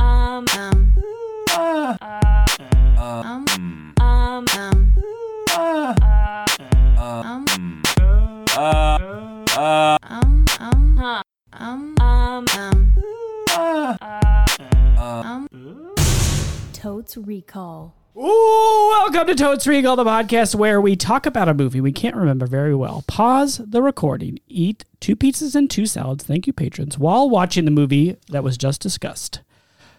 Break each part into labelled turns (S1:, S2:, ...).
S1: Um. Um.
S2: Ah.
S1: Uh.
S2: Uh.
S1: Um.
S2: Mm.
S1: Um. Um.
S2: Ah.
S1: Uh.
S2: Uh.
S1: Um.
S2: Mm. Ah. Ah.
S1: Um. Um. Huh. Um. Um. Um.
S2: Ah.
S1: Uh.
S2: Ah.
S1: Um.
S3: Totes Recall.
S4: Ooh, welcome to Totes Regal, the podcast where we talk about a movie we can't remember very well, pause the recording, eat two pizzas and two salads, thank you, patrons, while watching the movie that was just discussed.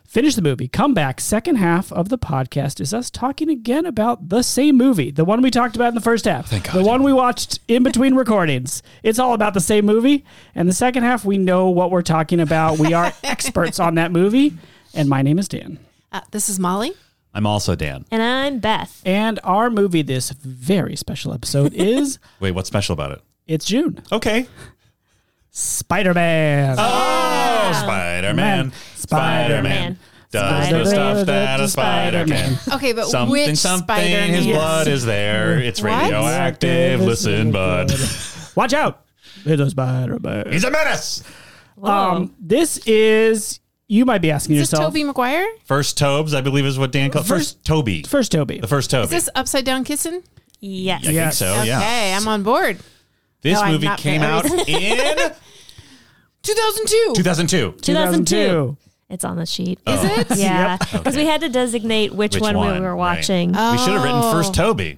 S4: Finish the movie, come back. Second half of the podcast is us talking again about the same movie, the one we talked about in the first half,
S2: Thank God.
S4: the one we watched in between recordings. It's all about the same movie. And the second half, we know what we're talking about. We are experts on that movie. And my name is Dan.
S5: Uh, this is Molly.
S2: I'm also Dan.
S6: And I'm Beth.
S4: And our movie this very special episode is
S2: Wait, what's special about it?
S4: it's June.
S2: Okay.
S4: Spider Man.
S2: Oh, Spider Man. Spider Man.
S6: Spider-Man.
S2: Does the
S6: Spider-Man.
S2: stuff that a spider
S4: Spider-Man.
S2: can.
S5: Okay, but
S2: Something,
S5: which
S2: something, his blood is there. It's
S5: What?
S2: radioactive. Listen, bud.
S4: Watch out. It's a Spider Man.
S2: He's a menace.
S4: Um, this is, you might be asking
S5: Is this
S4: yourself,
S5: Toby Maguire?
S2: First Tobes, I believe, is what Dan called. First Toby.
S4: first Toby.
S2: The first Toby.
S5: Is this upside down kissing?
S6: Yes.
S2: I
S4: Yes.
S2: think so, Oh, yeah.
S5: Okay, I'm on board.
S2: This
S5: No, I'm
S2: movie
S5: not
S2: came out
S5: very-
S2: in
S5: 2002.
S2: 2002.
S6: 2002. It's on the sheet.
S2: Is it?
S6: Yeah. Because
S2: Oh. Okay.
S6: we had to designate which,
S2: Which
S6: one, we
S2: one,
S6: were
S2: right.
S6: watching.
S2: We should have written
S5: Oh.
S2: First Toby.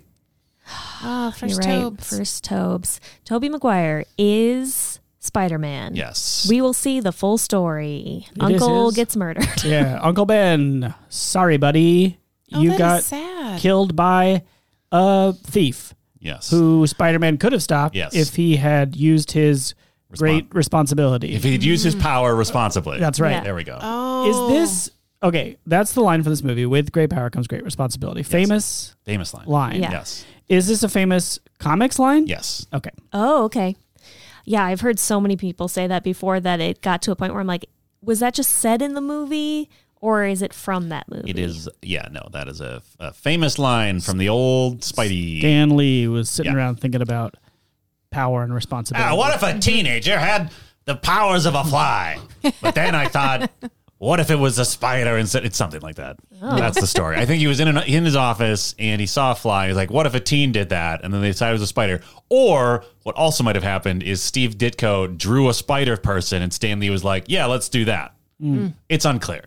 S5: Oh,
S6: You're
S5: first
S6: right.
S5: Tobes.
S6: First Tobes. Toby Maguire is Spider Man.
S2: Yes.
S6: We will see the full story.
S4: It is
S6: Uncle
S4: his-
S6: gets murdered.
S4: Yeah. Uncle Ben, sorry, buddy.
S5: Oh,
S4: you
S5: that is
S4: got
S5: sad.
S4: killed by a thief.
S2: yes.
S4: who Spider-Man could have stopped
S2: Yes.
S4: if he had used his great responsibility.
S2: If he'd use his power responsibly.
S4: That's right.
S6: Yeah.
S2: There we go.
S5: oh,
S4: Is this okay? That's the line for this movie. With great power comes great responsibility. Famous
S2: Famous line.
S4: line.
S6: Yeah.
S2: Yes.
S4: Is this a famous comics line?
S2: Yes.
S4: Okay.
S6: oh, okay. Yeah, I've heard so many people say that before that it got to a point where I'm like, was that just said in the movie or is it from that movie?
S2: It is. Yeah. No. That is a, a famous line from the old Spidey.
S4: Dan Lee was sitting
S2: Yeah.
S4: around thinking about power and responsibility.
S2: Ah, what if a teenager had the powers of a fly? But then I thought, what if it was a spider instead? It's something like that. That's the story. I think he was in an, in his office and he saw a fly. He's like, what if a teen did that? And then they decided it was a spider. Or what also might have happened is Steve Ditko drew a spider person and Stan Lee was like, yeah, let's do that. It's unclear.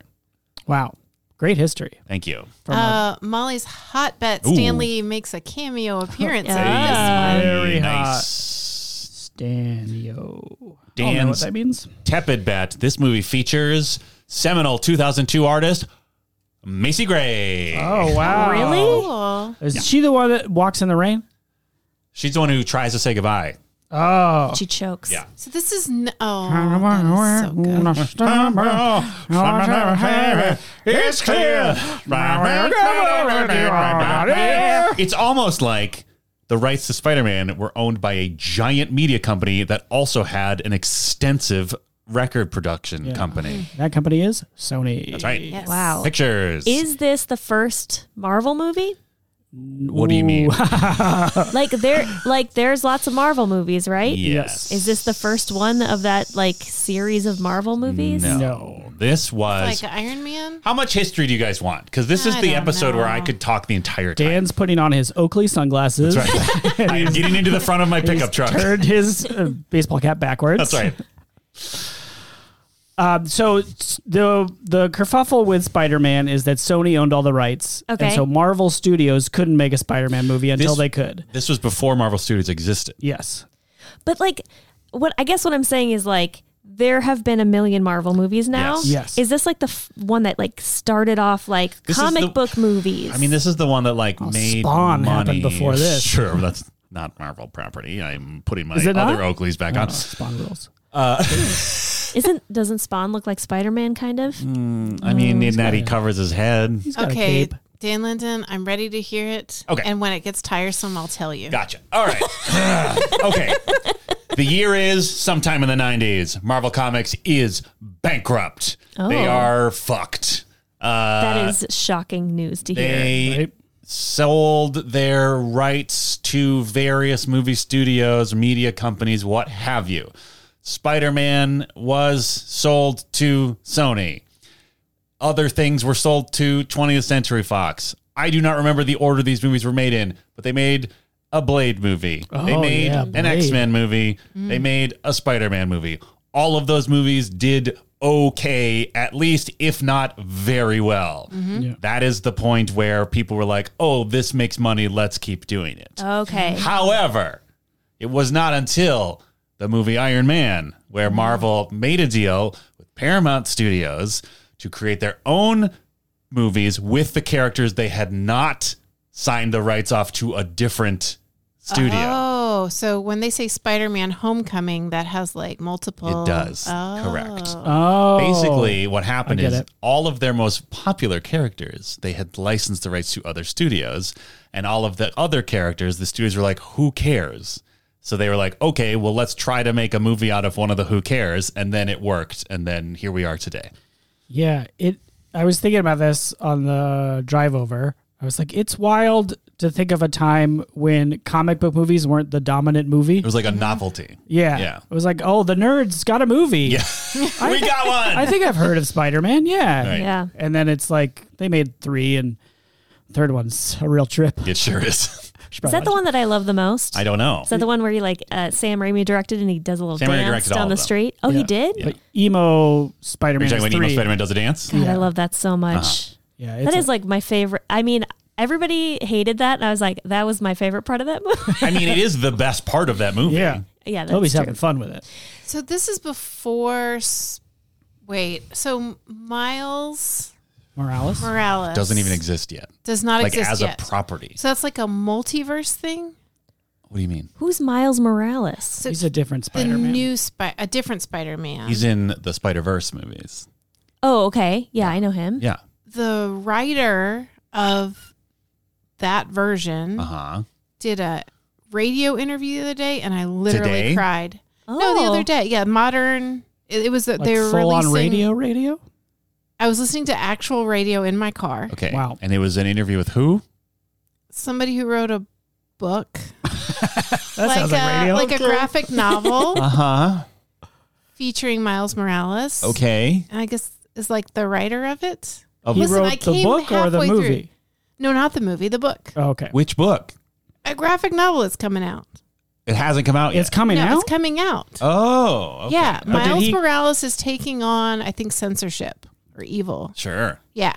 S4: Wow. Great history.
S2: Thank you.
S4: From a-
S5: uh, Molly's hot bet.
S2: Ooh.
S5: Stanley makes a cameo appearance.
S6: Yeah.
S4: Very
S2: nice.
S4: Stanio. I don't know what
S2: Dan's-
S4: that means.
S2: Tepid Bet. This movie features seminal 2002 artist Macy Gray.
S4: Oh wow.
S6: Really?
S5: Cool.
S4: Is she the one that walks in the rain?
S2: She's the one who tries to say goodbye.
S4: Oh.
S6: She chokes.
S2: Yeah.
S5: So this is n- oh, that is so good.
S2: It's clear. It's almost like the rights to Spider Man were owned by a giant media company that also had an extensive record production company.
S4: That company is Sony.
S2: That's right.
S5: Yes.
S6: Wow.
S2: Pictures.
S6: Is this the first Marvel movie?
S2: what do you mean?
S6: like there like there's lots of Marvel movies, right?
S2: yes.
S6: Is this the first one of that like series of Marvel movies?
S2: No.
S4: No.
S2: This was
S5: Like Iron Man.
S2: How much history do you guys want? Because this is
S5: I
S2: the
S5: don't
S2: episode where
S5: know.
S2: I could talk the entire time.
S4: Dan's putting on his Oakley sunglasses.
S2: That's right. I am getting into the front of my pickup truck.
S4: Turned his uh, baseball cap backwards.
S2: That's right.
S4: Um, so s- the the kerfuffle with Spider Man is that Sony owned all the rights, and
S6: Okay.
S4: so Marvel Studios couldn't make a Spider Man movie until
S2: This-
S4: they could.
S2: This was before Marvel Studios existed.
S4: Yes,
S6: But like what I guess what I'm saying is like there have been a million Marvel movies now.
S2: Yes.
S4: Yes.
S6: Is this like the f- one that like started off like
S2: This is
S6: comic
S2: the-
S6: book movies?
S2: I mean, this is the one that like made
S4: Spawn
S2: money.
S4: happened before this.
S2: Sure, that's not Marvel property. I'm putting my
S4: Is it
S2: other
S4: not?
S2: Oakleys back on.
S4: Uh, Spawn rules.
S6: isn't doesn't Spawn look like Spider-Man kind of?
S2: Mm. I mean, in that he covers his head.
S4: He's got a
S5: Okay,
S4: cape.
S5: Dan Linden, I'm ready to hear it.
S2: Okay.
S5: And when it gets tiresome, I'll tell you.
S2: Gotcha. All right. okay. The year is sometime in the 90s. Marvel Comics is bankrupt. They
S6: Oh.
S2: are fucked. Uh,
S6: that is shocking news to hear.
S2: They
S4: Right.
S2: sold their rights to various movie studios, media companies, what have you. Spider Man was sold to Sony. other things were sold to 20th Century Fox. I do not remember the order these movies were made in, but they made a Blade movie. they
S4: Oh,
S2: made
S4: yeah,
S2: an
S4: Blade.
S2: X Men movie. They made a Spider Man movie. All of those movies did okay, at least, if not very well.
S4: Yeah.
S2: That is the point where people were like, oh, this makes money. Let's keep doing
S6: Oh.
S2: it.
S6: Okay.
S4: Mm-hmm.
S2: However, it was not until the movie Iron Man where Marvel made a deal with Paramount Studios to create their own movies with the characters they had not signed the rights off to a different studio.
S5: Oh, so when they say Spider-Man: Homecoming, that has like multiple.
S2: It does.
S5: Oh.
S2: Correct.
S4: Oh,
S2: Basically, what happened
S4: I get
S2: is
S4: it.
S2: all of their most popular characters, they had licensed the rights to other studios, and all of the other characters, the studios were like, who cares? So they were like, okay, well, let's try to make a movie out of one of the who cares. And then it worked. And then here we are today.
S4: Yeah, it. I was thinking about this on the drive over. I was like, it's wild to think of a time when comic book movies weren't the dominant movie.
S2: It was like a novelty.
S4: Mm-hmm. yeah,
S2: yeah.
S4: It was like, oh, the nerds got a movie.
S2: Yeah. we got one.
S4: I think I've heard of Spider Man. Yeah,
S2: Right.
S6: Yeah.
S4: and then it's like they made three, and third one's a real trip.
S2: it sure is.
S4: Should
S6: Is
S4: probably
S6: that the one that I love the most?
S2: I don't know.
S6: Is that the one where he like uh, Sam Raimi directed and he does a little
S2: Sam Raimi
S6: dance
S2: directed all
S6: down
S2: of
S6: the
S2: them.
S6: street? Oh, he
S4: Yeah.
S6: did.
S2: Yeah.
S4: But emo Spider
S2: You're
S4: Man.
S2: talking when Emo
S4: Three.
S2: Spider Man does a dance?
S6: God,
S4: Yeah.
S6: I love that
S2: Uh-huh.
S6: so much.
S4: Yeah,
S6: That
S4: it's
S6: is like my favorite. I mean, everybody hated that, and I was like, that was my favorite part of that movie.
S2: I mean, it is the best part of that
S4: a,
S2: movie.
S4: yeah.
S6: yeah, that's
S4: Toby's
S6: true.
S4: having fun with it.
S5: So this is before. s- Wait. So Miles
S4: Morales.
S5: Morales
S2: Doesn't even exist yet.
S5: Does not
S2: Like
S5: exist
S2: as
S5: yet.
S2: a property.
S5: so that's like a multiverse thing.
S2: What do you mean?
S6: Who's Miles Morales?
S5: So
S4: He's a different
S5: the
S4: Spider Man.
S5: new spy, a different Spider-Man.
S2: He's in the Spider Verse movies.
S6: Oh, okay. Yeah, I know him.
S2: Yeah.
S5: the writer of that version
S2: Uh
S4: Uh-huh.
S2: huh.
S5: did a radio interview the other day, and I literally
S2: Today?
S5: cried.
S6: Oh,
S5: No, the other day, yeah, modern. It, it was that
S4: like
S5: they were
S4: full
S5: releasing.
S4: on radio, radio.
S5: I was listening to actual radio in my car.
S2: Okay.
S4: Wow.
S2: And it was an interview with who?
S5: Somebody who wrote a book,
S4: That sounds like
S5: a,
S4: radio. Uh-huh.
S5: like a graphic novel
S2: Uh huh.
S5: featuring Miles Morales.
S2: Okay.
S5: and I guess is like the writer of it.
S2: Of
S4: he
S5: Listen, I
S4: wrote the
S5: came
S4: book or the
S5: halfway through.
S4: movie. Oh,
S5: No, not the movie, the book.
S4: okay.
S2: which book?
S5: A graphic novel is coming out.
S2: It hasn't come out
S4: It's
S2: yet.
S4: coming
S5: no,
S4: out.
S5: it's coming out.
S2: oh. okay.
S5: Yeah,
S4: did
S5: Miles
S4: he-
S5: Morales is taking on, I think, censorship or evil.
S2: Sure.
S5: Yeah,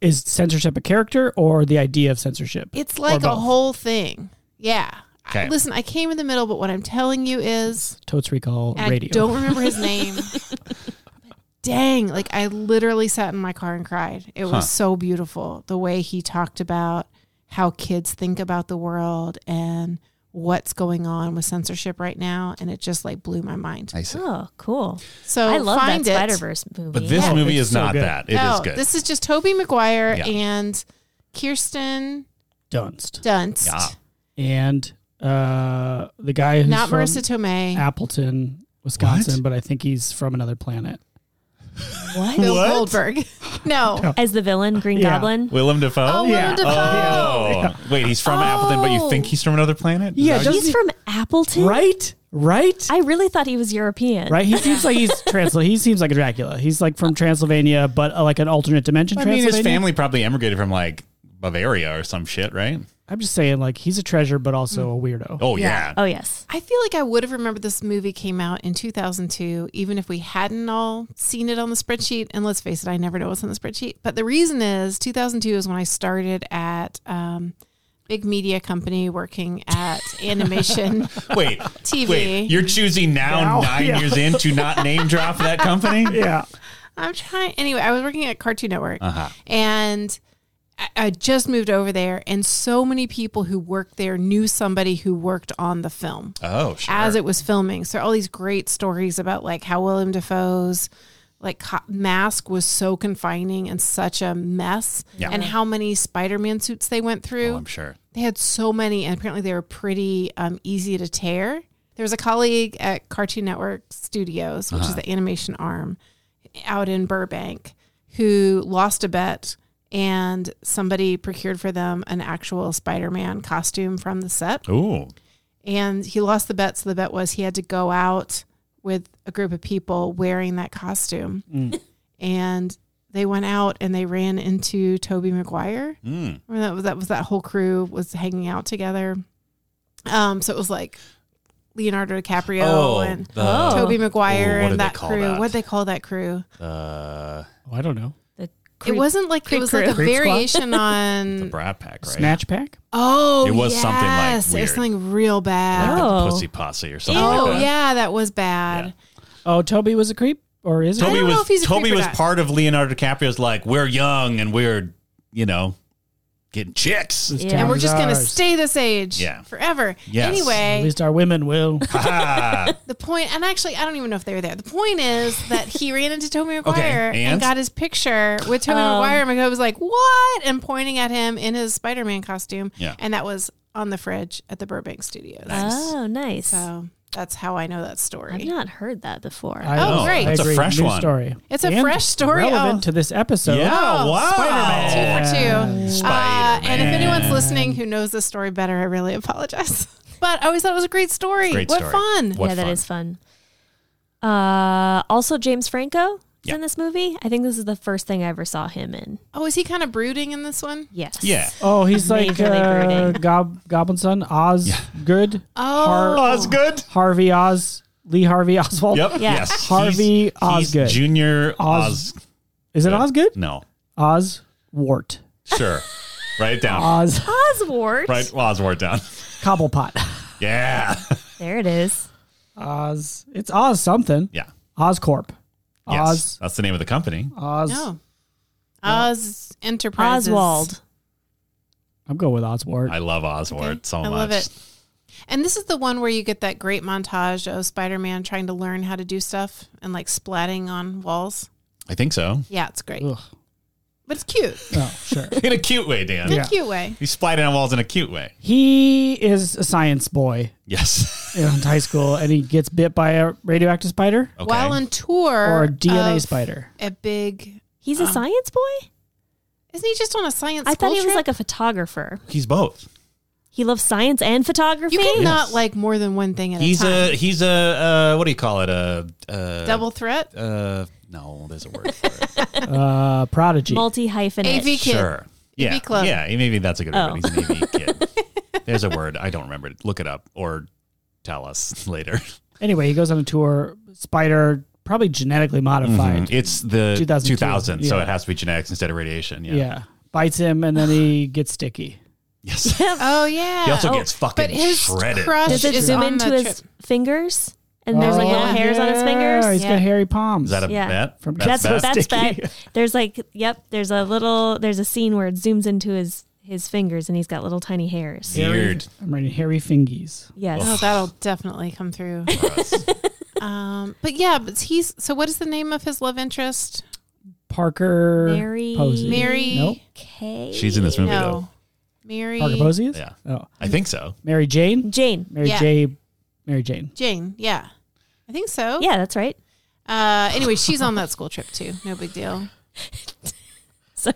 S4: Is censorship a character or the idea of censorship?
S5: it's
S4: Or
S5: like a
S4: both?
S5: whole thing. Yeah. I-
S2: Okay.
S5: Listen, I came in the middle, but what I'm telling you is,
S4: Totes Recall
S5: and
S4: Radio.
S5: I don't remember his name. Dang, like I literally sat in my car and cried. It
S2: Huh.
S5: was so beautiful the way he talked about how kids think about the world and what's going on with censorship right now, and it just like blew my mind.
S2: I see.
S6: Oh, cool.
S5: So
S6: I love
S5: find
S6: that
S5: it.
S6: Spider Verse movie.
S2: But this
S4: Yeah.
S2: movie
S4: It's
S2: is
S4: so
S2: not
S4: good.
S2: that. It is
S5: no,
S2: good.
S5: Oh, This is just Toby Maguire
S2: Yeah.
S5: and Kirsten
S4: Dunst.
S5: Dunst.
S2: yeah.
S4: And uh, the guy who's
S5: Not
S4: from
S5: Marissa Tomei.
S4: Appleton, Wisconsin, but I think he's from another planet.
S5: Bill
S2: What?
S5: Goldberg. no.
S6: as the villain, Green
S4: Yeah.
S6: Goblin.
S2: Willem Dafoe.
S5: Oh,
S4: Yeah.
S5: Willem Dafoe. Oh.
S2: Oh. Wait, he's from Appleton, but you think he's from another planet? Is
S4: Yeah,
S2: that-
S4: just-
S6: He's from Appleton.
S4: Right? Right?
S6: I really thought he was European.
S4: right? He seems like he's Transl- He seems like a Dracula. He's like from Transylvania, but uh, like an alternate dimension.
S2: I mean, his
S4: Transylvania.
S2: family probably emigrated from like Bavaria or some shit, right?
S4: I'm just saying, like he's a treasure, but also a weirdo.
S2: Oh, yeah.
S6: Oh yes.
S5: I feel like I would have remembered this movie came out in 2002, even if we hadn't all seen it on the spreadsheet. And let's face it, I never know what's on the spreadsheet. But the reason is 2002 is when I started at um, big media company working at animation.
S2: Wait.
S5: TV.
S2: Wait. You're choosing now,
S4: Now?
S2: nine
S4: Yeah.
S2: years in, to not name drop that company?
S4: Yeah.
S5: I'm trying. Anyway, I was working at Cartoon Network,
S2: Uh-huh.
S5: and I, I just moved over there, and so many people who worked there knew somebody who worked on the film
S2: Oh, sure.
S5: as it was filming. So all these great stories about like how Willem Dafoe's like co- mask was so confining and such a mess,
S2: Yeah.
S5: and how many Spider-Man suits they went through.
S2: Oh, I'm sure.
S5: They had so many, and apparently they were pretty um, easy to tear. There was a colleague at Cartoon Network Studios, which is the animation arm out in Burbank, who lost a bet, and somebody procured for them an actual Spider Man costume from the set.
S2: Ooh.
S5: And he lost the bet. So the bet was he had to go out with a group of people wearing that costume. And they went out and they ran into Toby Maguire.
S2: Mm.
S5: Remember that was that was that whole crew was hanging out together. Um, so it was like Leonardo DiCaprio and
S2: the,
S6: Oh.
S5: Toby
S2: Ooh,
S5: Maguire
S2: what did they
S5: and that
S2: call
S5: crew.
S2: that?
S5: What they call that crew?
S2: the,
S4: Oh, I don't know.
S6: The
S5: it wasn't like it
S6: Creep
S5: was
S6: crew.
S5: like a
S4: Creep squad?
S5: variation
S2: the
S5: on.
S2: Brat Pack, right?
S4: Snatch pack.
S5: Oh,
S2: It was something like
S5: yes. It
S2: weird.
S5: was something real
S2: Like
S5: bad.
S2: the
S6: Oh.
S2: Pussy Posse or something
S5: Oh
S2: like that.
S5: yeah, that was bad.
S4: Oh, Toby was a creep or is
S5: I
S2: Toby
S5: don't know if
S2: was
S5: he's a
S2: Toby
S5: creep or
S2: was
S5: not.
S2: part of Leonardo DiCaprio's like we're young and we're you know getting chicks.
S4: it?
S6: Yeah. And
S5: And we're just gonna
S4: Ours.
S5: stay this age
S2: Yeah.
S5: forever.
S2: Yes.
S4: At
S5: Anyway,
S4: least our women will.
S2: Ah,
S5: The point, and actually, I don't even know if they were there. The point is that he ran into Toby Maguire and?
S2: and?
S5: got his picture with Toby
S6: Oh.
S5: Maguire. And McGuire was like, "What?" and pointing at him in his Spider-Man costume.
S2: Yeah.
S5: and that was on the fridge at the Burbank Studios.
S6: Oh, nice.
S5: So that's how I know that story.
S6: I've not heard that before.
S4: I
S5: Oh,
S4: know.
S5: great.
S4: I
S5: It's
S2: a
S4: agree.
S2: fresh
S4: New
S2: one.
S4: story.
S5: It's a
S4: And
S5: fresh story.
S4: Relevant
S5: Oh.
S4: to this episode.
S2: yeah, Oh, wow.
S5: Spider-Man. Two for two. Uh, and if
S2: Spider-Man.
S5: anyone's listening who knows this story better, I really apologize. But I always thought it was a great story.
S2: Great
S5: what
S2: story.
S5: fun!
S2: What
S6: yeah, that
S2: fun.
S6: is fun. Uh, also, James Franco is
S2: Yeah.
S6: in this movie. I think this is the first thing I ever saw him in.
S5: Oh, is he kind of brooding in this one?
S6: Yes.
S2: Yeah.
S4: Oh, he's like
S6: Majorly
S4: uh,
S6: brooding.
S4: Gob- Goblin Son, Oz Good,
S5: Oh,
S2: Oh, that's good.
S4: Harvey Oz, Lee Harvey Oswald.
S2: Yep.
S6: Yeah.
S2: Yes. He's-
S4: Harvey Osgood.
S2: He's Junior
S4: Oz-
S2: Oz.
S4: Is it Osgood?
S2: No.
S4: Oswart.
S2: Sure. Write it down.
S4: Oz
S6: Oswald.
S2: Write Oswald down.
S4: Cobblepot.
S2: Yeah.
S6: There it is.
S4: Oz. It's Oz something.
S2: Yeah.
S4: Oscorp.
S2: Yes.
S4: Oz.
S2: That's the name of the company.
S4: Oz.
S5: No. Oh. Oz Enterprises.
S6: Oswald.
S4: I'm going with Oswart.
S2: I love Oswald
S5: Okay.
S2: so
S5: I
S2: much.
S5: love it. And this is the one where you get that great montage of Spider Man trying to learn how to do stuff and like splatting on walls.
S2: I think so.
S5: Yeah, it's great.
S4: Ugh.
S5: But it's cute.
S4: Oh, sure.
S2: In a cute way, Dan.
S5: In
S4: Yeah.
S5: a cute way.
S2: He's sliding on walls in a cute way.
S4: He is a science boy
S2: Yes.
S4: in high school, and he gets bit by a radioactive spider
S2: Okay.
S5: While on tour
S4: or a DNA
S5: Er, of
S4: spider.
S5: A big
S6: He's a
S4: Uh,
S5: Um,
S6: science boy?
S5: isn't he just on a science?
S6: I thought
S5: school
S6: he was
S5: trip?
S6: like a photographer.
S2: He's both.
S6: He loves science and photography.
S5: You cannot like more than one thing at
S2: He's
S5: a time.
S2: a he's a uh, what do you call it? A, a
S5: double threat.
S2: Uh, no, there's a word for it.
S4: Uh, prodigy.
S6: Multi hyphenate.
S5: AV kid.
S2: Sure. Yeah.
S5: AV club. Oh.
S2: Yeah. Maybe that's a good word.
S6: Oh.
S2: He's an AV kid. There's a word. I don't remember it. Look it up or tell us later.
S4: Anyway, he goes on a tour. Spider, probably genetically modified.
S2: It's the
S4: 2002.
S2: 2000, so
S4: Yeah.
S2: it has to be genetics instead of radiation. Yeah.
S4: yeah. bites him, and then he gets sticky.
S2: Yes.
S5: Oh yeah.
S2: He also
S6: Oh,
S2: gets fucking
S5: but his
S2: shredded.
S5: crush
S6: Does it
S5: is
S6: zoom
S5: on
S6: into
S5: the
S6: his
S5: trip.
S6: fingers? And there's like
S5: Oh,
S6: little
S5: yeah.
S6: hairs on his fingers.
S4: Yeah, he's
S5: Yeah.
S4: got hairy palms.
S2: Is that a
S6: Yeah.
S2: bet?
S4: From-
S6: that's
S2: bet?
S6: that's, that's
S4: Sticky.
S6: bet. There's like, yep. There's a little. There's a scene where it zooms into his his fingers, and he's got little tiny hairs.
S2: Yeah.
S4: Hairy-
S2: Weird.
S4: I'm writing hairy fingies.
S6: Yes.
S5: Oh, that'll definitely come through. um, but yeah, but he's so. What is the name of his love interest?
S4: Parker
S6: Mary-
S4: Posey.
S5: Mary.
S4: Nope.
S6: Okay.
S2: She's in this movie,
S5: No, Mary.
S4: Parker Posey is?
S2: though. Yeah.
S4: Oh.
S2: I think so.
S4: Mary Jane?
S6: Jane.
S4: Mary
S5: Yeah.
S4: J. Mary Jane.
S5: Jane. Yeah, I think so.
S6: Yeah, that's right.
S5: Uh, anyway, she's on that school trip too. No big deal.
S6: So,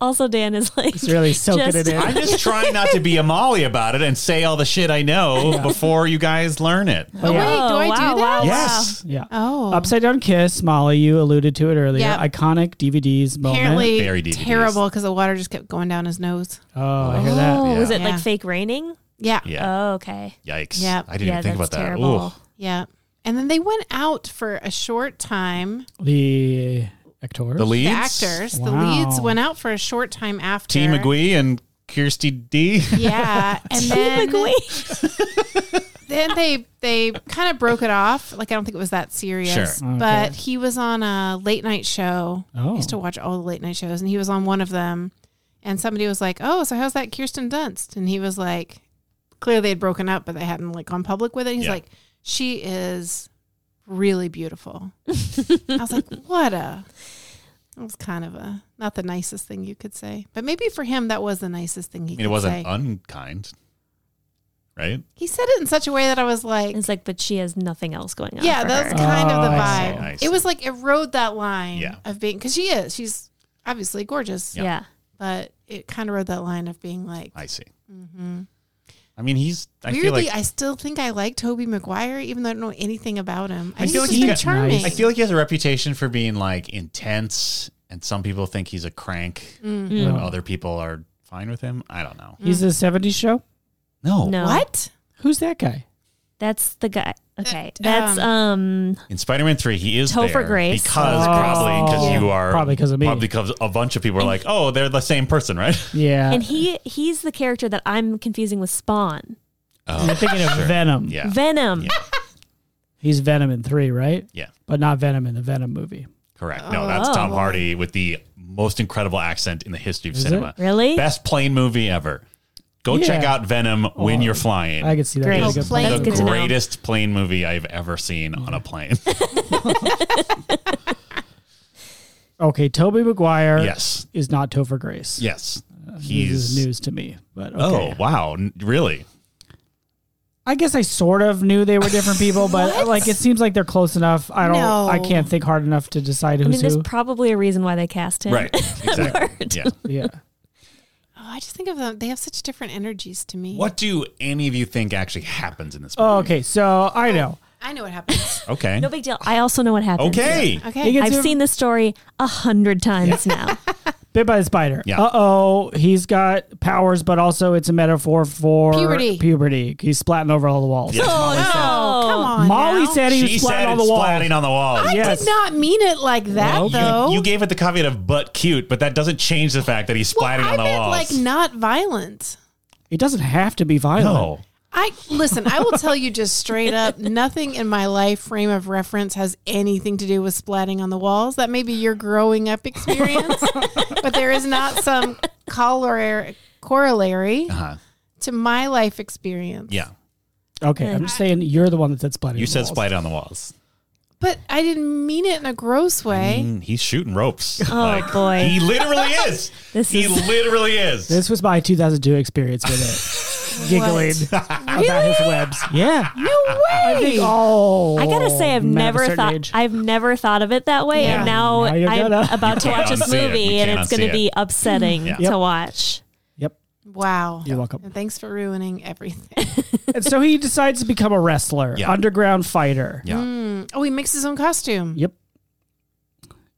S6: also, Dan is like,
S4: It's really soaking
S6: Just-
S4: it in.
S2: I'm just trying not to be a Molly about it and say all the shit I know before you guys learn it.
S5: Oh,
S4: yeah.
S5: wait, do I
S6: wow,
S5: do that?
S6: wow,
S2: yes.
S4: Yeah.
S5: Oh,
S4: Upside Down Kiss, Molly, you alluded to it earlier.
S5: Yep.
S4: Iconic DVDs moment.
S5: apparently
S2: Very DVDs.
S5: terrible because the water just kept going down his nose.
S4: Oh, I hear
S6: wow.
S4: that.
S6: Oh, was
S2: Yeah.
S6: it
S5: Yeah.
S6: like fake raining?
S5: Yeah, yeah,
S2: Yeah.
S6: Oh, okay.
S2: Yikes.
S5: Yeah.
S2: I didn't
S6: yeah,
S2: even think
S6: that's
S2: about that.
S6: terrible.
S2: Ooh.
S5: And then they went out for a short time.
S6: Oh.
S4: The actors.
S2: The leads?
S5: The actors,
S4: Wow.
S5: the leads, went out for a short time after.
S2: T. McGee and Kirsty D.
S5: Yeah, and then then they they kind of broke it off. Like I don't think it was that serious.
S2: Sure.
S5: But
S4: Oh, Okay.
S5: he was on a late night show.
S4: Oh.
S5: I used to watch all the late night shows, and he was on one of them. And somebody was like, "Oh, so how's that Kirsten Dunst?" And he was like, "Clearly they had broken up, but they hadn't like gone public with it." He's
S2: Yeah.
S5: like, "She is really beautiful." I was like, "What a." It was kind of a not the nicest thing you could say, but maybe for him that was the nicest thing he
S2: I
S5: could
S2: mean, it wasn't
S5: say.
S2: unkind, right?
S5: he said it in such a way that I was like,
S6: It's like, but she has nothing else going on.
S5: Yeah,
S6: for
S5: that's
S6: her.
S5: kind of the
S4: Oh,
S2: I see,
S5: vibe.
S2: I see.
S5: It was like it rode that line
S2: Yeah.
S5: of being because she is she's obviously gorgeous,
S6: yeah.
S5: but it kind of rode that line of being like. mm-hmm.
S2: I see. I mean, he's. I feel
S5: Weirdly,
S2: like
S5: I still think I like Toby Maguire, even though I don't know anything about him. I,
S2: I
S5: think he's
S2: feel like he's
S5: been
S2: got-
S5: charming.
S2: I feel like he has a reputation for being like intense and some people think he's a crank, and
S4: No.
S2: other people are fine with him. I don't know.
S4: Oh. He's a 70s show?
S2: No,
S6: No.
S5: What?
S4: Who's that guy?
S6: That's the guy. Okay.
S5: Uh,
S6: That's um
S2: in Spider-Man Three, he is
S6: Topher
S2: there
S6: Grace.
S2: because probably because
S4: Oh.
S2: you are
S4: Probably 'cause of me.
S2: Probably because a bunch of people are like, oh, they're the same person, right? Uh,
S4: Yeah.
S6: and he he's the character that I'm confusing with Spawn.
S4: I'm thinking of Venom.
S2: Uh, Yeah,
S6: Venom.
S4: He's Venom in 3, right?
S2: yeah,
S4: But not Venom in the Venom movie.
S2: correct. No, that's Tom
S6: Oh.
S2: Hardy with the most incredible accent in the history of
S4: Is it?
S2: cinema.
S6: Really?
S2: Best plane movie ever. Go
S4: Yeah. Oh,
S2: check out Venom when you're flying.
S4: I could see that.
S6: Great.
S4: being a
S5: Oh,
S4: good
S5: plane.
S4: one.
S6: That's
S2: the
S6: good to know.
S2: greatest plane movie I've ever seen on a plane.
S4: Okay, Toby Maguire
S2: yes.
S4: is not Topher Grace.
S2: Yes.
S4: This is
S2: He's
S4: news to me. But okay.
S2: Oh, wow. N- Really?
S4: I guess I sort of knew they were different people, but
S5: What?
S4: like it seems like they're close enough. I don't
S5: No.
S4: I can't think hard enough to decide
S6: I mean,
S4: who's
S6: there's
S4: who.
S6: probably a reason why they cast him.
S2: Right. Exactly. Yeah.
S4: yeah.
S5: Oh, I just think of them. They have such different energies to me.
S2: What do any of you think actually happens in this movie?
S4: Oh, okay, so I know.
S5: I know what happens.
S2: Okay.
S6: No big deal. I also know what happened.
S2: Okay.
S5: Okay.
S4: He gets
S6: I've
S4: him
S6: seen this story a hundred times now.
S4: bit by the spider.
S2: Yeah.
S4: Uh oh, he's got powers, but also it's a metaphor for
S5: Puberty.
S4: Puberty. He's splatting over all the walls.
S2: Yes.
S5: oh, come on.
S4: Molly
S5: now.
S4: said he was
S2: She
S4: splatting
S2: said
S4: on
S2: it's
S4: the walls.
S2: splatting on the wall.
S5: I
S4: Yes.
S5: did not mean it like that,
S2: You-
S5: though.
S2: You, gave it the caveat of but cute, but that doesn't change the fact that he's
S5: well,
S2: splatting
S5: I
S2: on the
S5: meant
S2: walls.
S5: like not violent.
S4: It doesn't have to be violent.
S2: no.
S5: I listen. I will tell you just straight up. Nothing in my life frame of reference has anything to do with splatting on the walls. That may be your growing up experience, but there is not some color corollary
S2: Uh-huh.
S5: to my life experience.
S2: Yeah.
S4: Okay, I'm just saying you're the one that said splatting. on
S2: You
S4: the
S2: said
S4: walls.
S2: splatting on the walls.
S5: but I didn't mean it in a gross way.
S2: Mm, He's shooting ropes.
S6: Oh, boy.
S2: He literally is.
S6: This
S2: he
S6: is-
S2: literally is.
S4: This was my 2002 experience with it. Giggling about his webs. Yeah.
S5: No way.
S4: Oh.
S6: I gotta say, I've
S4: men of a
S6: never
S4: certain
S6: thought
S4: age.
S6: I've never thought of it that way,
S5: Yeah.
S6: and now,
S4: Now you're
S6: I'm
S4: gonna.
S6: about to
S2: You
S6: watch
S2: can't
S6: this
S2: unsee it.
S6: movie,
S2: You
S6: and
S2: can't
S6: it's going
S2: unsee
S6: to be upsetting
S2: Yeah.
S4: Yep.
S6: to watch.
S4: yep.
S5: Wow.
S4: You're welcome.
S5: And thanks for ruining everything.
S4: And so he decides to become a wrestler,
S2: Yeah.
S4: underground fighter.
S2: yeah.
S5: oh, he makes his own costume.
S4: Yep.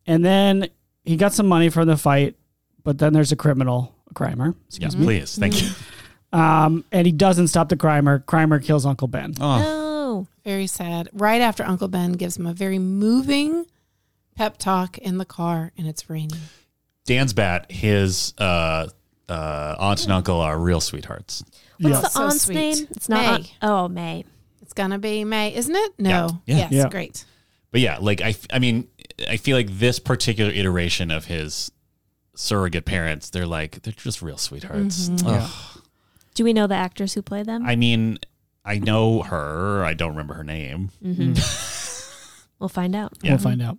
S4: And then he got some money from the fight, but then there's a criminal, a crimer.
S2: Yes, please. Thank you.
S4: Um, and he doesn't stop the crimer. Crimer kills Uncle Ben.
S2: Oh,
S6: Oh,
S5: Very sad. Right after Uncle Ben gives him a very moving pep talk in the car, and it's raining.
S2: Dan's bat. His uh, uh, aunt and uncle are real sweethearts.
S6: what's
S4: Yeah.
S6: the
S5: So
S6: aunt's
S5: sweet.
S6: name? It's not.
S5: May.
S6: Aunt- oh, May.
S5: It's gonna be May, isn't it? No.
S2: Yeah. Yeah.
S5: Yes.
S4: Yeah.
S5: Great.
S2: But yeah, like I, I mean, I feel like this particular iteration of his surrogate parents, they're like they're just real sweethearts. Ugh.
S6: Do we know the actors who play them?
S2: I mean, I know her. I don't remember her name.
S6: we'll find out.
S2: Yeah.
S4: We'll find out.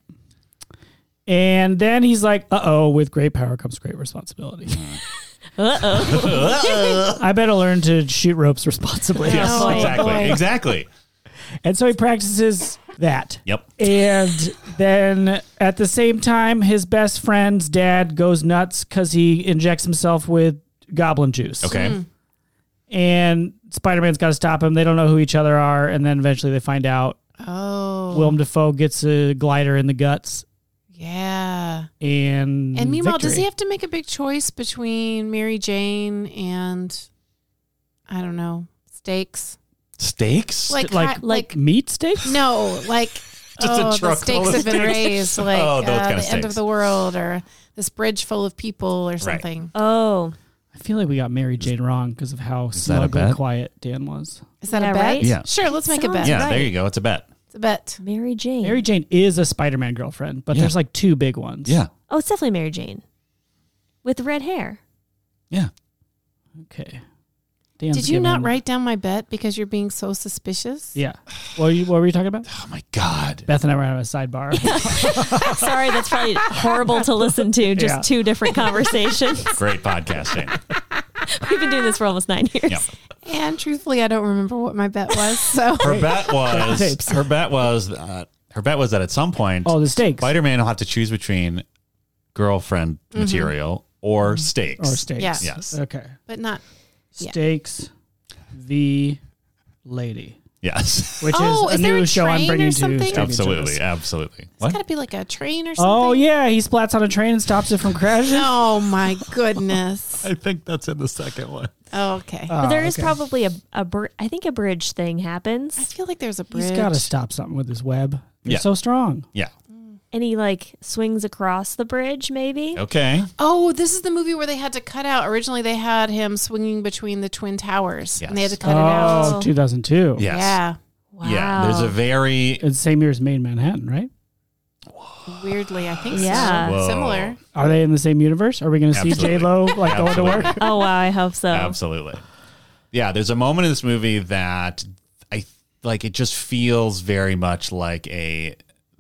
S4: And then he's like, uh oh, with great power comes great responsibility.
S5: Hmm.
S6: Uh oh.
S4: I better learn to shoot ropes responsibly.
S2: Yes,
S5: Oh,
S2: exactly,
S5: boy.
S2: exactly.
S4: And so he practices that.
S2: Yep.
S4: And then at the same time, his best friend's dad goes nuts because he injects himself with goblin juice.
S2: Okay.
S4: And Spider Man's got to stop him. They don't know who each other are. And then eventually they find out.
S5: Oh.
S4: Willem Dafoe gets a glider in the guts.
S5: yeah.
S4: And,
S2: Mm,
S5: And meanwhile, does
S4: victory.
S5: he have to make a big choice between Mary Jane and I don't know steaks?
S2: Steaks.
S5: Like
S4: like-
S5: hi- like,
S4: meat steaks?
S5: no like.
S2: a
S5: oh, the
S2: truck full
S5: stakes
S2: of
S5: have been
S2: steaks.
S5: raised, like
S2: Oh, those
S5: uh, the
S2: kind of
S5: end
S2: steaks.
S5: of the world, or this bridge full of people, or something.
S6: Oh,
S4: I feel like we got Mary Jane wrong because of how
S2: that a
S4: smug and
S2: bet?
S4: quiet Dan was.
S5: Is that
S6: Yeah,
S5: a bet?
S6: right?
S2: Yeah.
S5: Sure, let's make a bet.
S6: Sounds-
S2: yeah.
S6: right.
S2: There you go. It's a bet.
S5: It's a bet.
S6: Mary Jane.
S4: Mary Jane is a Spider Man girlfriend, but
S2: Yeah.
S4: there's like two big ones.
S2: Yeah.
S6: oh, it's definitely Mary Jane with red hair.
S2: Yeah.
S4: Okay. Dan's
S5: Did you not
S4: giving-
S5: write down my bet because you're being so suspicious?
S4: Yeah. What were you, what were you talking about?
S2: Oh my god.
S4: Beth and I were having a sidebar.
S6: Sorry, that's probably horrible to listen to. Just
S4: Yeah.
S6: two different conversations.
S2: Great podcasting.
S6: We've been doing this for almost nine years.
S2: Yeah.
S5: And truthfully, I don't remember what my bet was. So
S2: Her bet was
S4: Tapes.
S2: her bet was that her bet was that at some point
S4: Oh, the steaks
S2: Spider Man will have to choose between girlfriend material or
S4: or
S2: stakes.
S4: steaks?
S5: Yes.
S2: Yes.
S4: Okay.
S5: but not. Yeah.
S4: Steaks, the lady.
S2: Yes.
S4: which
S5: Oh,
S4: is a
S5: is there
S4: new
S5: a
S4: show I'm
S5: train or
S4: bringing to
S5: something?
S4: streaming
S2: Absolutely.
S4: service.
S2: Absolutely.
S5: It's
S2: What?
S5: got to be like a train or something.
S4: Oh yeah, he splats on a train and stops it from crashing.
S5: Oh my goodness.
S2: I think that's in the second one.
S5: Okay.
S2: Uh,
S6: But there
S4: Oh,
S6: is
S4: okay.
S6: probably a, a br- I think a bridge thing
S5: I
S6: happens,
S5: feel like there's a bridge.
S4: He's got to stop something with his web. They're
S2: Yeah.
S4: so strong.
S2: Yeah.
S6: and he like swings across the bridge, maybe.
S2: Okay.
S5: oh, this is the movie where they had to cut out. Originally, they had him swinging between the twin towers, and they had to
S2: Yes.
S5: cut it out.
S4: Oh, 2002.
S2: Yes.
S5: Yeah.
S6: Wow.
S2: Yeah. There's a very
S4: It's the same year as Made in Manhattan, right?
S5: Weirdly, I think
S6: Yeah.
S5: so.
S2: Whoa.
S5: Similar.
S4: Are they in the same universe? Are we going to see J
S2: Absolutely.
S4: Lo like going to work?
S2: Absolutely.
S6: oh wow, I hope so.
S2: Absolutely. Yeah, there's a moment in this movie that I like it just feels very much like a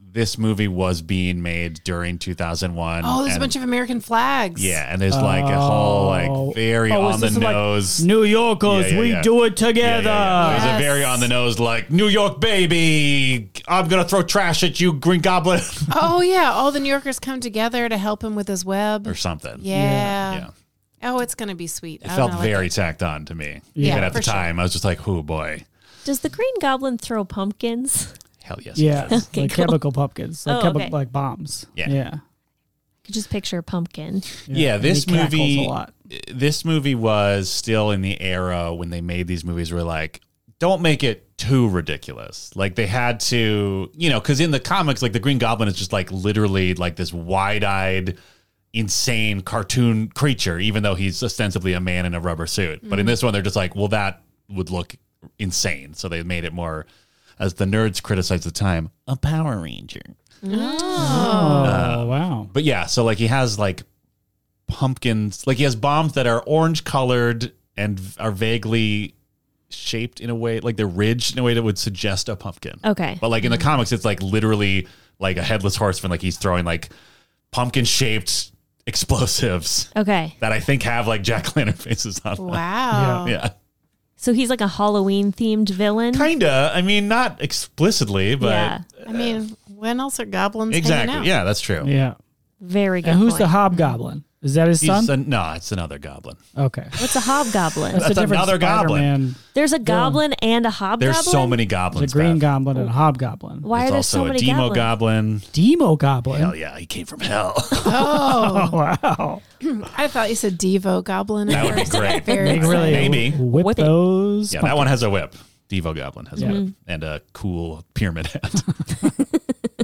S2: this movie was being made during 2001.
S5: Oh, there's
S2: and-
S5: a bunch of American flags.
S2: Yeah, and there's like a whole like very
S4: Oh, is
S2: on the
S4: this like
S2: nose.
S4: New Yorkers,
S2: Yeah, yeah,
S4: we
S2: yeah.
S4: do it together.
S2: Yeah, yeah, yeah. There's
S5: Yes.
S2: a very on the nose like New York baby, I'm gonna throw trash at you, Green Goblin,
S5: Oh yeah. All the New Yorkers come together to help him with his web.
S2: or something.
S5: Yeah.
S2: Yeah.
S5: Oh, it's gonna be sweet.
S2: It
S5: I
S2: felt
S5: know, like-
S2: very tacked on to me.
S5: Yeah,
S2: Even at the
S5: for sure.
S2: time, I was just like, oh boy,
S6: Does the Green Goblin throw pumpkins?
S2: hell yes. it
S4: Yeah,
S2: does.
S6: Okay,
S4: like
S6: cool.
S4: chemical pumpkins, like,
S6: Oh,
S4: chemi-
S6: okay.
S4: like bombs.
S2: Yeah.
S4: yeah.
S6: I could just picture a pumpkin.
S2: Yeah,
S4: and
S2: this
S4: he cackles
S2: movie
S4: a lot.
S2: this movie was still in the era when they made these movies where like don't make it too ridiculous. Like they had to, you know, cuz in the comics like the Green Goblin is just like literally like this wide-eyed insane cartoon creature even though he's ostensibly a man in a rubber suit. But
S4: Mm-hmm.
S2: in this one they're just like, well that would look insane. So they made it more as the nerds criticized at the time, a Power Ranger.
S4: Oh
S5: Oh.
S4: wow!
S2: But yeah, so like he has like pumpkins, like he has bombs that are orange colored and v- are vaguely shaped in a way, like they're ridged in a way that would suggest a pumpkin.
S5: Oh.
S6: Okay.
S2: But like in the comics, it's like literally like a headless horseman, like he's throwing like pumpkin shaped explosives
S6: Okay.
S2: that I think have like jack lantern faces on them.
S5: Wow.
S2: Yeah.
S6: So he's like a Halloween themed villain.
S2: Kinda. I mean, not explicitly, but
S6: yeah.
S5: I mean, when else are goblins hanging out?
S2: exactly. Yeah, that's true.
S4: Yeah,
S6: Very good.
S4: and who's the
S6: point.
S4: hobgoblin? Is that his
S2: He's
S4: son?
S2: a- no, it's another goblin.
S4: okay,
S6: What's a hobgoblin?
S2: That's another goblin.
S4: Spider-Man.
S6: There's a goblin and a hobgoblin.
S2: There's so many
S4: There's
S2: goblins.
S4: a green
S2: Beth.
S4: goblin and a hobgoblin.
S6: Why
S2: There's
S6: are there
S2: also
S6: so
S2: a
S6: many
S2: demo
S6: goblins?
S2: goblin.
S4: Demo goblin.
S2: Hell Oh, yeah, he came from hell.
S5: Oh,
S4: Wow,
S5: I thought you said Devo Goblin.
S2: That would be
S5: I was
S2: great.
S5: Very
S4: they really
S5: excited.
S2: Maybe.
S4: whip,
S6: Whip it.
S4: those.
S2: yeah,
S4: pumpkins.
S2: that one has a whip. Devo Goblin has
S4: Yeah.
S2: a whip and a cool pyramid hat.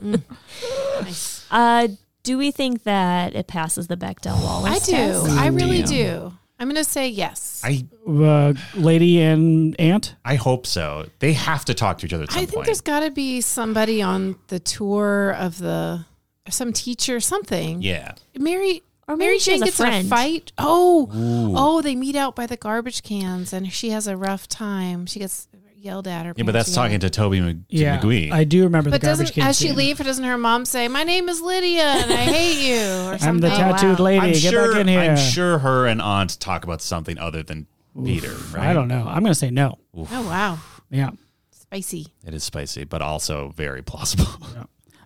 S5: Nice.
S6: Uh, do we think that it passes the Bechdel
S5: I
S6: Wallace?
S5: do. I really
S2: Damn.
S5: do. I'm gonna say yes.
S2: I
S4: uh, lady and aunt.
S2: I hope so. They have to talk to each other at some
S5: I think
S2: point.
S5: there's got to be somebody on the tour of the some teacher something.
S2: yeah.
S5: Mary
S6: Or maybe
S5: Mary
S6: she has
S5: Jane
S6: a
S5: gets in
S6: friend.
S5: a fight. Oh, oh, they meet out by the garbage cans, and she has a rough time. She gets yelled at. Her
S2: Yeah, but that's talking to Toby Mag- to
S4: Yeah,
S2: McGee.
S4: I do remember
S5: But
S4: the garbage
S5: doesn't
S4: can.
S5: as she
S4: scene.
S5: leave, or doesn't her mom say, "My name is Lydia and I hate you"? Or something.
S4: I'm the
S6: Oh,
S4: tattooed
S6: wow.
S4: lady.
S2: I'm
S4: Get
S2: sure.
S4: back in here.
S2: I'm sure her and Aunt talk about something other than Peter. Right?
S4: I don't know. I'm gonna say no.
S5: Oh wow,
S4: Yeah.
S5: spicy.
S2: It is spicy, but also very plausible.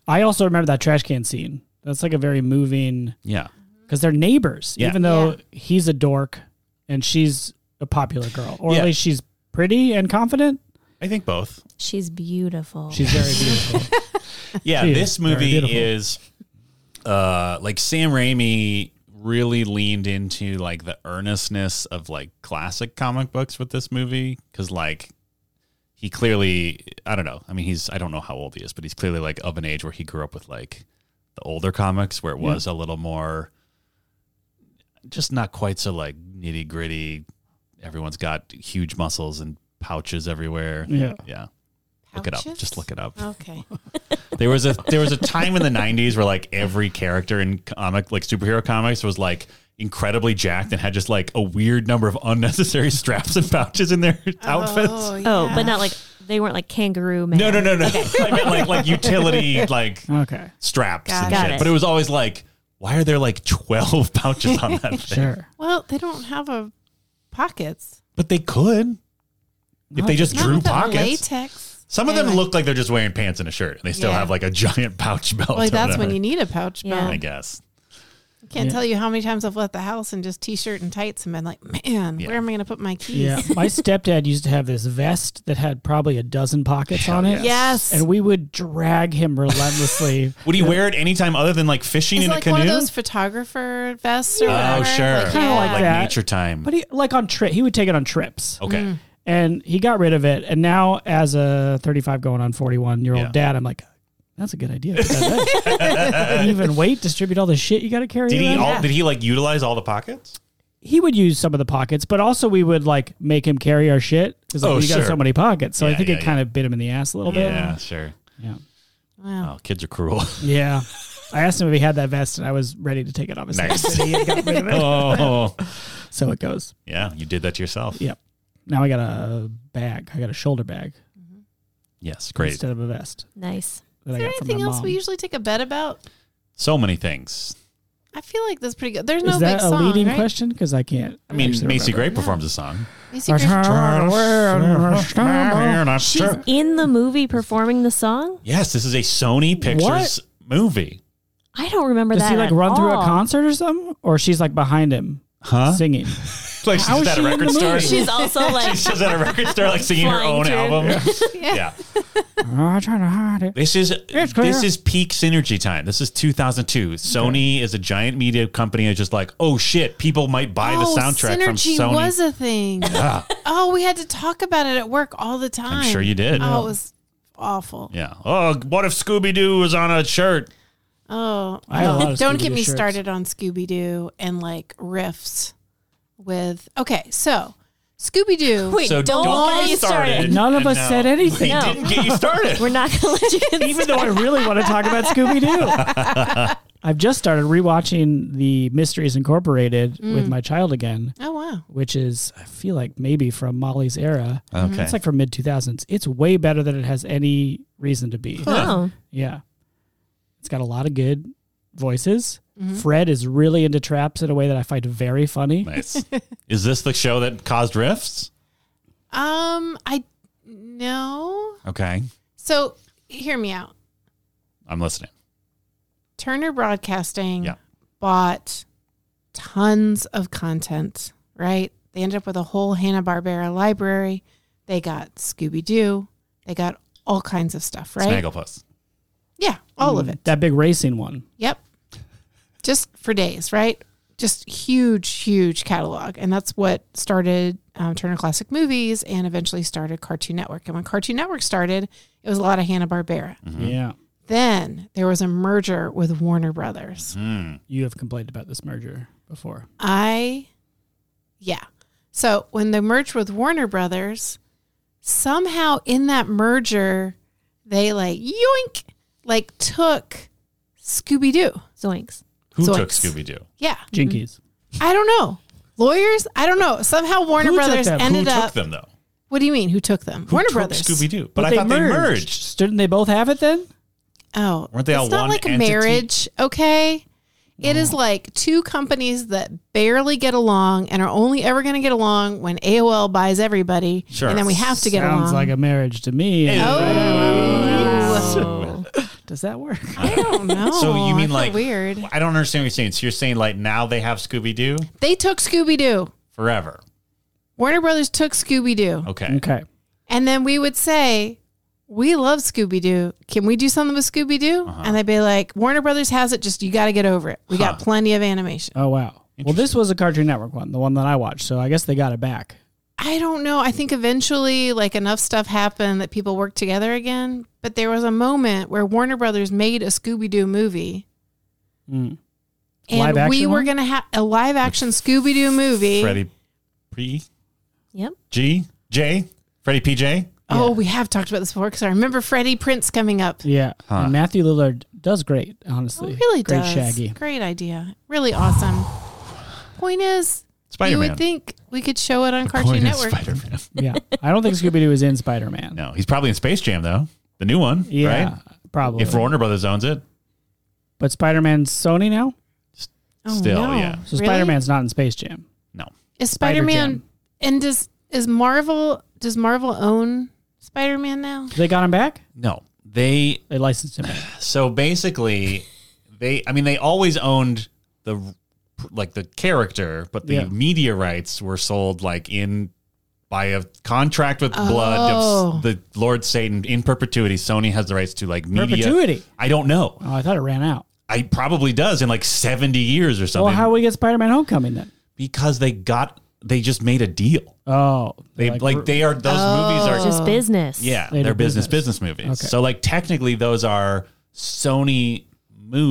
S4: I also remember that trash can scene. That's like a very moving
S2: yeah.
S4: because they're neighbors,
S2: Yeah.
S4: even though
S5: Yeah.
S4: he's a dork and she's a popular girl, or
S2: Yeah.
S4: at least she's pretty and confident.
S2: I think both.
S6: She's beautiful.
S4: She's very beautiful.
S2: Yeah,
S4: She is
S2: this
S4: very
S2: movie
S4: beautiful.
S2: is uh like Sam Raimi really leaned into like the earnestness of like classic comic books with this movie cuz like he clearly I don't know. I mean, he's I don't know how old he is, but he's clearly like of an age where he grew up with like the older comics where it was a little more just not quite so like nitty-gritty. Everyone's got huge muscles and pouches everywhere.
S4: Yeah.
S2: Yeah. Look it up.
S5: Pouches?
S2: Just look it up.
S5: Okay.
S2: There was a there was a time in the '90s where like every character in comic like superhero comics was like incredibly jacked and had just like a weird number of unnecessary straps and pouches in their outfits.
S6: oh,
S5: yeah.
S6: but not like they weren't like kangaroo man.
S2: No, no, no, no. I meant like like utility like
S4: okay,
S2: straps and
S6: Got
S2: shit.
S6: it.
S2: But it was always like, why are there like twelve pouches on that thing?
S4: sure.
S5: Well, they don't have a pockets.
S2: But they could if they just
S5: Not
S2: drew
S5: with the
S2: pockets.
S5: Latex.
S2: Some of them
S5: Anyway.
S2: look like they're just wearing pants and a shirt, and they still
S5: Yeah.
S2: have like a giant pouch belt.
S5: Well,
S2: or
S5: that's when
S2: whatever.
S5: you need a pouch
S6: Yeah.
S5: belt.
S2: I guess.
S5: Can't tell you how many times I've left the house in just t-shirt and tights and been like, man,
S2: Yeah.
S5: where am I going to put my keys?
S4: Yeah. My stepdad used to have this vest that had probably a dozen pockets on it.
S5: Yes.
S4: And we would drag him relentlessly.
S2: Would he wear it anytime other than like fishing
S5: It's
S2: in
S5: like
S2: a canoe?
S5: one of those photographer vests or
S2: oh,
S5: whatever.
S2: sure.
S5: Like,
S4: Kinda
S5: yeah.
S4: like
S2: Like
S4: that.
S2: nature time.
S4: but he like on trip he would take it on trips.
S2: okay.
S4: And he got rid of it. And now as a 35 going on 41 year old
S2: Yeah.
S4: dad, I'm like, that's a good idea. Put that in. Even weight, distribute all the shit you got to carry.
S2: Did he
S4: around.
S2: all? Did he like utilize all the pockets?
S4: he would use some of the pockets, but also we would like make him carry our shit because like,
S2: Oh,
S4: you got
S2: sure.
S4: so many pockets. So I
S2: Yeah,
S4: think
S2: yeah,
S4: it kind of bit him in the ass a little bit.
S2: Yeah, sure.
S4: Yeah.
S5: Wow.
S2: Oh, kids are cruel.
S4: Yeah. I asked him if he had that vest, and I was ready to take it off his head.
S2: Nice.
S4: So he had got rid of it.
S2: oh,
S4: So it goes.
S2: yeah. You did that to yourself.
S4: Yep. Now I got a bag. I got a shoulder bag
S2: Yes, great.
S4: instead of a vest.
S6: Nice.
S4: That
S5: Is
S4: I
S5: there
S4: got from my
S5: anything else
S4: mom.
S5: we usually take a bet about?
S2: So many things.
S5: I feel like that's pretty good. There's
S4: Is
S5: no big
S4: that a
S5: song,
S4: leading
S5: right?
S4: question? Because I can't.
S2: I mean,
S4: actually
S2: Macy
S4: remember.
S2: Gray performs a song.
S5: Macy Gray-
S4: e-
S6: She's in the movie performing the song.
S2: e- Yes, this is a Sony Pictures movie.
S6: I don't remember
S4: Does
S6: that.
S4: he like
S6: at
S4: run through a
S6: all.
S4: concert or something? Or she's like behind him
S2: Huh?
S4: singing?
S2: Like she's
S4: How is
S2: at a
S4: she in
S2: record
S4: the
S2: store.
S4: movie?
S6: She's also like
S2: She's at a record store, like singing her
S6: Flying
S2: own
S6: through.
S2: album.
S5: Yeah.
S2: yeah.
S4: oh, I'm trying to hide it.
S2: This is
S4: clear.
S2: this is peak synergy time. This is 2002. Sony is a giant media company. It's just like, oh shit, people might buy
S5: oh,
S2: the soundtrack from
S5: synergy
S2: Sony.
S5: was a thing.
S2: Ah,
S5: oh, we had to talk about it at work all the time.
S2: sure you did.
S5: Oh, it was awful.
S2: yeah. Oh, what if Scooby Doo was on a shirt?
S5: Oh,
S4: I had a lot of
S5: don't
S4: Scooby-Doo
S5: get me
S4: shirts.
S5: started on Scooby Doo and like riffs with. Okay, so Scooby Doo.
S6: Wait,
S2: So
S6: don't,
S2: don't
S6: let
S2: get
S6: you start
S2: started.
S6: it.
S4: None of
S2: And
S4: us
S2: no.
S4: said anything.
S2: We
S6: No.
S2: didn't get you started.
S6: We're not gonna let you get
S4: even though I really want to talk about Scooby Doo. I've just started rewatching the Mysteries Incorporated
S6: Mm.
S4: with my child again,
S5: Oh wow.
S4: which is I feel like maybe from Molly's era.
S2: Okay.
S4: It's like from mid two thousands. It's way better than it has any reason to be.
S6: Oh,
S4: Yeah, it's got a lot of good voices.
S6: Mm-hmm.
S4: Fred is really into traps in a way that I find very funny.
S2: nice. Is this the show that caused rifts?
S5: Um, I no.
S2: Okay.
S5: So hear me out.
S2: I'm listening.
S5: Turner Broadcasting
S2: Yeah.
S5: bought tons of content, right? They ended up with a whole Hanna-Barbera library. They got Scooby-Doo. They got all kinds of stuff, right?
S2: Snagglepuss.
S5: Yeah, all of it.
S4: Mm, That big racing one.
S5: Yep. Just for days, right? Just huge, huge catalog. And that's what started um, Turner Classic Movies and eventually started Cartoon Network. And when Cartoon Network started, it was a lot of Hanna-Barbera.
S2: Mm-hmm.
S4: Yeah,
S5: Then there was a merger with Warner Brothers.
S4: you have complained about this merger before.
S5: I, yeah. So when they merged with Warner Brothers, somehow in that merger, they like yoink, like took Scooby Doo.
S6: Oh, zoinks.
S2: Who
S5: Zoinks.
S2: took Scooby Doo?
S5: Yeah.
S4: Jinkies.
S5: I don't know. Lawyers? I don't know. Somehow Warner
S4: Who took
S5: Brothers
S4: them? Who
S5: ended
S2: Who took
S5: up.
S2: them though?
S5: What do you mean? Who took them?
S2: Who
S5: Warner
S2: took
S5: Brothers.
S2: Scooby Doo? But, I thought they merged.
S4: Didn't they both have it then?
S5: Oh,
S2: Weren't they
S5: it's
S2: all
S5: not
S2: one
S5: like
S2: entity?
S5: a marriage? Okay, it is like two companies that barely get along and are only ever going to get along when AOL buys everybody,
S2: Sure.
S5: and then we have to get
S4: Sounds
S5: along. Oh,
S4: like a marriage to me.
S6: Oh.
S4: Does that work?
S5: I don't know.
S2: So you
S5: I
S2: mean
S5: feel
S2: like
S5: weird?
S2: I don't understand what you're saying. So you're saying like now they have Scooby Doo
S5: They took Scooby Doo.
S2: forever?
S5: Warner Brothers took Scooby Doo,
S2: Okay.
S4: Okay.
S5: and then we would say. We love Scooby Doo. Can we do something with Scooby Doo?
S4: Uh-huh.
S5: And they'd be like, Warner Brothers has it. Just you got to get over it. We got plenty of animation.
S4: Oh wow. Well, this was a Cartoon Network one, the one that I watched. So I guess they got it back.
S5: I don't know. I think eventually, like enough stuff happened that people worked together again. But there was a moment where Warner Brothers made a Scooby Doo movie,
S4: Mm.
S5: and
S4: Live
S5: we
S4: action
S5: were
S4: one?
S5: gonna have a live action Scooby Doo movie.
S2: Freddie P
S6: Yep.
S2: G J Freddie P J.
S5: Oh, we have talked about this before because I remember Freddie Prince coming up.
S4: Yeah. And Matthew Lillard does great, honestly.
S5: It Oh, really
S4: great
S5: does.
S4: Shaggy.
S5: Great idea. Really awesome. Point is,
S2: Spider
S5: you
S2: Man.
S5: would think we could show it on Cartoon Network.
S2: Spider Man.
S4: Yeah. I don't think Scooby Doo is in Spider Man.
S2: No, he's probably in Space Jam though, the new one.
S4: Yeah.
S2: Right?
S4: Probably.
S2: If Warner Brothers owns it,
S4: but Spider Man's Sony now,
S5: Oh,
S2: still
S5: no.
S2: yeah.
S4: so
S5: Really?
S4: Spider Man's not in Space Jam.
S2: No,
S5: Is Spider Man
S4: Jam.
S5: and does is Marvel does Marvel own Spider Man now?
S4: They got him back.
S2: no. They
S4: They licensed him. Back.
S2: so basically they. I mean, they always owned the like the character, but the
S4: Yeah.
S2: media rights were sold like in by a contract with blood of
S5: Oh.
S2: s- the Lord Satan in perpetuity. Sony has the rights to like media.
S4: Perpetuity.
S2: I don't know.
S4: Oh, I thought it ran out.
S2: I probably does in like seventy years or something.
S4: Well, how we get Spider-Man: Homecoming then?
S2: because they got they just made a deal.
S4: Oh,
S2: They like, they are those movies are
S6: Just business.
S2: yeah
S4: They
S2: they're,
S4: do
S2: business
S4: business.
S2: business movies.
S4: Okay.
S2: So like technically those are Sony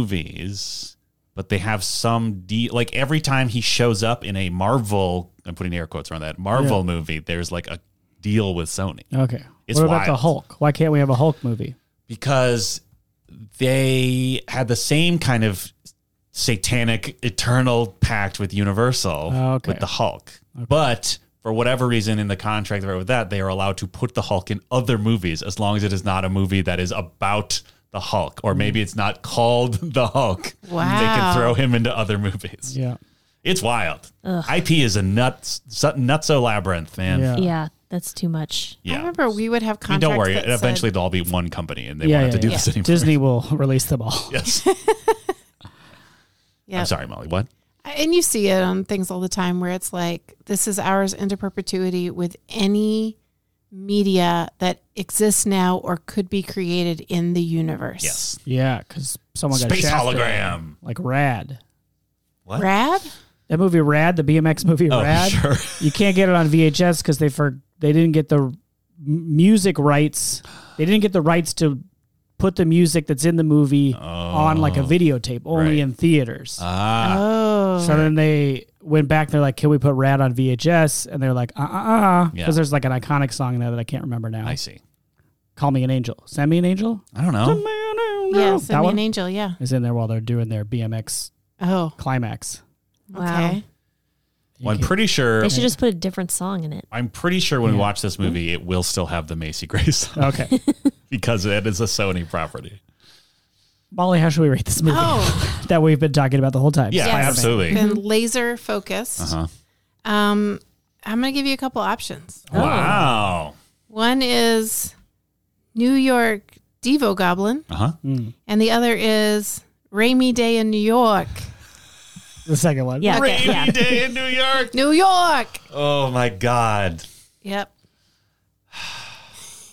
S2: movies, but they have some deal. Like every time he shows up in a Marvel, I'm putting air quotes around that Marvel movie. There's like a deal with Sony
S4: okay.
S2: It's
S4: what about the
S2: wild.
S4: Hulk? Why can't we have a Hulk movie?
S2: because they had the same kind of satanic eternal pact with Universal
S4: Oh, okay.
S2: with the Hulk. But for whatever reason in the contract they wrote with that, they are allowed to put the Hulk in other movies as long as it is not a movie that is about the Hulk or maybe it's not called the Hulk. They
S5: Wow.
S2: can throw him into other movies.
S4: Yeah,
S2: It's wild. IP is a nuts nutso labyrinth, man.
S4: yeah,
S6: Yeah, that's too much.
S5: I
S2: Yeah.
S5: remember we would have
S2: I mean,
S5: contracts.
S2: don't worry.
S5: that
S2: Eventually,
S5: said-
S2: they'll all be one company, and they
S4: Yeah,
S2: won't have to
S4: yeah,
S2: do
S4: yeah.
S2: this anymore.
S4: Disney will release them all.
S2: Yes.
S5: yeah.
S2: I'm sorry, Molly. What?
S5: And you see it on things all the time where it's like, this is ours into perpetuity with any media that exists now or could be created in the universe.
S2: Yes.
S4: Yeah, because someone got
S2: Space
S4: shafted.
S2: hologram.
S4: like Rad.
S2: What?
S5: Rad?
S4: That movie Rad, the BMX movie
S2: Oh,
S4: Rad.
S2: sure.
S4: You can't get it on VHS because they for they didn't get the m- music rights. They didn't get the rights to put the music that's in the movie on like a videotape, only
S2: Oh. right.
S4: in theaters.
S2: Ah,
S5: Oh.
S4: so then they went back. They're like, "Can we put Rad on VHS?" And they're like, "Uh, uh, uh," because
S2: Yeah.
S4: there's like an iconic song in there that I can't remember now.
S2: I see.
S4: Call me an angel. Send me an angel.
S2: I don't know.
S5: Yeah,
S4: that
S5: send me
S4: one
S5: an angel. Yeah.
S4: is in there while they're doing their BMX
S5: Oh,
S4: climax.
S6: Wow.
S5: okay.
S4: You
S2: Well, I'm
S4: can't-
S2: pretty sure.
S6: They should just put a different song in it.
S2: I'm pretty sure when we watch this movie, it will still have the Macy Gray song
S4: okay,
S2: because it is a Sony property.
S4: Molly, how should we rate this movie
S5: Oh,
S4: that we've been talking about the whole time?
S2: Yeah,
S5: Yes.
S2: absolutely.
S5: been laser focused.
S2: Uh-huh.
S5: Um, I'm going to give you a couple options.
S2: Wow.
S5: One is New York Devo Goblin,
S2: Uh huh.
S5: and the other is Rainy Day in New York.
S4: The second one.
S6: Yeah.
S2: Rainy
S6: Okay. Yeah.
S2: day in New York.
S5: New York.
S2: Oh my God.
S5: Yep.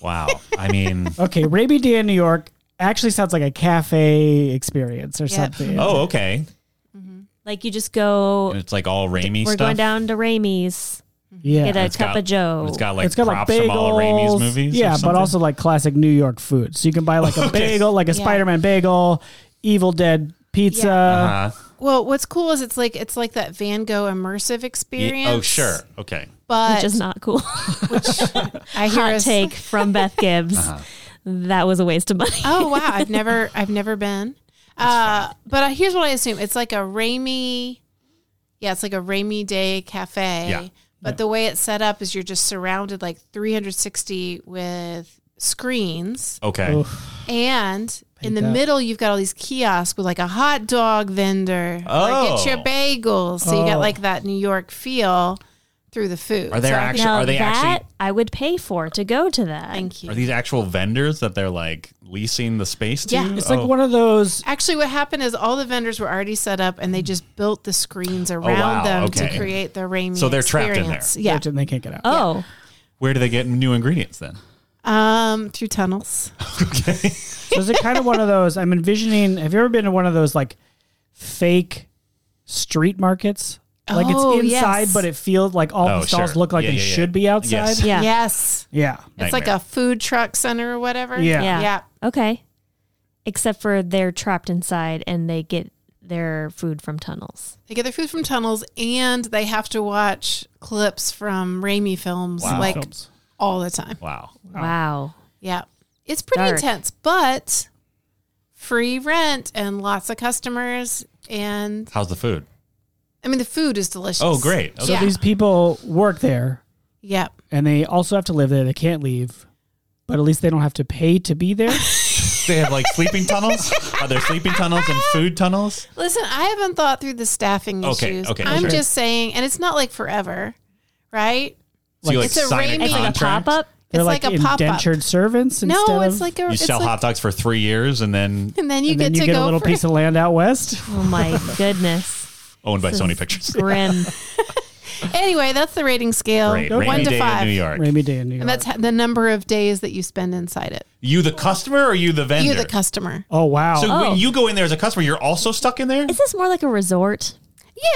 S2: Wow. I mean.
S4: Okay, Rainy Day in New York actually sounds like a cafe experience or
S5: Yeah.
S4: something.
S2: Oh, okay.
S6: Like you just go.
S2: And it's like all Raimi
S6: We're
S2: stuff.
S6: going down to Ramey's.
S4: yeah.
S6: Get a
S2: It's
S6: cup
S2: got-
S6: of Joe.
S2: It's got like
S4: it's got like
S2: props from all
S4: bagels,
S2: Raimi's movies. or
S4: yeah, but
S2: something?
S4: also like classic New York food. So you can buy like a bagel, like a
S5: Yeah.
S4: Spider-Man bagel, Evil Dead pizza.
S2: Uh-huh.
S5: Well, what's cool is it's like it's like that Van Gogh immersive
S2: Yeah,
S5: experience.
S2: Oh, sure. Okay.
S5: but
S6: which is not cool.
S5: I hear
S6: Hot
S5: is-
S6: take from Beth Gibbs.
S4: Uh-huh.
S6: That was a waste of money.
S5: Oh wow, I've never I've never been. Uh, but uh, here's what I assume: it's like a Ramey, yeah, it's like a Ramey Day Cafe.
S2: Yeah.
S5: But the way it's set up is you're just surrounded like 360 with screens,
S2: Okay.
S4: Oof.
S5: and in the
S4: that.
S5: middle you've got all these kiosks with like a hot dog vendor. or
S2: Oh.
S5: get your bagels. So you
S4: Oh.
S5: got like that New York feel through the food.
S2: Are there
S5: So I-
S2: actually?
S6: now
S2: Are they
S6: that
S2: actually?
S6: I would pay for to go to that.
S5: Thank you.
S2: Are these actual vendors that they're like leasing the space to? Oh,
S5: Yeah.
S4: It's like one of those
S5: Actually, what happened is all the vendors were already set up, and they just built the screens around
S2: Mm. Oh, wow,
S5: them
S2: okay.
S5: to create the Raimi.
S2: So they're trapped in there.
S5: experience. Yeah,
S4: and they can't get out.
S6: Oh,
S2: Where do they get new ingredients then?
S5: um, through tunnels.
S2: Okay.
S4: So is it kind of one of those? I'm envisioning. Have you ever been to one of those like fake street markets? Like
S5: Oh,
S4: it's inside,
S5: yes.
S4: but it feels like all
S2: Oh,
S4: the stalls
S2: sure.
S4: look like
S2: Yeah,
S4: they
S2: yeah, yeah.
S4: should be outside.
S2: Yes.
S6: yeah.
S5: Yes,
S4: Yeah.
S5: it's like
S2: Nightmare.
S5: a food truck center or whatever.
S4: Yeah.
S6: Yeah.
S5: yeah.
S6: Okay. Except for they're trapped inside and they get their food from tunnels.
S5: They get their food from tunnels, and they have to watch clips from Raimi films
S2: Wow.
S5: like
S4: Films.
S5: all the time.
S2: Wow.
S6: Wow.
S5: Yeah, it's pretty
S6: Dark.
S5: intense, but free rent and lots of customers, and
S2: How's the food?
S5: I mean the food is delicious.
S2: Oh, great. Okay.
S5: Yeah.
S4: These people work there
S5: yeah.
S4: and they also have to live there. They can't leave, but at least they don't have to pay to be there.
S2: They have like sleeping tunnels. Are there sleeping tunnels and food tunnels?
S5: Listen, I haven't thought through the staffing
S2: Okay,
S5: issues.
S2: okay,
S5: I'm
S2: sure.
S5: just saying, and it's not like forever, right?
S2: So you like
S5: It's a
S2: sign
S5: Raimi-
S2: a
S5: It's like
S6: A
S2: contract.
S6: pop up?
S4: They're
S5: it's like, a pop up.
S4: indentured servants.
S5: No,
S4: instead
S5: it's
S4: of-
S5: like a.
S2: you
S5: it's
S2: sell
S5: like,
S2: hot dogs for three years and then
S5: and then you
S4: and
S5: get
S4: then you
S5: to
S4: get
S5: go
S4: a little
S5: for
S4: piece of land out west.
S6: Oh my goodness.
S2: owned by
S6: This
S2: Sony
S6: is
S2: Pictures.
S6: Grim.
S5: Anyway, that's the rating scale.
S2: Great.
S5: One
S2: Rainy
S5: to
S2: day
S5: five.
S2: in New York.
S4: Rainy day in New York.
S5: And that's h- the number of days that you spend inside it.
S2: You the customer or you the vendor?
S5: You, the customer.
S4: oh wow.
S2: So
S6: Oh.
S2: when you go in there as a customer, you're also stuck in there?
S6: Is this more like a resort?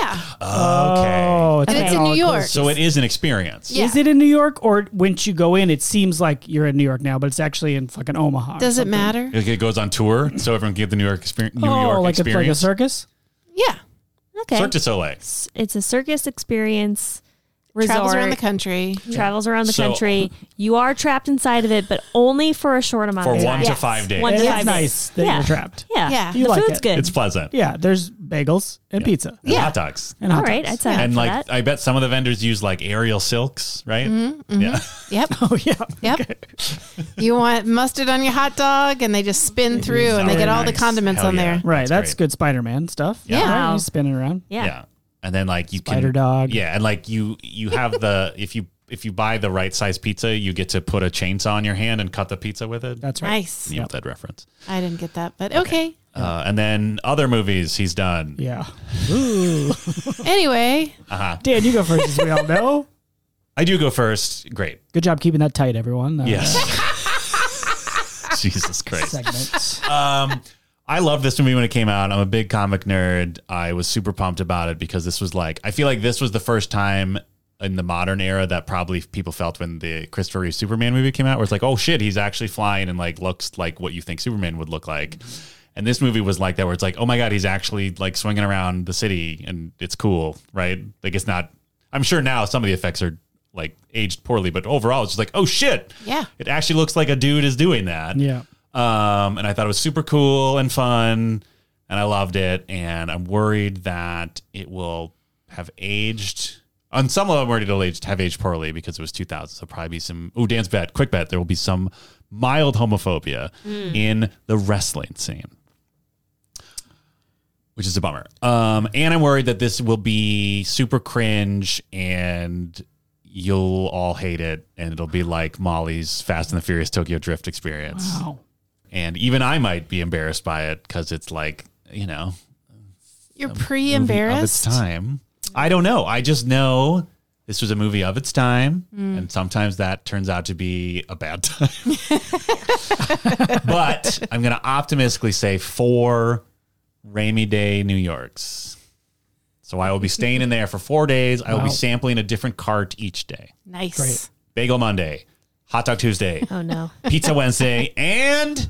S5: Yeah.
S2: Okay.
S4: oh,
S5: and it's in
S4: all
S5: New York.
S4: inclusive.
S2: So it is an experience.
S5: Yeah.
S4: Is it in New York or once you go in, it seems like you're in New York now, but it's actually in fucking Omaha. or
S5: Does it
S4: something.
S5: matter?
S2: It it goes on tour, so everyone can get the New York experience. New
S4: oh,
S2: York
S4: like
S2: experience.
S4: it's like a circus.
S5: Yeah.
S6: Okay.
S2: Cirque du Soleil.
S6: It's- It's a circus experience. Resort.
S5: Travels around the country.
S6: travels around the
S2: So-
S6: country. You are trapped inside of it, but only for a short amount
S2: For
S6: of time.
S2: one to Yes. five days.
S6: One
S4: And
S6: to
S4: it's
S6: five
S4: nice
S6: days.
S4: that
S6: yeah.
S4: you're trapped.
S6: Yeah.
S5: Yeah.
S4: You
S6: the
S4: like
S6: food's
S4: it.
S6: good.
S2: It's pleasant.
S4: Yeah, there's bagels and pizza
S2: And
S5: Yeah.
S2: hot dogs.
S4: and
S6: All
S4: hot
S6: right.
S4: dogs.
S6: I'd sign up
S2: and
S6: for
S2: like
S6: that. Mm-hmm,
S2: I bet some of the vendors use like Ariel silks, right? Yeah.
S5: Yep.
S4: Oh yeah.
S5: Yep. You want mustard on your hot dog, and they just spin through, and they
S2: Very
S5: get all the
S2: nice.
S5: condiments
S2: Hell
S5: on
S2: yeah.
S5: there.
S4: Right. That's,
S2: That's
S4: good Spider-Man stuff.
S5: Yeah.
S4: Right,
S6: Wow.
S4: he's spinning around.
S6: yeah.
S2: yeah. And then like you
S4: Spider
S2: can
S4: dog.
S2: Yeah, and like you you have the if you if you buy the right size pizza, you get to put a chainsaw in your hand and cut the pizza with it.
S4: That's right.
S5: Nice.
S2: You know that reference.
S5: I didn't get that, but okay.
S2: Uh, and then other movies he's done.
S4: Yeah. Ooh.
S5: Anyway,
S4: Dan, you go first, as we all know.
S2: I do go first. Great.
S4: Good job keeping that tight, everyone. Uh,
S2: Yes. Jesus Christ.
S4: Segments.
S2: Um, I loved this movie when it came out. I'm a big comic nerd. I was super pumped about it because this was like, I feel like this was the first time in the modern era that probably people felt when the Christopher Reeve Superman movie came out, where it's like, oh shit, he's actually flying and like looks like what you think Superman would look like. And this movie was like that, where it's like, oh my god, he's actually like swinging around the city and it's cool, right? Like it's not. I'm sure now some of the effects are like aged poorly, but overall, it's just like, oh shit,
S5: Yeah.
S2: it actually looks like a dude is doing that.
S4: yeah.
S2: Um, and I thought it was super cool and fun, and I loved it. And I'm worried that it will have aged. On some level, I'm worried it'll age, have aged poorly because it was 2000. So probably be some. Oh, Dan's bet, quick bet. There will be some mild homophobia in the wrestling scene, which is a bummer. Um, and I'm worried that this will be super cringe and you'll all hate it, and it'll be like Molly's Fast and the Furious Tokyo Drift experience
S4: Wow.
S2: and even I might be embarrassed by it because it's like you know,
S5: you're
S2: movie of its
S5: pre-embarrassed.
S2: time. I don't know. I just know this was a movie of its time, and sometimes that turns out to be a bad time. but I'm gonna optimistically say four rainy day New Yorks. So I will be staying in there for four days. I will
S4: Wow.
S2: be sampling a different cart each day.
S5: Nice.
S4: Great.
S2: Bagel Monday, Hot Dog Tuesday,
S6: Oh no.
S2: Pizza Wednesday, and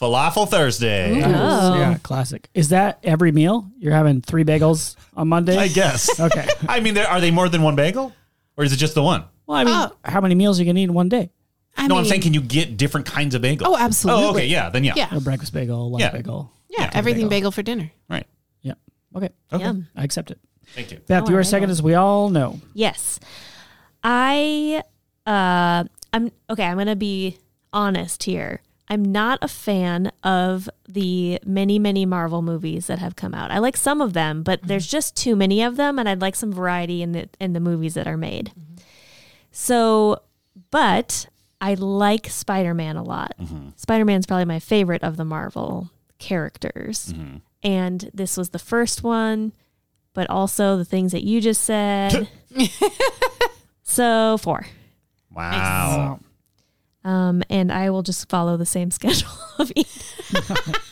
S2: Falafel Thursday.
S4: Nice.
S6: Oh.
S4: Yeah. Classic. Is that every meal? You're having three bagels on Monday.
S2: I guess.
S4: Okay.
S2: I mean, there, are they more than one bagel, or is it just the one?
S4: Well, I mean,
S5: Oh.
S4: how many meals are you gonna need in one day?
S5: I
S2: no,
S5: mean,
S2: I'm saying can you get different kinds of bagels?
S5: Oh, absolutely.
S2: Oh, okay, yeah, then yeah,
S5: Yeah.
S4: A breakfast bagel, lunch
S2: Yeah.
S4: bagel.
S5: Yeah, everything bagel for dinner.
S2: right.
S4: Yeah. Okay.
S6: Yum.
S4: I accept it.
S2: Thank you.
S4: Beth,
S6: Oh,
S4: you
S6: I
S4: are
S6: know.
S4: second, as we all know.
S6: Yes. I uh I'm okay, I'm going to be honest here. I'm not a fan of the many many Marvel movies that have come out. I like some of them, but there's just too many of them and I'd like some variety in the in the movies that are made. So, but I like Spider-Man a lot. Spider-Man's probably my favorite of the Marvel characters. And this was the first one, but also the things that you just said. So four.
S2: Wow.
S6: Um, and I will just follow the same schedule of each.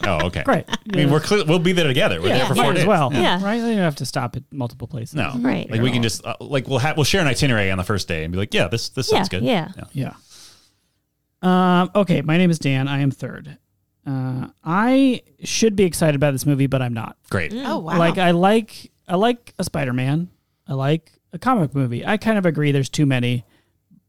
S2: Oh, okay.
S4: Great.
S2: I mean, we're clear, we'll be there together. We're there for
S4: Yeah,
S2: four days.
S4: as well.
S6: Yeah.
S4: Right? You don't have to stop at multiple places.
S2: No,
S6: Right.
S2: Like we can just uh, like we'll ha- we'll share an itinerary on the first day and be like, yeah, this this
S6: Yeah,
S2: sounds good.
S6: yeah.
S4: Yeah. Um, okay, my name is Dan. I am third. Uh, I should be excited about this movie, but I'm not.
S2: great.
S5: Oh wow.
S4: Like uh, I like I like a Spider-Man. I like a comic movie. I kind of agree there's too many,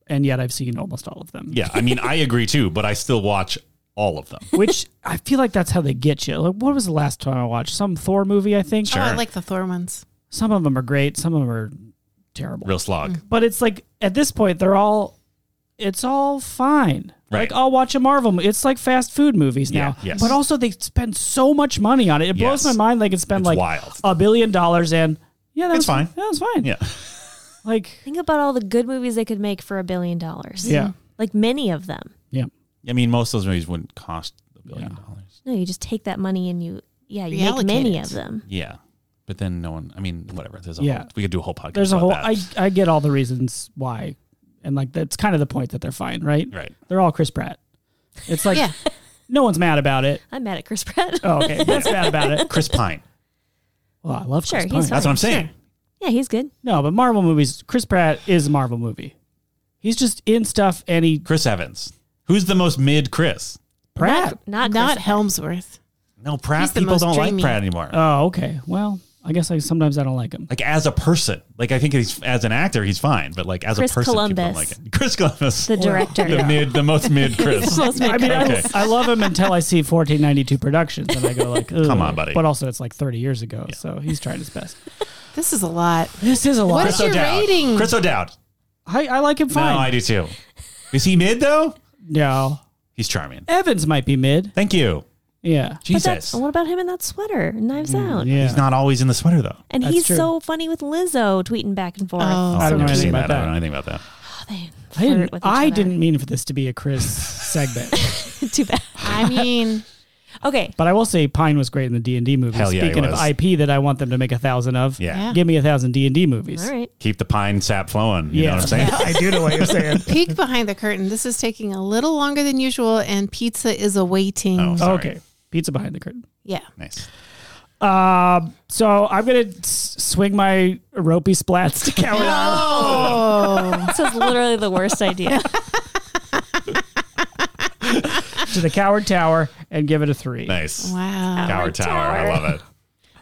S4: and yet I've seen almost all of them.
S2: Yeah, I mean, I agree too, but I still watch all of them.
S4: Which I feel like that's how they get you. Like, what was the last time I watched? Some Thor movie, I think.
S5: oh, I
S2: Sure.
S5: like the Thor ones.
S4: Some of them are great. Some of them are terrible.
S2: Real slog.
S4: but it's like at this point they're all it's all fine
S2: Right.
S4: like i'll watch a marvel movie it's like fast food movies now
S2: Yeah, yes.
S4: but also they spend so much money on it it blows
S2: Yes.
S4: my mind they could spend
S2: It's
S4: like
S2: wild.
S4: a billion dollars and yeah that was
S2: It's fine.
S4: that was fine
S2: Yeah,
S4: like
S6: Think about all the good movies they could make for a billion dollars.
S4: yeah
S6: Like many of them.
S4: yeah
S2: I mean, most of those movies wouldn't cost a billion dollars.
S6: No, you just take that money and you, yeah, you make
S5: Reallocate
S6: many
S5: it.
S6: of them.
S2: Yeah, but but then no one. I mean, whatever. There's a
S4: Yeah.
S2: whole, we could do a whole podcast.
S4: There's a
S2: about
S4: whole.
S2: that.
S4: I I get all the reasons why, and like that's kind of the point that they're fine, right?
S2: right.
S4: They're all Chris Pratt. It's like
S5: Yeah.
S4: no one's mad about it.
S6: I'm mad at Chris Pratt.
S4: Oh, okay, that's bad about it.
S2: Chris Pine.
S4: Well, I love
S6: Sure,
S4: Chris
S6: he's
S4: Pine.
S2: That's what I'm saying.
S6: yeah, he's good.
S4: No, but Marvel movies. Chris Pratt is a Marvel movie. He's just in stuff, and he
S2: Chris Evans. Who's the most mid Chris?
S4: Pratt.
S6: Not
S5: Not
S6: Chris.
S5: Helmsworth.
S2: No, Pratt.
S5: He's the
S2: People
S5: most
S2: don't
S5: dreamy.
S2: like Pratt anymore.
S4: Oh, okay. Well, I guess I sometimes I don't like him.
S2: like as a person, like I think he's as an actor, he's fine, but like as
S6: Chris
S2: a person, people don't
S6: Columbus.
S2: like it. Chris Columbus,
S6: the director.
S2: the mid, the most mid Chris.
S6: Most
S4: I mean, I,
S2: Okay.
S4: I love him until I see 1492 Productions, and I go like, Ugh.
S2: Come on, buddy.
S4: But also, it's like 30 years ago, so he's trying his best.
S5: This is a lot.
S4: This is a lot.
S5: What
S4: Of,
S5: is- your rating?
S2: Chris O'Dowd.
S4: I, I like him fine.
S2: No, I do too. Is he mid though?
S4: No.
S2: He's charming.
S4: Evans might be mid.
S2: Thank you,
S4: Yeah.
S6: But
S2: Jesus.
S6: that's, what about him in that sweater? Knives Out.
S4: Mm, Yeah.
S2: He's not always in the sweater though.
S6: And
S4: That's
S6: he's
S4: true.
S6: so funny with Lizzo tweeting back and forth. Oh,
S5: Oh.
S4: I don't know
S2: I've never
S4: anything
S2: seen
S4: about
S2: that. I don't
S4: that.
S2: know anything about that.
S6: They
S4: I
S6: flirt
S4: didn't,
S6: with each
S4: I
S6: other.
S4: didn't mean for this to be a Chris segment,
S6: Too bad.
S5: I mean,
S6: Okay.
S4: but I will say Pine was great in the D and D movie.
S2: Hell yeah, he
S4: Speaking
S2: was.
S4: of IP that I want them to make a thousand of,
S2: Yeah.
S5: Yeah.
S4: give me a thousand D and D movies.
S6: All right.
S2: Keep the pine sap flowing. You
S4: yeah,
S2: know what I'm saying?
S4: I do know what you're saying.
S5: peek behind the curtain. This is taking a little longer than usual, and pizza is awaiting.
S2: Oh. Sorry.
S4: okay, pizza behind the curtain.
S5: Yeah.
S2: Nice.
S4: Um, so I'm gonna s- swing my ropey splats to Cameron.
S5: Oh,
S6: This is literally the worst idea.
S4: to the Coward Tower and give it a three.
S2: Nice.
S5: wow.
S2: Tower, tower. I love it.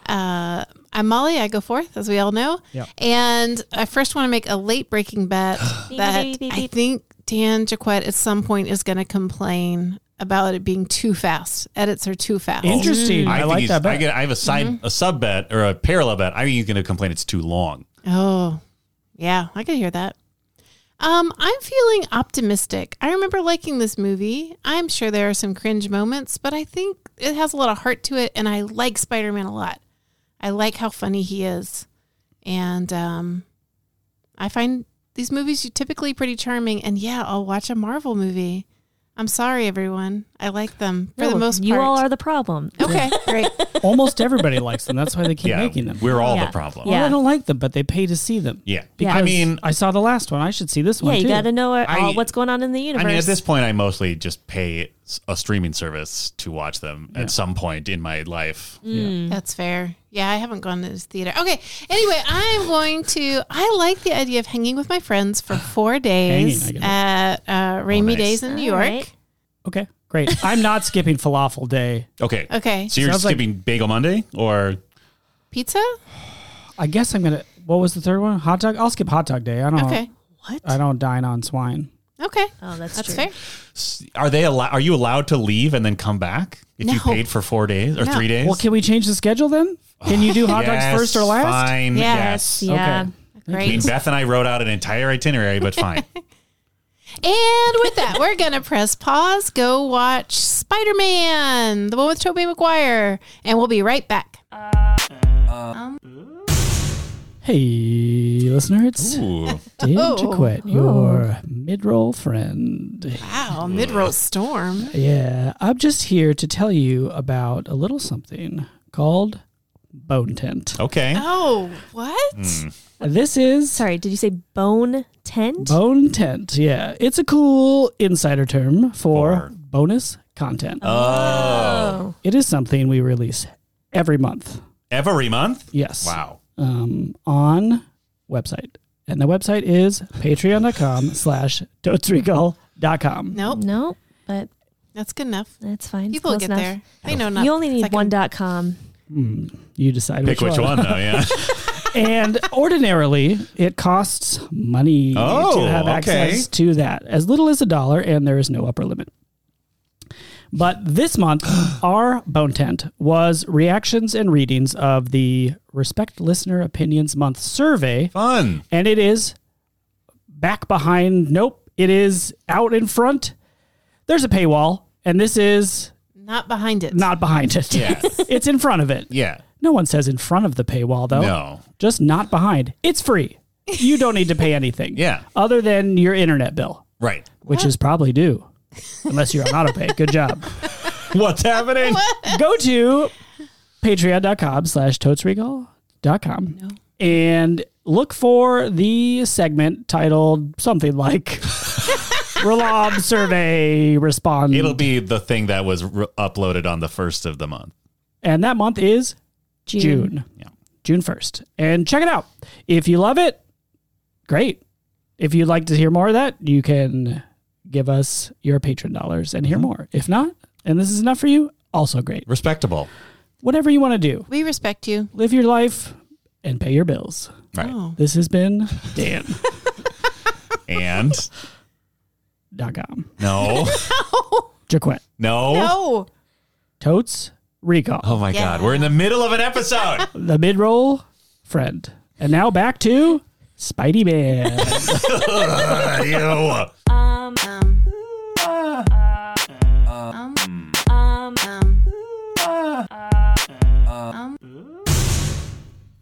S5: Uh, I'm Molly. I go forth, as we all know.
S4: Yep.
S5: And I first want to make a late breaking bet that
S6: beep, beep,
S5: I
S6: beep.
S5: think Dan Jaquette at some point is going to complain about it being too fast. Edits are too fast.
S4: Interesting. I,
S2: think
S4: like
S2: he's-
S4: that.
S2: I,
S4: bet.
S2: get, I have a side, a sub bet or a parallel bet. I think he's going to complain it's too long.
S5: Oh, yeah, I could hear that. Um, I'm feeling optimistic. I remember liking this movie. I'm sure there are some cringe moments, but I think it has a lot of heart to it, and I like Spider Man a lot. I like how funny he is, and um, I find these movies typically pretty charming. And yeah, I'll watch a Marvel movie. I'm sorry, everyone. I like them for
S6: No,
S5: the most
S6: you
S5: part.
S6: all are the problem.
S5: okay, great.
S4: Almost everybody likes them. That's why they keep
S2: yeah.
S4: making them.
S2: We're all
S6: Yeah.
S2: the problem.
S4: Well,
S6: Yeah.
S4: I don't like them, but they pay to see them.
S2: Yeah.
S6: Yeah.
S2: I mean,
S4: I saw the last one. I should see this
S6: Yeah,
S4: one
S6: you
S4: too.
S6: got to know uh,
S2: I-
S6: all what's going on in the universe.
S2: I mean, at this point, I mostly just pay s- a streaming service to watch them at some point in my life.
S5: That's fair. Yeah, I haven't gone to this theater. Okay. Anyway, I'm going to. I like the idea of hanging with my friends for four days
S4: Hanging,
S5: at uh, rainy
S2: nice.
S5: days in New York.
S6: Alright.
S4: Okay, great. I'm not skipping Falafel Day.
S2: Okay.
S5: Okay.
S2: So you're
S4: Sounds like-
S2: skipping Bagel Monday or
S5: Pizza?
S4: I guess I'm gonna. What was the third one? Hot dog. I'll skip Hot Dog Day. I don't.
S5: Okay.
S4: I don't dine on swine.
S5: Okay.
S6: Oh, that's,
S5: That's
S6: true.
S5: fair.
S2: s- are they allow- are you allowed to leave and then come back if you
S5: No.
S2: paid for four days or
S5: No.
S2: three days?
S4: Well, can we change the schedule then? Can you do hot
S2: Yes,
S4: dogs first or last?
S2: Fine. Yes.
S6: Yes. Yeah.
S4: Okay.
S2: I mean,
S5: Great.
S2: Beth and I wrote out an entire itinerary, but fine.
S5: And with that, we're going to press pause, go watch Spider Man, the one with Tobey Maguire, and we'll be right back.
S4: Hey, listener, it's
S2: Ooh.
S4: Dan
S6: Oh.
S4: Jaquette, your mid-roll friend.
S5: Wow. Mid roll storm.
S4: Yeah, I'm just here to tell you about a little something called Bone Tent.
S2: Okay.
S5: Oh, what?
S4: This is
S6: Sorry, did you say bone tent?
S4: Bone Tent. Yeah, it's a cool insider term for
S2: For-
S4: bonus content.
S6: oh.
S4: It is something we release every month.
S2: Every month?
S4: Yes.
S2: Wow.
S4: Um, on website. And the website is patreon.com slash dotesregal.com.
S5: Nope.
S6: No, but
S5: That's good enough.
S6: that's fine.
S5: People will
S6: Close
S5: get
S6: enough.
S5: there. They know nothing.
S6: You only need
S5: It's like
S6: one
S5: a-
S6: dot com.
S4: You decide
S2: Pick which one, though, yeah.
S4: and ordinarily, it costs money
S2: Oh,
S4: to have
S2: okay.
S4: access to that. As little as a dollar, and there is no upper limit. But this month, our bone tent was reactions and readings of the Respect Listener Opinions Month survey.
S2: Fun.
S4: and it is back behind. Nope, it is out in front. There's a paywall, and this is
S5: Not behind it.
S4: not behind it.
S2: Yeah.
S4: it's in front of it.
S2: Yeah.
S4: No one says in front of the paywall though.
S2: No.
S4: Just not behind. It's free. You don't need to pay anything.
S2: Yeah.
S4: Other than your internet bill,
S2: Right.
S4: which is probably due. Unless you're on autopay. Good job.
S2: What's happening?
S4: Go to patreon.com slash totes regal ToadsRecall.com
S5: No.
S4: and look for the segment titled something like Relob Survey Respond.
S2: It'll be the thing that was re- uploaded on the first of the month.
S4: and that month is
S6: June.
S4: June.
S2: Yeah.
S4: June 1st. And check it out. If you love it, great. If you'd like to hear more of that, you can give us your patron dollars and hear
S2: Mm-hmm.
S4: more. If not, and this is enough for you, also great.
S2: Respectable.
S4: Whatever you want to do,
S5: We respect you.
S4: live your life and pay your bills.
S2: Right.
S5: Oh.
S4: This has been Dan.com.
S2: And no,
S4: Jaquette.
S2: no.
S5: Oh, No.
S4: Totes Recall.
S2: Oh my
S5: Yeah.
S2: God. We're in the middle of an episode.
S4: The mid roll friend. And now back to Spidey Man.
S2: Ugh, ew.
S1: Um, um, um, um, um,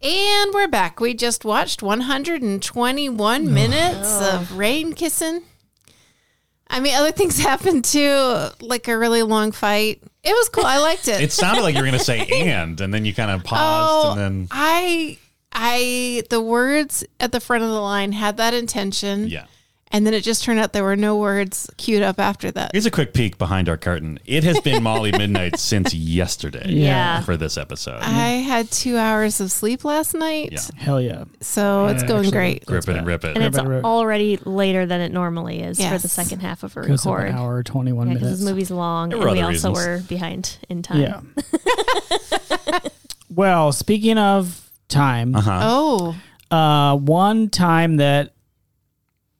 S5: And we're back. We just watched 121 minutes of rain kissing. I mean, other things happened too, like a really long fight. It was cool. I liked it.
S2: It sounded like you were going to say and, and then you kind of paused
S5: oh,
S2: and then,
S5: I, I, the words at the front of the line had that intention.
S2: yeah.
S5: And then it just turned out there were no words queued up after that.
S2: Here's a quick peek behind our curtain. It has been Molly Midnight since yesterday
S6: Yeah.
S2: for this episode.
S5: I had two hours of sleep last night.
S2: Yeah.
S4: Hell yeah.
S5: So it's going great.
S2: Grip it and rip it.
S6: And it's
S4: Remember-
S6: already later than it normally is for the
S5: Yes.
S6: second half of a
S4: Goes up an
S6: record.
S4: hour, 21
S6: Yeah, because
S4: minutes.
S6: this movie's long,
S2: There
S6: and
S2: were
S6: we
S2: other
S6: also
S2: reasons.
S6: were behind in time.
S4: Yeah. well, speaking of time, uh
S2: Uh-huh.
S5: Oh,
S4: one time that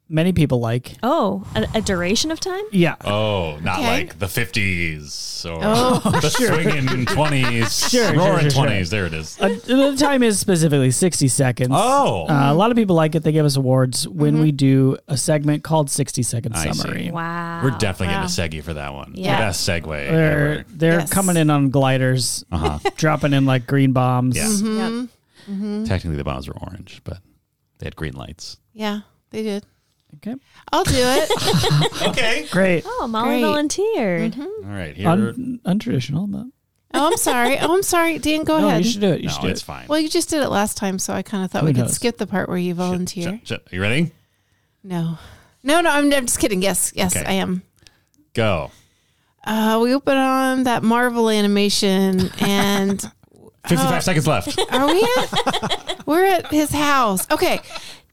S4: many people like.
S6: Oh, a, a duration of time?
S4: Yeah.
S2: Oh, not
S5: Okay.
S2: like the 50s or
S5: Oh,
S2: the swinging 20s,
S4: Sure, sure,
S2: roaring
S4: sure, sure.
S2: 20s. There it is.
S4: Uh, the time is specifically 60 seconds.
S2: Oh.
S4: Uh, a lot of people like it. They give us awards when
S6: Mm-hmm.
S4: we do a segment called 60 Second
S2: I see.
S4: Summary.
S6: Wow.
S2: We're definitely
S6: Wow.
S2: getting a Seggy for that one.
S6: Yeah.
S2: The best segue
S4: They're,
S2: ever.
S4: they're
S5: Yes.
S4: coming in on gliders,
S2: Uh-huh.
S4: dropping in like green bombs.
S2: Yeah.
S5: Mm-hmm.
S6: Yep.
S2: Technically, the bombs were orange, but they had green lights.
S5: yeah, they did.
S4: Okay.
S5: I'll do it.
S2: Okay.
S4: Great.
S6: Oh, Molly
S5: Great. Mm-hmm.
S6: volunteered.
S2: All right. Here.
S4: Un- untraditional, but
S5: oh, I'm sorry. Oh, I'm sorry. Dan, go
S4: no,
S5: ahead.
S4: you should do it. You
S2: no,
S4: should do
S2: it's
S4: it.
S2: fine.
S5: Well, you just did it last time, so I kind of thought
S4: Who
S5: we could
S4: knows?
S5: skip the part where you volunteer.
S2: Shut- shut- you ready?
S5: No, no, no. I'm, I'm just kidding. Yes, yes,
S2: Okay.
S5: I am.
S2: Go.
S5: Uh, we open on that Marvel animation, and
S2: 55 seconds left.
S5: are we at? We're at his house. Okay.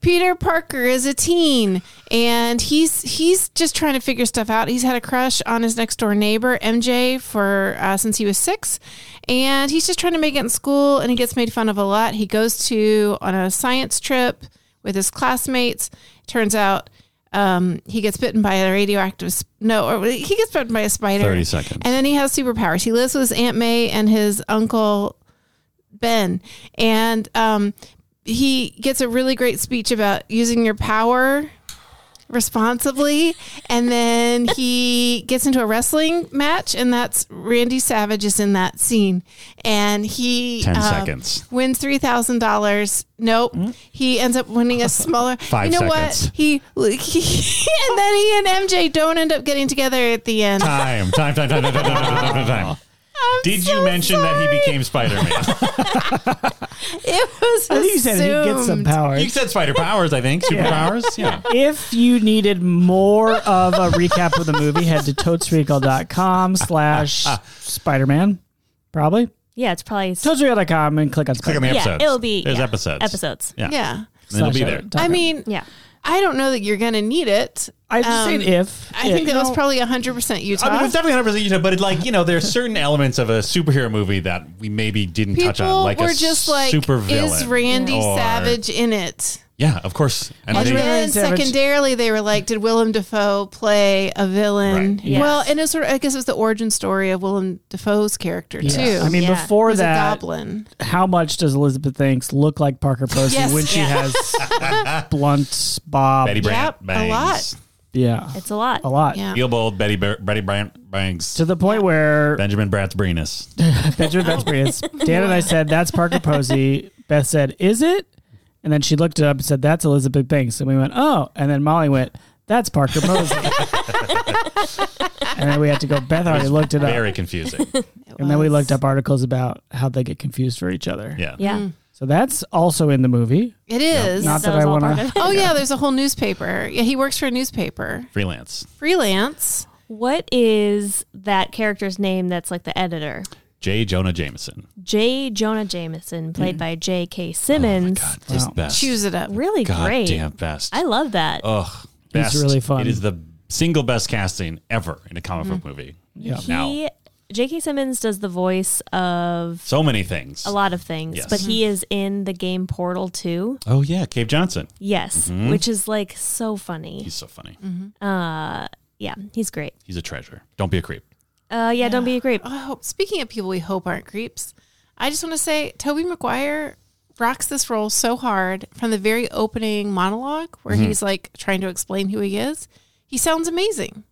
S5: Peter Parker is a teen and he's he's just trying to figure stuff out. He's had a crush on his next door neighbor MJ for uh, since he was 6 and he's just trying to make it in school and he gets made fun of a lot. He goes to on a science trip with his classmates. Turns out um, he gets bitten by a radioactive sp- no, or he gets bitten by a spider.
S2: 30 seconds.
S5: And then he has superpowers. He lives with his Aunt May and his uncle Ben, and um, he gets a really great speech about using your power responsibly. And then he gets into a wrestling match, and that's Randy Savage is in that scene, and he
S2: 10
S5: um,
S2: seconds. Hmm?
S5: wins three thousand dollars. Nope, he ends up winning a smaller.
S2: Five
S5: you know
S2: seconds.
S5: what? He, he and then he and MJ don't end up getting together at the end.
S2: Time. Time, time, time, time, time, time, time, time, time. Did you mention that he became Spider Man?
S5: It was.
S4: I think you said he gets some
S5: assumed.
S4: powers.
S2: you said Spider Powers, I think. Superpowers? Yeah.
S4: if you needed more of a recap of the movie, head to totesrecall.com slash Spider-Man, probably.
S6: Yeah, it's probably.
S4: Totesrecall.com and click on
S2: Click on the
S4: Spider-Man.
S6: yeah,
S2: episodes.
S6: it'll be.
S2: There's
S6: yeah,
S2: episodes.
S6: Episodes.
S2: Yeah.
S5: Yeah.
S2: And it'll be there.
S5: I mean,
S6: Yeah.
S5: I don't know that you're going to need it.
S4: I just
S5: um,
S4: saying if.
S5: I think
S4: it-
S5: that was probably 100% Utah.
S2: I mean, it's definitely 100 percent Utah, but it, like you know, there are certain elements of a superhero movie that we maybe didn't
S5: People
S2: touch on, like
S5: were
S2: a
S5: just like,
S2: super villain.
S5: is Randy
S2: or-
S5: Savage in it?
S2: Yeah, of course. And I
S5: And
S2: think-
S5: then
S4: Randy Savage-
S5: secondarily, they were like, did Willem Dafoe play a villain?
S2: Right.
S6: Yes.
S5: Well, and it's sort of, I guess it was the origin story of Willem Dafoe's character,
S4: Yeah.
S5: too.
S4: I mean,
S6: Yeah.
S5: He
S4: before
S5: was a
S4: that, uh,
S5: goblin.
S4: how much does Elizabeth Banks look like Parker Posey
S5: Yes.
S4: when she has blunt bob?
S2: Betty Brant,
S5: Yep, a lot.
S4: Yeah,
S6: It's a lot.
S4: a lot.
S5: Yeah.
S2: Theobald, Betty, Ber- Betty Brant, Banks,
S4: To the point where
S2: Benjamin Brant's Brenus.
S4: Benjamin Vesperius, Dan and I said, that's Parker Posey. Beth said, is it? And then she looked it up and said, that's Elizabeth Banks. And we went, oh. And then Molly went, that's Parker Posey. and then we had to go, Beth already looked it up.
S2: Very confusing.
S4: And then we looked up articles about how they get confused for each other.
S2: Yeah.
S6: Yeah.
S4: So that's also in the movie.
S5: It is.
S4: Not
S6: Mm. So
S4: that
S6: it was
S4: I
S6: all
S4: want
S6: part
S4: to.
S6: of it.
S5: oh yeah, there's a whole newspaper. Yeah, he works for a newspaper.
S2: Freelance.
S5: Freelance.
S6: What is that character's name that's like the editor?
S2: J. Jonah Jameson.
S6: J. Jonah Jameson, played by J.K. Simmons.
S2: Mm. Oh God, just
S4: Wow.
S2: best.
S5: Choose it up.
S6: really
S2: God
S6: great.
S2: damn best. Oh,
S6: I love that.
S2: Ugh,
S4: It's
S2: best.
S4: really fun.
S2: It is the single best casting ever in a comic book movie.
S4: Yeah.
S2: Now,
S6: Mm. he, J.K. Simmons does the voice of
S2: so many things.
S6: a lot of things,
S2: Yes.
S6: but he
S4: Mm-hmm.
S6: is in the game Portal too.
S2: Oh yeah, Cave Johnson.
S6: Yes, which is like so funny.
S2: Mm-hmm.
S6: Uh,
S2: He's so funny.
S6: Mm. yeah, he's great.
S2: He's a treasure. Don't be a creep.
S6: Uh, yeah, don't be a creep.
S5: I hope. Speaking of people we hope aren't creeps, I just want to say Toby McGuire rocks this role so hard from the very opening monologue where
S2: Mm-hmm.
S5: he's like trying to explain who he is. He sounds amazing.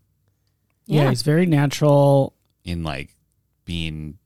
S4: Yeah.
S6: Yeah.
S4: he's very natural.
S2: In like being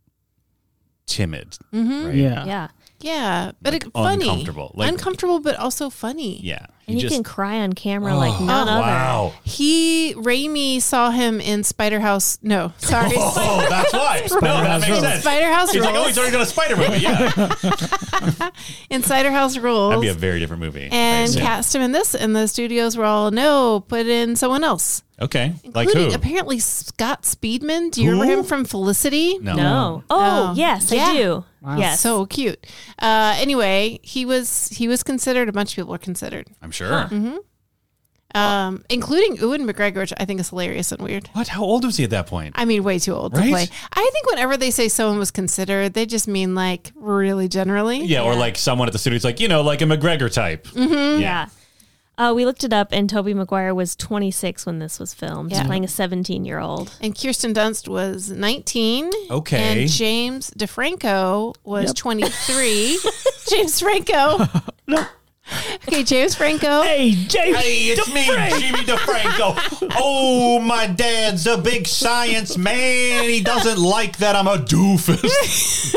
S2: timid. Right?
S4: Yeah.
S6: Mm-hmm. Yeah,
S5: Yeah, but it, funny,
S2: uncomfortable, like-
S5: uncomfortable, but also funny.
S2: Yeah.
S6: and he, can cry on camera like none
S2: Oh,
S6: other.
S2: wow.
S5: He Raimi saw him in Spider House. No, sorry,
S2: Oh, that's why. no, that makes sense.
S5: Spider House
S2: He's like, oh,
S5: Rules.
S2: he's already done a Spider movie. Yeah,
S5: in Spider House Rules.
S2: that'd be a very different movie.
S5: and
S2: Amazing.
S5: cast him in this, and the studios were all no, put in someone else,
S2: Okay, like
S5: including
S2: who?
S5: apparently Scott Speedman. Do you remember
S2: Who?
S5: him from Felicity?
S2: No.
S6: No. Oh,
S5: Oh.
S6: yes,
S5: Yeah.
S6: I do. Yes.
S5: so cute. Uh, anyway, he was he was considered. A bunch of people were considered,
S2: I'm sure.
S6: Mm-hmm.
S5: um, including Ewan McGregor, which I think is hilarious and weird.
S2: What? How old was he at that point?
S5: I mean, way too old
S2: Right?
S5: to play. I think whenever they say someone was considered, they just mean like really generally.
S2: yeah, or like someone at the studio's like, you know, like a McGregor type.
S6: yeah. Uh, we looked it up, and Toby Maguire was 26 when this was filmed,
S5: Yeah.
S6: playing a 17 year old.
S5: And Kirsten Dunst was 19.
S2: Okay.
S5: And James DeFranco was 23. James Franco.
S4: No.
S5: Okay, James Franco.
S4: Hey, James.
S2: Hey, it's me, Jimmy DeFranco. Oh, my dad's a big science man. He doesn't like that I'm a doofus.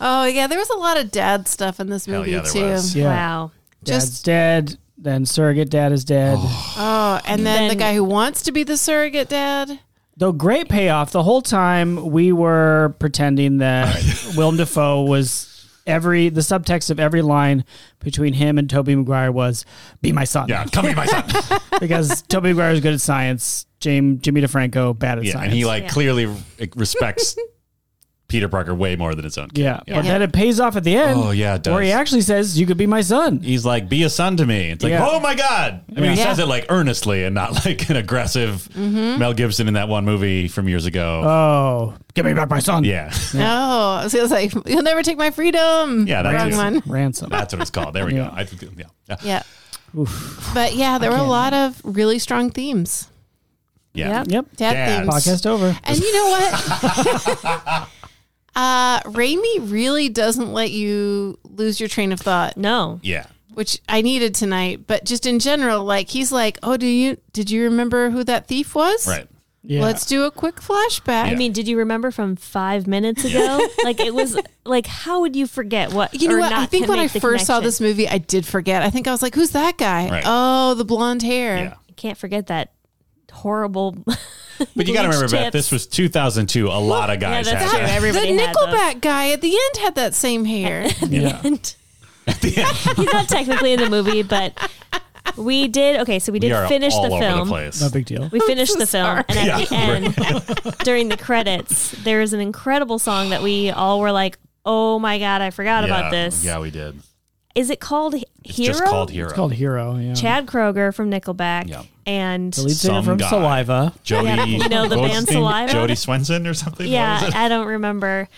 S5: Oh, yeah, there was a lot of dad stuff in this
S2: Hell
S5: movie,
S2: yeah,
S5: too.
S2: there was.
S4: Yeah.
S6: Wow.
S4: Dad's
S5: Just-
S4: dead. Then surrogate dad is dead.
S5: Oh, and then, the
S6: Then-
S5: guy who wants to be the surrogate dad.
S4: Though great payoff. The whole time we were pretending that Willem Dafoe was every the subtext of every line between him and Toby Maguire was "Be my son,"
S2: Yeah, come here, my son.
S4: because Toby Maguire is good at science. James Jimmy DeFranco bad at
S2: Yeah,
S4: science.
S2: and he like
S6: Yeah.
S2: clearly like, respects Peter Parker way more than his own. Kid.
S4: yeah. but
S5: Yeah.
S4: then it pays off at the end.
S2: Oh, yeah, it
S4: where he
S2: does.
S4: actually says, "You could be my son."
S2: He's like, be a son to me. It's like,
S4: Yeah.
S2: oh my God. I mean, he
S5: Yeah.
S2: says it like earnestly and not like an aggressive
S4: Mm-hmm.
S2: Mel Gibson in that one movie from years ago.
S4: Oh, give me back my son.
S2: yeah.
S5: Oh, so it was like, you'll never take my freedom.
S2: Yeah, that
S5: Wrong
S2: too.
S5: one.
S4: Ransom.
S2: That's what it's called. There we
S4: Yeah.
S2: go. I, think- yeah. Yeah.
S5: Yeah. But yeah, there were a lot of really strong themes.
S2: Yeah.
S4: Yep.
S5: Dad,
S2: Dad.
S5: themes.
S4: Podcast over.
S5: And you know what? uh, Raimi really doesn't let you lose your train of thought,
S6: No.
S2: Yeah.
S5: which I needed tonight. But just in general, like he's like, "Oh, do you did you remember who that thief was?
S2: Right.
S4: Yeah.
S5: Let's do a quick flashback."
S6: I mean, did you remember from five minutes ago? like it was like, how would you forget what?
S5: You know
S6: or
S5: what?
S6: not
S5: I think
S6: can
S5: when I
S6: make
S5: first
S6: the
S5: saw
S6: connection?
S5: this movie, I did forget. I think I was like, "Who's that guy?
S2: Right.
S5: Oh, the blonde hair."
S2: Yeah.
S6: I can't forget that horrible.
S2: But you got to
S6: bleached
S2: remember, Beth,
S6: tips.
S2: this was 2002. A lot of guys
S6: that's
S2: had
S6: true.
S2: that.
S5: The
S6: Everybody had those.
S5: Nickelback guy at the end had that same hair.
S4: yeah.
S6: And- He's not technically in the movie, but we did. Okay, so we
S2: We
S6: did
S2: are
S6: finish
S2: all
S6: the
S2: over
S6: film.
S2: the place.
S4: No big deal.
S6: We finished the film, and at
S2: Yeah,
S6: the end, during the credits, there is an incredible song that we all were like, "Oh my god, I forgot about this."
S2: Yeah, we did.
S6: Is it called H-
S2: It's
S6: Hero?
S2: just called Hero.
S4: It's called Hero. Yeah.
S6: Chad Kroger from Nickelback,
S2: Yeah.
S6: and
S4: the lead singer
S2: Some
S4: from
S2: guy.
S4: Saliva.
S2: Jody,
S6: Yeah, you know, the
S2: what was
S6: band
S2: his name?
S6: Saliva?
S2: Jody Swenson or something. What
S6: yeah,
S2: was it?
S6: I don't remember.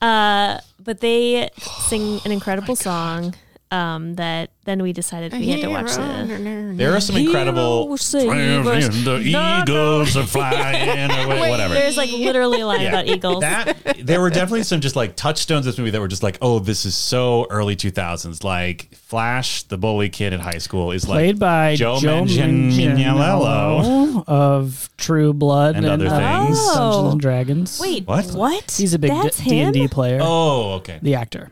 S6: Uh, but they sing
S2: Oh
S6: an incredible song um, that then we decided we had to watch the.
S2: there are some incredible.
S6: savers.
S2: The eagles are flying away. Whatever.
S6: There's like literally a line
S2: Yeah.
S6: about eagles.
S2: That there were definitely some just like touchstones of this movie that were just like, oh, this is so early 2000s. Like Flash, the bully kid in high school, is like
S4: Played by
S2: Joe
S4: Joe,
S2: Mangin-
S4: Manganiello of True Blood uh,
S2: And other things.
S6: Oh.
S4: Dungeons and Dragons.
S6: Wait,
S2: What?
S6: what?
S4: he's a big
S6: That's
S4: D and
S6: him.
S4: D player.
S2: Oh, okay.
S4: The actor.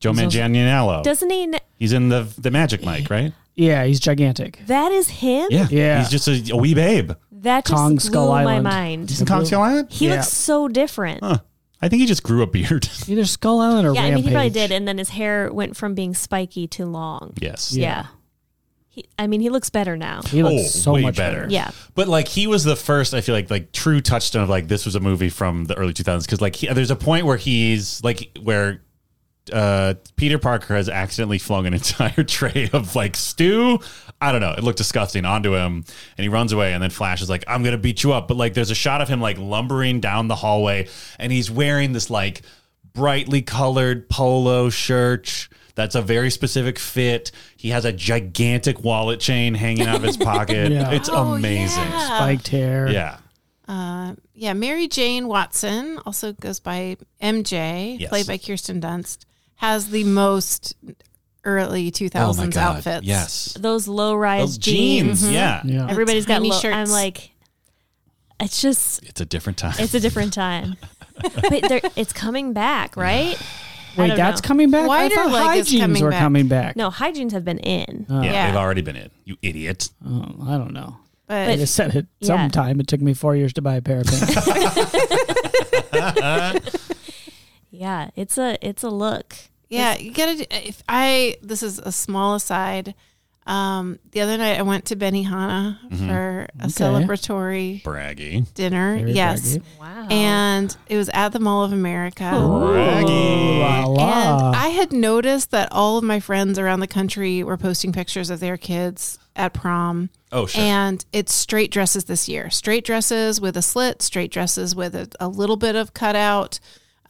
S2: Joe
S4: also-
S2: Manganiello.
S6: Doesn't he? Kn-
S2: He's in the the Magic Mike, right?
S4: Yeah, he's gigantic.
S6: that is him.
S4: Yeah.
S2: He's just a, a wee babe.
S6: That just
S4: Kong
S6: blew
S4: Skull
S6: my
S4: Island.
S6: mind.
S2: He's in Kong Skull Island?
S6: He
S4: Yeah.
S6: looks so different.
S2: Huh. I I think he just grew a beard.
S4: Either Skull Island or
S6: yeah, I
S4: Rampage.
S6: mean, he probably did. And then his hair went from being spiky to long.
S2: yes.
S6: Yeah. He, I mean, he looks better now.
S4: He looks
S2: Oh,
S4: so
S2: way
S4: much
S2: better.
S4: better.
S6: Yeah.
S2: But like he was the first, I feel like, like true touchstone of like this was a movie from the early 2000s because like he, there's a point where he's like where uh Peter Parker has accidentally flung an entire tray of like stew. I don't know. It looked disgusting onto him, and he runs away. And then Flash is like, "I'm gonna beat you up." But like, there's a shot of him like lumbering down the hallway, and he's wearing this like brightly colored polo shirt. That's a very specific fit. He has a gigantic wallet chain hanging out of his pocket.
S4: Yeah.
S2: It's
S5: Oh,
S2: amazing. Yeah.
S4: Spiked hair.
S5: Uh, yeah, Mary Jane Watson, also goes by MJ,
S2: Yes.
S5: played by Kirsten Dunst, has the most early
S4: Oh,
S5: 2000s outfits.
S2: Oh Yes.
S6: Those low rise
S2: Those jeans.
S6: jeans.
S2: Yeah.
S4: Yeah.
S6: Everybody's got
S5: Tiny
S6: low.
S5: shirts.
S6: I'm like, it's just,
S2: It's a different time.
S6: it's a different time. but there, it's coming back, right? I
S4: Wait,
S6: don't
S4: that's
S6: know.
S4: coming back?
S5: Wider
S4: I thought
S5: leg
S4: high
S5: is
S4: jeans
S5: coming
S4: were
S5: back.
S4: coming back.
S6: No, high jeans have been in.
S4: Uh.
S2: yeah,
S5: Yeah.
S2: They've already been in. You idiot.
S4: Oh, I don't know. I
S5: But
S4: just said it
S6: Yeah.
S4: sometime. It took me four years to buy a pair of pants.
S6: Yeah, it's a it's a look.
S5: yeah, you gotta. do- uh, If I this is a small aside. Um, the other night I went to Benihana
S2: Mm-hmm.
S5: for a celebratory
S2: Braggy.
S5: dinner.
S4: Very
S5: yes,
S4: braggy.
S6: Wow.
S5: and it was at the Mall of America.
S2: Braggy.
S4: La la.
S5: And I had noticed that all of my friends around the country were posting pictures of their kids at prom.
S2: Oh, sure.
S5: And it's straight dresses this year. Straight dresses with a slit, straight dresses with a, a little bit of cutout,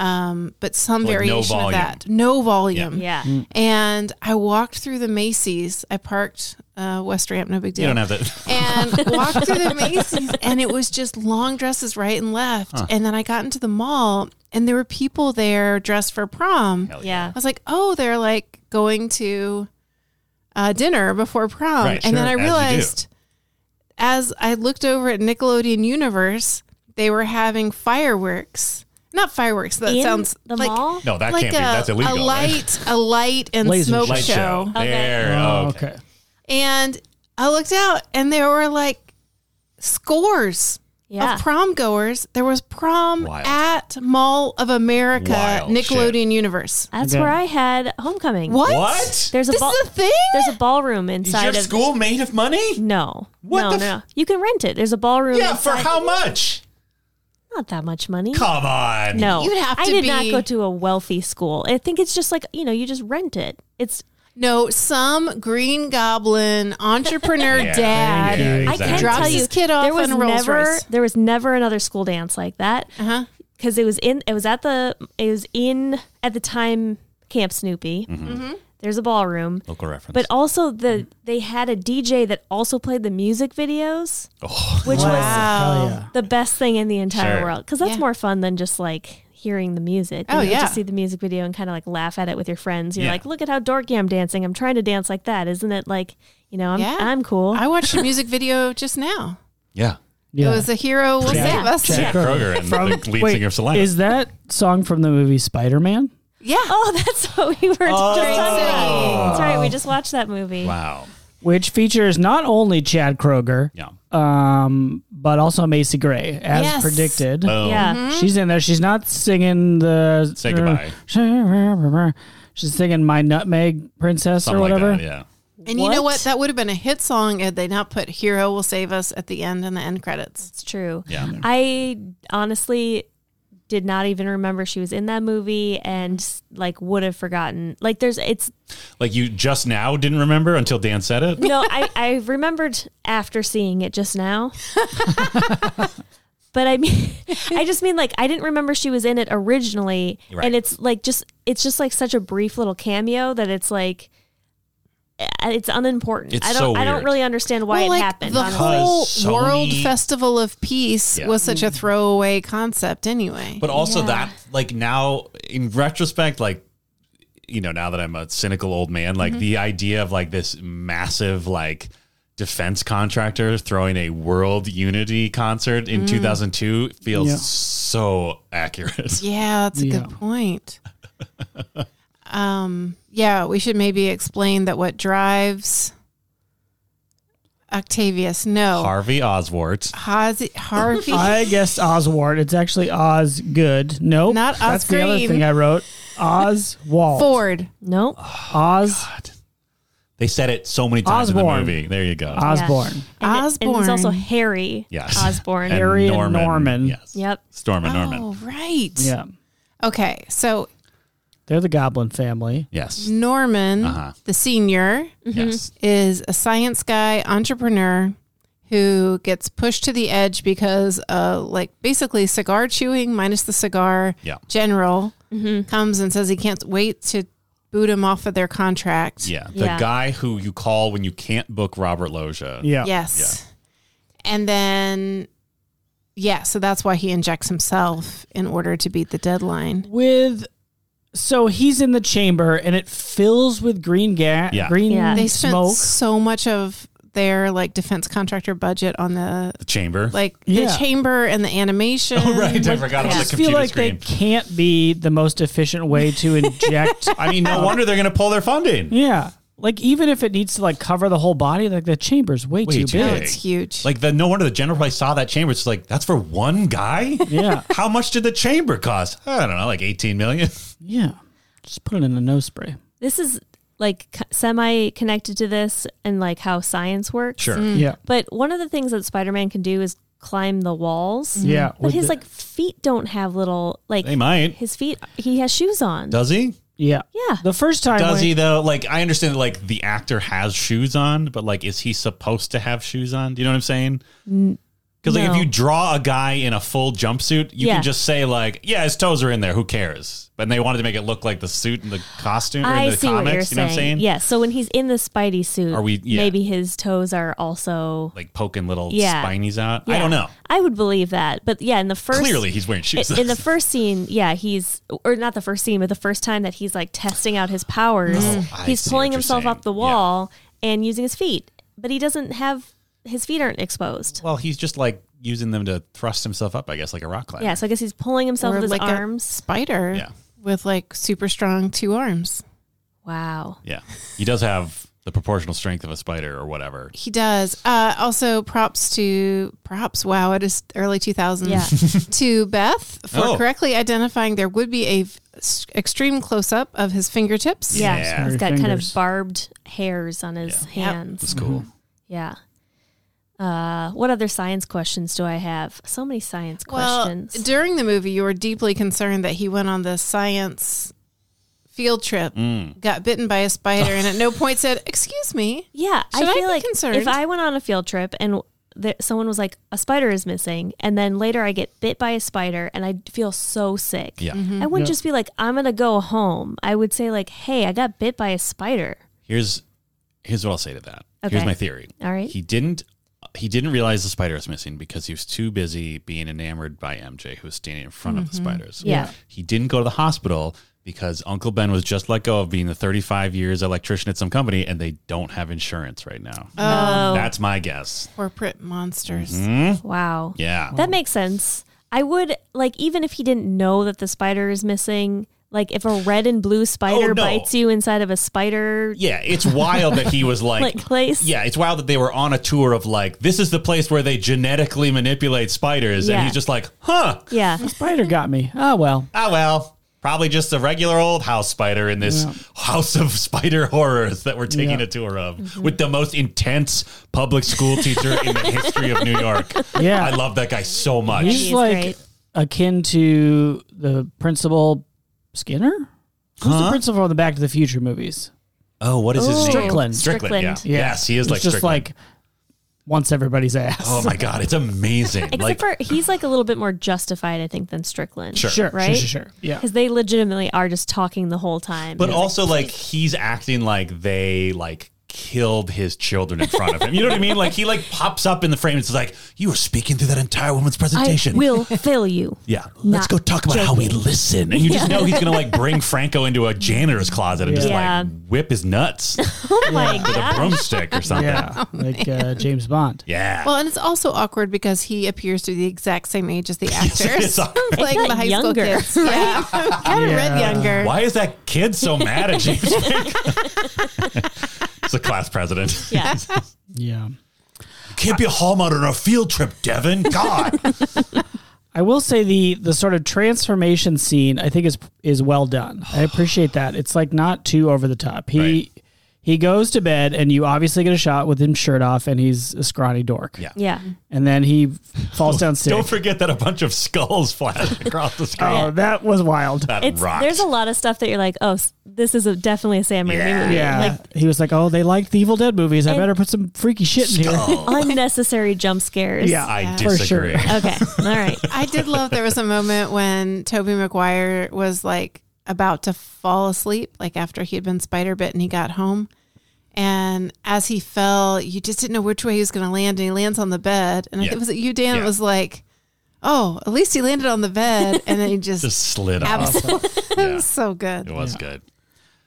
S5: um, but some
S2: Like no
S5: variation
S2: volume.
S5: of that. No
S4: Mm.
S5: volume.
S6: yeah.
S2: Oh,
S5: And I walked through the Macy's. I parked uh, West Ramp, no big deal
S2: you don't have that.
S5: and walked through the Macy's, and it was just long dresses right and left. And then I got into the mall, and there were people there dressed for prom.
S2: Hell
S6: Yeah.
S5: I was like, oh, they're like going to uh, dinner before prom.
S2: Right,
S5: and then
S2: sure,
S5: I
S2: as you do.
S5: realized as I looked over at Nickelodeon Universe, they were having fireworks. Not fireworks. That
S6: in
S5: sounds
S6: the
S5: like
S6: mall.
S2: No, Oh, that
S5: like
S2: can't be. That's
S5: a,
S2: illegal.
S5: a
S2: right?
S5: light, a light and
S4: Laser
S5: smoke
S2: Light show.
S5: show.
S6: Okay.
S2: There.
S4: Oh,
S2: okay.
S4: okay.
S5: And I looked out and there were like scores
S6: Yeah.
S5: of prom goers. There was prom
S2: Wild.
S5: at Mall of America,
S2: Wild
S5: Nickelodeon Universe.
S6: That's
S4: Okay.
S6: where I had homecoming.
S5: What?
S2: What?
S6: There's a
S5: This
S6: ball-
S5: is a thing?
S6: there's a ballroom
S2: Is
S6: inside
S2: your
S6: of
S2: school made of money?
S6: No.
S2: What
S6: no,
S2: the
S6: no,
S2: f-
S6: no. You can rent it. There's a ballroom.
S2: Yeah, for
S6: inside-
S2: how much?
S6: Not that much money.
S2: Come on.
S6: No,
S5: You'd have
S6: I
S5: to
S6: did not
S5: be-
S6: go to a wealthy school. I think it's just like you know, you just rent it. It's
S5: No, some green goblin entrepreneur
S2: Yeah,
S5: dad
S2: yeah,
S4: I
S2: exactly.
S6: I can
S5: drops
S6: tell you,
S5: his kid off
S6: there was
S5: on a Rolls
S6: never
S5: Royce.
S6: there was never another school dance like that
S5: Uh-huh.
S6: because it was in it was at the it was in at the time Camp Snoopy.
S2: Mm-hmm.
S5: Mm-hmm.
S6: There's a ballroom,
S2: Local reference.
S6: but also the they had a DJ that also played the music videos, which was
S5: Wow.
S4: Hell yeah.
S6: the best thing in the entire
S2: Sure.
S6: world because that's
S5: Yeah.
S6: more fun than just like hearing the music. You
S5: Oh,
S6: know,
S5: yeah.
S6: just see the music video and kind of like laugh at it with your friends. You're
S2: Yeah.
S6: like, look at how dorky I'm dancing. I'm trying to dance like that, isn't it? Like you know, I'm
S5: Yeah.
S6: I'm cool.
S5: I watched a music video just now.
S2: yeah.
S4: Yeah.
S5: It was a hero will
S4: Yeah.
S5: save us.
S2: Jack Kroger and the lead
S4: Wait,
S2: singer of Selena.
S4: Is that song from the movie Spider Man?
S5: Yeah.
S6: Oh, that's what we were just talking
S5: Oh.
S6: about. That's right. We just watched that movie.
S2: wow.
S4: Which features not only Chad Kroger,
S2: Yeah.
S4: um, but also Macy Gray, as
S5: Yes.
S4: predicted.
S2: Boom.
S6: Yeah.
S5: Mm-hmm.
S4: She's in there. She's not singing the.
S2: Uh, Say goodbye.
S4: She's singing My Nutmeg Princess
S2: Something
S4: or whatever.
S2: like that. Yeah.
S5: And you know
S6: What?
S5: what? That would have been a hit song had they not put Hero Will Save Us at the end and the end credits.
S6: It's true.
S2: Yeah.
S6: I honestly did not even remember she was in that movie and like would have forgotten. Like there's it's
S2: Like you just now didn't remember until Dan said it?
S6: no, I, I remembered after seeing it just now. but I mean I just mean like I didn't remember she was in it originally.
S2: Right.
S6: And it's like just it's just like such a brief little cameo that it's like uh, it's unimportant.
S2: It's
S6: I
S2: so
S6: don't I don't
S2: weird.
S6: really understand why
S5: Well,
S6: it
S5: like,
S6: happened.
S5: The
S6: honestly.
S5: whole
S2: Because
S5: World
S2: Sony-
S5: Festival of Peace
S2: Yeah.
S5: was such
S6: Mm.
S5: a throwaway concept, anyway.
S2: But also
S6: Yeah.
S2: that, like now in retrospect, like you know, now that I'm a cynical old man,
S6: Mm-hmm.
S2: like the idea of like this massive like defense contractor throwing a world unity concert
S6: Mm.
S2: in 2002 feels
S4: Yeah.
S2: so accurate.
S5: yeah, that's a
S4: Yeah.
S5: good point. um, yeah, we should maybe explain that what drives Octavius. No.
S2: Harvey Oswald.
S5: Hazi- Harvey.
S4: I guessed Oswald. It's actually Oz Good. No,
S5: Not
S4: That's the other
S5: Osgreen.
S4: thing I wrote. Oswald.
S5: Ford.
S6: Nope.
S4: Oz
S2: They said it so many times
S4: Osborne.
S2: in the movie. There you go.
S4: Osborne.
S6: And it- and
S5: Osborne.
S6: it's also Harry
S2: yes.
S6: Osborne.
S2: And
S4: Harry and Norman.
S2: Yes.
S6: Yep.
S2: Storm and Norman.
S5: Oh, right.
S4: Yeah.
S5: Okay. So
S4: They're the Goblin family.
S2: Yes.
S5: Norman,
S2: Uh-huh.
S5: the senior,
S6: Mm-hmm.
S2: Yes.
S5: is a science guy entrepreneur who gets pushed to the edge because uh like basically cigar chewing minus the cigar
S2: Yeah.
S5: general comes and says he can't wait to boot him off of their contract
S2: Yeah. The
S6: Yeah.
S2: guy who you call when you can't book Robert Loggia.
S4: Yeah.
S5: yes and then yeah so that's why he injects himself in order to beat the deadline
S4: With so he's in the chamber and it fills with green gas,
S2: Yeah.
S4: green
S6: Yeah.
S5: they spent
S4: smoke.
S5: so much of their like defense contractor budget on the
S2: The chamber.
S5: like
S4: Yeah.
S5: the chamber and the animation
S2: oh, right. I forgot
S6: I
S2: about
S4: I
S2: the
S6: just
S4: just feel
S2: computer
S4: like
S2: screen.
S4: they can't be the most efficient way to inject.
S2: I mean, no wonder they're going to pull their funding.
S4: yeah, like even if it needs to like cover the whole body, like the chamber's way,
S2: Way
S4: too,
S2: too
S4: big.
S2: big.
S5: it's huge
S2: Like, the, no wonder the general probably saw that chamber. It's just like, that's for one guy?
S4: Yeah,
S2: How much did the chamber cost? I don't know, like 18 million?
S4: yeah. Just put it in a nose spray.
S6: This is like semi connected to this and like how science works.
S2: Sure.
S4: Yeah,
S6: But one of the things that Spider Man can do is climb the walls.
S4: yeah.
S6: But
S4: with
S6: his
S4: the-
S6: like feet don't have little like
S2: They might.
S6: his feet he has shoes on.
S2: Does he?
S4: yeah,
S6: yeah.
S4: The first time,
S2: Does
S4: when-
S2: he though? Like I understand, like the actor has shoes on, but like, is he supposed to have shoes on? Do you know what I'm saying? Because like,
S6: No.
S2: if you draw a guy in a full jumpsuit, you
S6: Yeah.
S2: can just say like, yeah, his toes are in there. Who cares? But they wanted to make it look like the suit and the costume or
S6: I
S2: in the
S6: see
S2: comics.
S6: what you're
S2: you
S6: saying.
S2: know what I'm saying?
S6: Yeah. So when he's in the Spidey suit,
S2: Are we- yeah.
S6: maybe his toes are also.
S2: Like poking little
S6: Yeah.
S2: spinies out. I
S6: Yeah.
S2: don't know.
S6: I would believe that, but yeah, in the first
S2: Clearly, he's wearing shoes.
S6: in the first scene, yeah, he's or not the first scene, but the first time that he's like testing out his powers,
S2: Oh, I
S6: he's
S2: see
S6: pulling
S2: what you're
S6: himself
S2: saying.
S6: up the
S2: Yeah.
S6: wall and using his feet, but he doesn't have his feet aren't exposed.
S2: well, he's just like using them to thrust himself up, I guess, like a rock climber.
S6: Yeah, so I guess he's pulling himself
S5: Or
S6: with his
S5: like a
S6: arms.
S5: spider
S2: Yeah.
S5: with like super strong two arms.
S6: Wow.
S2: Yeah. He does have the proportional strength of a spider or whatever.
S5: He does. Uh, also, props to props. Wow, it is early two thousands.
S6: Yeah.
S5: to Beth for
S2: Oh.
S5: correctly identifying there would be a f- s- extreme close up of his fingertips.
S6: Yeah.
S2: Yeah.
S6: He's got kind
S4: Fingers.
S6: of barbed hairs on his
S5: Yep. Mm-hmm.
S6: hands.
S2: It's cool.
S6: Yeah. Uh, what other science questions do I have? So many science
S5: Well,
S6: questions.
S5: during the movie, you were deeply concerned that he went on this science field trip,
S2: Mm.
S5: got bitten by a spider, and at no point said, "Excuse me."
S6: yeah,
S5: Should I
S6: I feel
S5: be
S6: like
S5: concerned?
S6: if I went on a field trip and th- someone was like, "A spider is missing," and then later I get bit by a spider and I feel so sick,
S2: Yeah.
S5: Mm-hmm.
S6: I wouldn't just be like, "I'm gonna go home." I would say like, "Hey, I got bit by a spider."
S2: Here's here's what I'll say to that. Here's
S6: Okay.
S2: my theory.
S6: All right.
S2: He didn't he didn't realize the spider was missing because he was too busy being enamored by MJ who was standing in front of the spiders.
S6: Mm-hmm. Yeah.
S2: He didn't go to the hospital because Uncle Ben was just let go of being the 35 years electrician at some company and they don't have insurance right now.
S5: Oh.
S2: That's my guess.
S5: Corporate monsters.
S2: Mm-hmm.
S6: Wow.
S2: Yeah.
S6: That makes sense. I would like even if he didn't know that the spider is missing. Like if a red and blue spider
S2: Oh, no.
S6: bites you inside of a spider
S2: yeah, it's wild that he was
S6: like place,
S2: Yeah, it's wild that they were on a tour of like this is the place where they genetically manipulate spiders,
S6: Yeah.
S2: and he's just like, huh?
S6: yeah,
S4: spider got me. Oh well.
S2: Ah, well, probably just a regular old house spider in this house of spider horrors that we're taking
S4: Yeah.
S2: a tour of with the most intense public school teacher in the history of New York.
S4: Yeah.
S2: I love that guy so much.
S4: He's
S6: He's
S4: like
S6: great.
S4: akin to the principal Skinner. Who's the principal of the Back to the Future movies?
S2: oh, what is his name?
S4: Strickland.
S2: Strickland. Yeah.
S6: Strickland.
S2: Yes, he is
S4: It's
S2: like
S4: just
S2: Strickland.
S4: like wants everybody's ass.
S2: oh my god, it's amazing. like
S6: Except for he's like a little bit more justified, I think, than Strickland.
S2: Sure.
S4: sure,
S6: Right?
S4: sure, sure, sure. Yeah,
S6: Because they legitimately are just talking the whole time.
S2: But also, like, he's acting like they like killed his children in front of him. You know what I mean? Like he like pops up in the frame. It's like you were speaking through that entire woman's
S6: I
S2: presentation.
S6: will fail you.
S2: yeah, let's
S6: Not
S2: go talk about how we
S6: joking.
S2: listen. And you just know he's gonna like bring Franco into a janitor's closet and just
S6: Yeah.
S2: like whip his nuts
S6: Oh my
S2: with a
S6: god.
S2: broomstick or something. Yeah.
S4: yeah, like uh, James Bond.
S5: Well, and it's also awkward because he appears to be the exact same age as the actor.
S2: it is awkward.
S5: like
S6: not
S5: the high
S6: younger,
S5: school kids. Yeah. kind of read
S4: Yeah.
S6: er
S5: younger.
S2: Why is that kid so mad at James? Franco? It's a class president.
S6: Yeah.
S4: Yeah.
S2: Can't be a Hallmark on a field trip, Devin. God.
S4: I will say the the sort of transformation scene I think is is well done. I appreciate that. It's like not too over the top. He
S2: Right.
S4: he goes to bed and you obviously get a shot with him shirt off and he's a scrawny dork.
S2: Yeah.
S6: Yeah.
S4: And then he falls down sick.
S2: Don't forget that a bunch of skulls flash across the screen.
S4: Oh, that was wild.
S2: that
S6: It's
S2: rocks.
S6: there's a lot of stuff that you're like, oh, s- this is a, definitely a Sam Raimi
S2: Yeah.
S6: movie.
S4: Yeah.
S6: Like
S4: he was like, "Oh, they like the Evil Dead movies. I
S6: And-
S4: better put some freaky shit in here."
S2: Skull.
S6: unnecessary jump scares.
S4: Yeah.
S2: I
S4: For sure.
S2: disagree.
S6: Okay. All right.
S5: I did love there was a moment when Toby Maguire was like about to fall asleep, like after he had been spider bit and he got home. And as he fell, you just didn't know which way he was going to land. And he lands on the bed. And I
S2: Yeah.
S5: think was it you, Dan?
S2: Yeah.
S5: It was like, oh, at least he landed on the bed. And then he just,
S2: Just slid off.
S5: absolutely. it
S2: Yeah.
S5: was so good.
S2: It was good.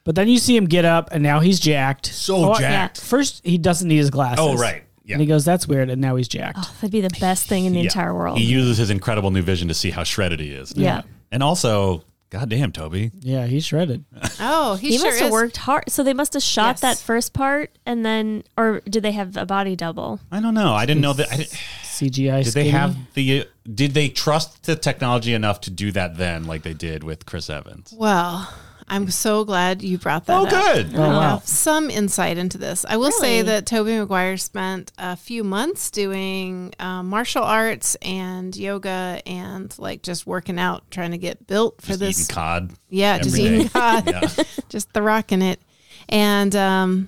S4: But then you see him get up and now he's jacked.
S2: So
S4: Oh,
S2: jacked.
S4: First, he doesn't need his glasses.
S2: Oh, right. Yeah.
S4: And he goes, "That's weird," and now he's jacked.
S6: Oh, that'd be the best thing in the
S2: Yeah.
S6: entire world.
S2: He uses his incredible new vision to see how shredded he is.
S6: yeah.
S2: And also, goddamn, Toby.
S4: Yeah, he's shredded.
S5: Oh, he,
S6: He,
S5: sure
S6: must have
S5: is.
S6: worked hard. So they must have shot
S5: Yes.
S6: that first part and then, or did they have a body double?
S2: I don't know. I didn't know that. I didn't,
S4: CGI.
S2: did they
S4: skinny.
S2: have the? Did they trust the technology enough to do that then, like they did with Chris Evans?
S5: Well, I'm so glad you brought that
S2: Oh,
S5: up.
S2: good.
S4: Oh,
S5: I
S4: wow.
S5: have some insight into this. I will
S6: Really?
S5: say that Toby Maguire spent a few months doing um, martial arts and yoga and like just working out, trying to get built for
S2: Just
S5: this.
S2: eating cod.
S5: yeah, just
S2: every
S5: eating
S2: day.
S5: cod,
S2: Yeah.
S5: just the rock in it, and um,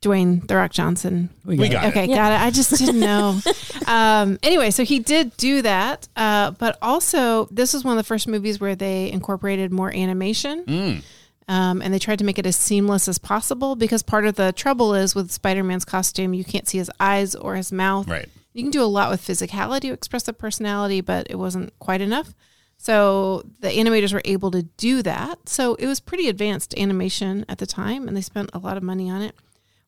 S5: Dwayne the Rock Johnson.
S2: We got
S5: Okay,
S2: it.
S5: got it. I just didn't know. um, anyway, so he did do that, uh, but also this is one of the first movies where they incorporated more animation. Um, and they tried to make it as seamless as possible because part of the trouble is with Spider Man's costume, you can't see his eyes or his mouth.
S2: Right.
S5: You can do a lot with physicality to express the personality, but it wasn't quite enough. So the animators were able to do that. So it was pretty advanced animation at the time, and they spent a lot of money on it.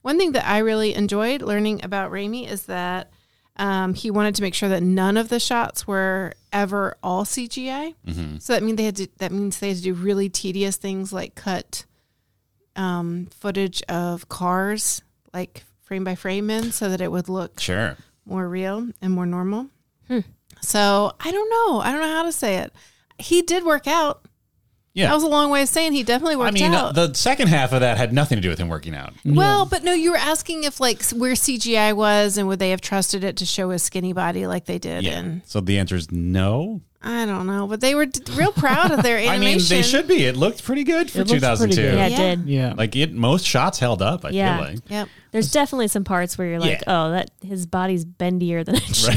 S5: One thing that I really enjoyed learning about Raimi is that um, he wanted to make sure that none of the shots were ever all CGI.
S2: Mm-hmm.
S5: So that means they had to, that means they had to do really tedious things like cut um, footage of cars like frame by frame in so that it would look
S2: Sure.
S5: more real and more normal. So I don't know. I don't know how to say it. He did work out.
S2: Yeah.
S5: That was a long way of saying he definitely
S2: I
S5: worked
S2: mean,
S5: out.
S2: the second half of that had nothing to do with him working out.
S5: Well, but no, you were asking if like where CGI was and would they have trusted it to show his skinny body like they did. And
S2: So the answer is no.
S5: I don't know, but they were d- real proud of their animation.
S2: I mean, they should be. It looked pretty good for
S4: It looks pretty
S2: 2002.
S4: good.
S6: Yeah, it
S5: Yeah.
S6: did.
S4: Yeah.
S2: Like it, most shots held up. I
S6: Yeah.
S2: feel like.
S5: Yep.
S6: There's definitely some parts where you're like, oh, that his body's bendier than it should.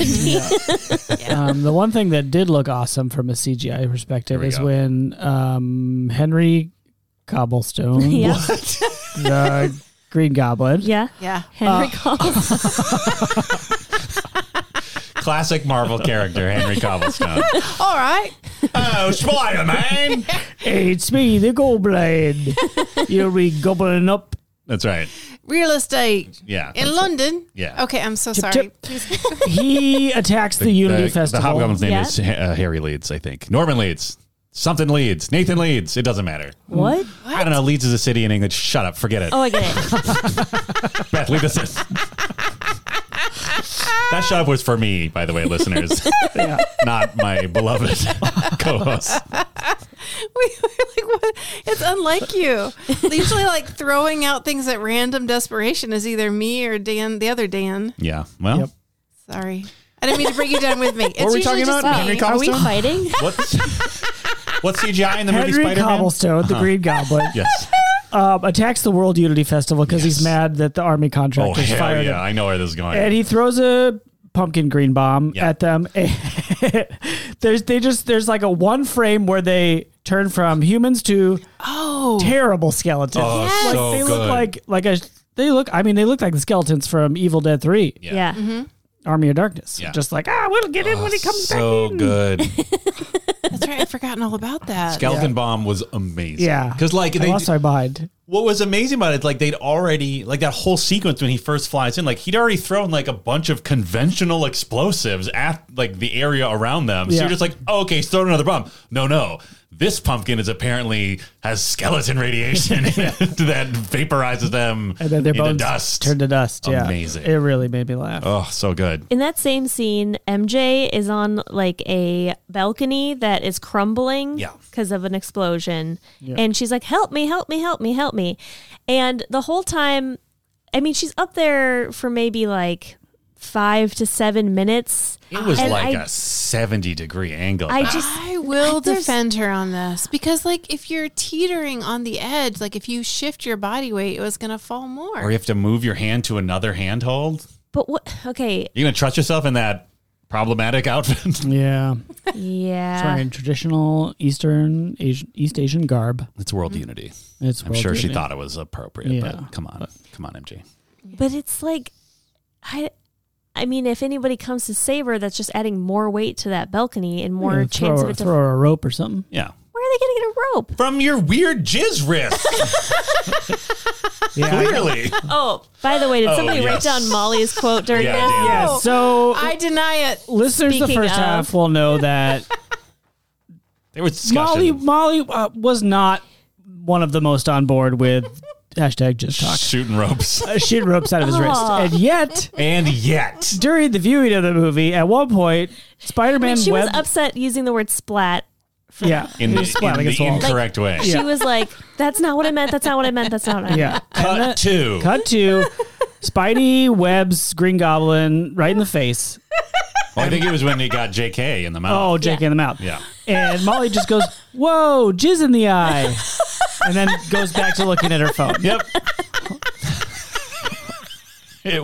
S2: Right.
S4: um, the one thing that did look awesome from a CGI
S2: Here
S4: perspective
S2: we
S4: is
S2: go.
S4: when um, Henry Cobblestone,
S6: Yeah.
S4: the Green Goblin,
S6: Yeah. Uh,
S5: Yeah.
S6: Henry calls.
S2: Classic Marvel character Henry Cobblestone.
S5: All right.
S2: oh, Spider Man.
S4: it's me, the Goblin. You'll be gobbling up.
S2: That's right.
S5: Real estate
S2: Yeah.
S5: in
S2: that's-
S5: London.
S2: Yeah.
S5: Okay, I'm so sorry.
S4: tip. He attacks the, Unity Festival.
S2: The Hobgoblin's name
S6: Yeah.
S2: is uh, Harry Leeds, I think. Norman Leeds. Something Leeds. Nathan Leeds. It doesn't matter.
S6: what?
S2: I don't know. Leeds is a city in England. Shut up. Forget it.
S6: Oh, I get it.
S2: Beth, leave this in. that shut up was for me, by the way, listeners. Not my beloved co-host.
S5: We were like, what? It's unlike you. Usually, like throwing out things at random desperation is either me or Dan, the other Dan.
S2: Yeah. Well,
S4: Yep.
S5: Sorry. I didn't mean to bring you down with me. It's
S2: were we
S5: usually
S2: talking
S5: just
S2: about?
S5: me.
S2: Henry
S6: Are we
S2: Cobblestone?
S6: fighting?
S2: what's, what's CGI in the
S4: Henry
S2: movie Spider-Man? Uh-huh.
S4: Cobblestone, the Green Goblin,
S2: Yes.
S4: um, attacks the World Unity Festival because he's
S2: Yes.
S4: mad that the army
S2: Oh,
S4: contractors
S2: hell
S4: fired him.
S2: yeah. I know where this is going.
S4: and he throws a pumpkin green bomb
S2: Yeah.
S4: at them. there's they just there's like a one frame where they turn from humans to
S5: Oh.
S4: terrible skeletons.
S2: Oh, Yes. so
S4: like they
S2: good.
S4: look like like a they look I mean they look like the skeletons from Evil Dead 3,
S2: Yeah.
S6: Yeah.
S4: Army of Darkness.
S2: Yeah. Oh,
S4: Just like, ah, we'll get in when he comes
S2: so
S4: back in.
S2: good.
S5: That's right. I've forgotten all about that.
S2: Skeleton Bomb was amazing.
S4: Yeah.
S2: Because like
S4: I
S2: they,
S4: lost my mind.
S2: what was amazing about it, like they'd already like that whole sequence when he first flies in, like he'd already thrown like a bunch of conventional explosives at like the area around them. So
S4: Yeah.
S2: you're just like, oh, okay, he's thrown another bomb. No, no, this pumpkin is apparently has skeleton radiation in it that vaporizes them
S4: And then their
S2: into
S4: bones
S2: dust.
S4: turned to dust. Yeah.
S2: Amazing.
S4: It really made me laugh.
S2: oh, so good.
S6: In that same scene, MJ is on like a balcony that is crumbling
S2: Yeah.
S6: because of an explosion. And she's like, Help me, help me, help me, help me. And the whole time, I mean, she's up there for maybe like five to seven minutes.
S2: It was
S6: And
S2: like
S6: I-
S2: a 70 degree angle.
S6: I just,
S5: I will
S6: there's-
S5: defend her on this because, like, if you're teetering on the edge, like if you shift your body weight, it was going to fall more.
S2: or you have to move your hand to another handhold.
S6: but what? Okay.
S2: You gonna trust yourself in that problematic outfit?
S4: Yeah.
S6: Yeah.
S4: It's wearing traditional Eastern Asian, East Asian garb.
S2: it's world unity.
S4: It's
S2: I'm
S4: well
S2: sure she
S4: given.
S2: thought it was appropriate,
S4: Yeah.
S2: but come on, come on, MG.
S6: But it's like, I, I mean, if anybody comes to save her, that's just adding more weight to that balcony and more
S4: Yeah,
S6: chance
S4: throw,
S6: of it to.
S4: throw her a rope or something.
S2: Yeah,
S6: Where are they going to get a rope?
S2: from your weird jizz wrist,
S4: Yeah.
S2: clearly.
S6: Oh, by the way, did
S2: Oh,
S6: somebody
S2: yes.
S6: write down Molly's quote during
S2: Yeah, I
S6: this?
S2: did.
S4: yeah. So
S5: I deny it.
S4: listeners, the
S6: Speaking
S4: first
S6: of-
S4: half will know that
S2: There was discussion.
S4: Molly Molly uh, was not one of the most on board with hashtag just talk.
S2: shooting ropes,
S4: Uh, She had ropes out of his wrist,
S6: Aw.
S4: and yet
S2: and yet
S4: during the viewing of the movie, at one point, Spider-Man
S6: And she
S4: web.
S6: was upset using the word splat.
S4: yeah,
S2: in
S4: he
S2: the,
S4: was splatting
S2: in
S4: his
S2: the
S4: wall.
S2: incorrect way.
S4: Yeah.
S6: She was like, "That's not what I meant. That's not what I meant. That's not what I meant."
S4: yeah.
S2: Cut
S4: And that-
S2: two.
S4: Cut to Spidey webs Green Goblin right in the face.
S2: Well, I think it was when they got JK in the
S4: Oh,
S2: mouth.
S4: Jake in the mouth.
S2: yeah.
S4: And Molly just goes, "Whoa, jizz in the eye," and then goes back to looking at her phone.
S2: Yep. it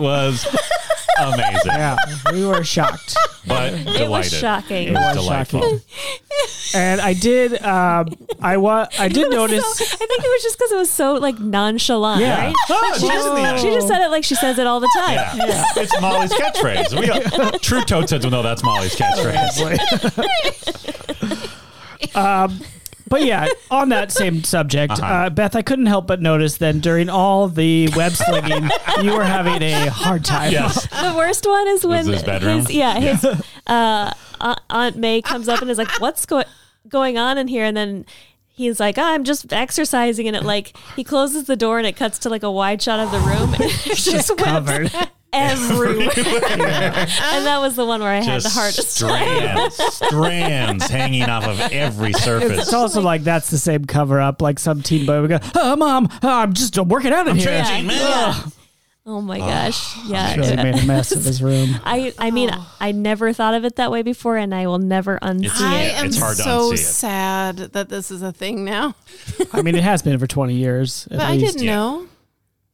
S2: was amazing,
S4: Yeah, we were shocked.
S2: but delighted.
S6: It was shocking.
S2: It was
S4: was
S2: delightful.
S4: And I did, um, I wa- I did
S6: It was
S4: notice.
S6: so- I think it was just because it was so like nonchalant,
S4: Yeah.
S6: right?
S2: Oh, jizz in the eye.
S6: She just said it like she says it all the time.
S2: Yeah. It's Molly's catchphrase. We got, true toad heads will know that's Molly's catchphrase.
S4: But yeah, on that same subject,
S2: Uh-huh.
S4: uh Beth, I couldn't help but notice then during all the web slinging, you were having a hard time.
S2: Yes.
S6: The worst one is when
S2: his bedroom?
S6: his- yeah, his uh, Aunt- Aunt May comes up and is like, "What's go- going on in here?" And then he's like, "Ah, "I'm just exercising," and it like he closes the door and it cuts to like a wide shot of the room. And it's just webs
S4: Covered.
S6: everywhere. and that was the one where I had the
S2: Just
S6: hardest time.
S2: strands, strands hanging off of every surface.
S4: It's also like that's the same cover up. Like some teen boy would go, "Oh, mom, oh, I'm just working out in here."
S2: trying
S6: Yeah,
S2: Gene, man.
S6: yeah. Oh my gosh. Yeah.
S4: Really made a mess of his room.
S6: I, I mean, I never thought of it that way before, and I will never unsee
S5: I
S6: it.
S2: Yeah,
S5: am
S2: it's hard to
S5: so
S2: unsee it.
S5: sad that this is a thing now.
S4: I mean, it has been for 20 years at
S5: But I
S4: least.
S5: didn't
S2: yeah.
S5: know.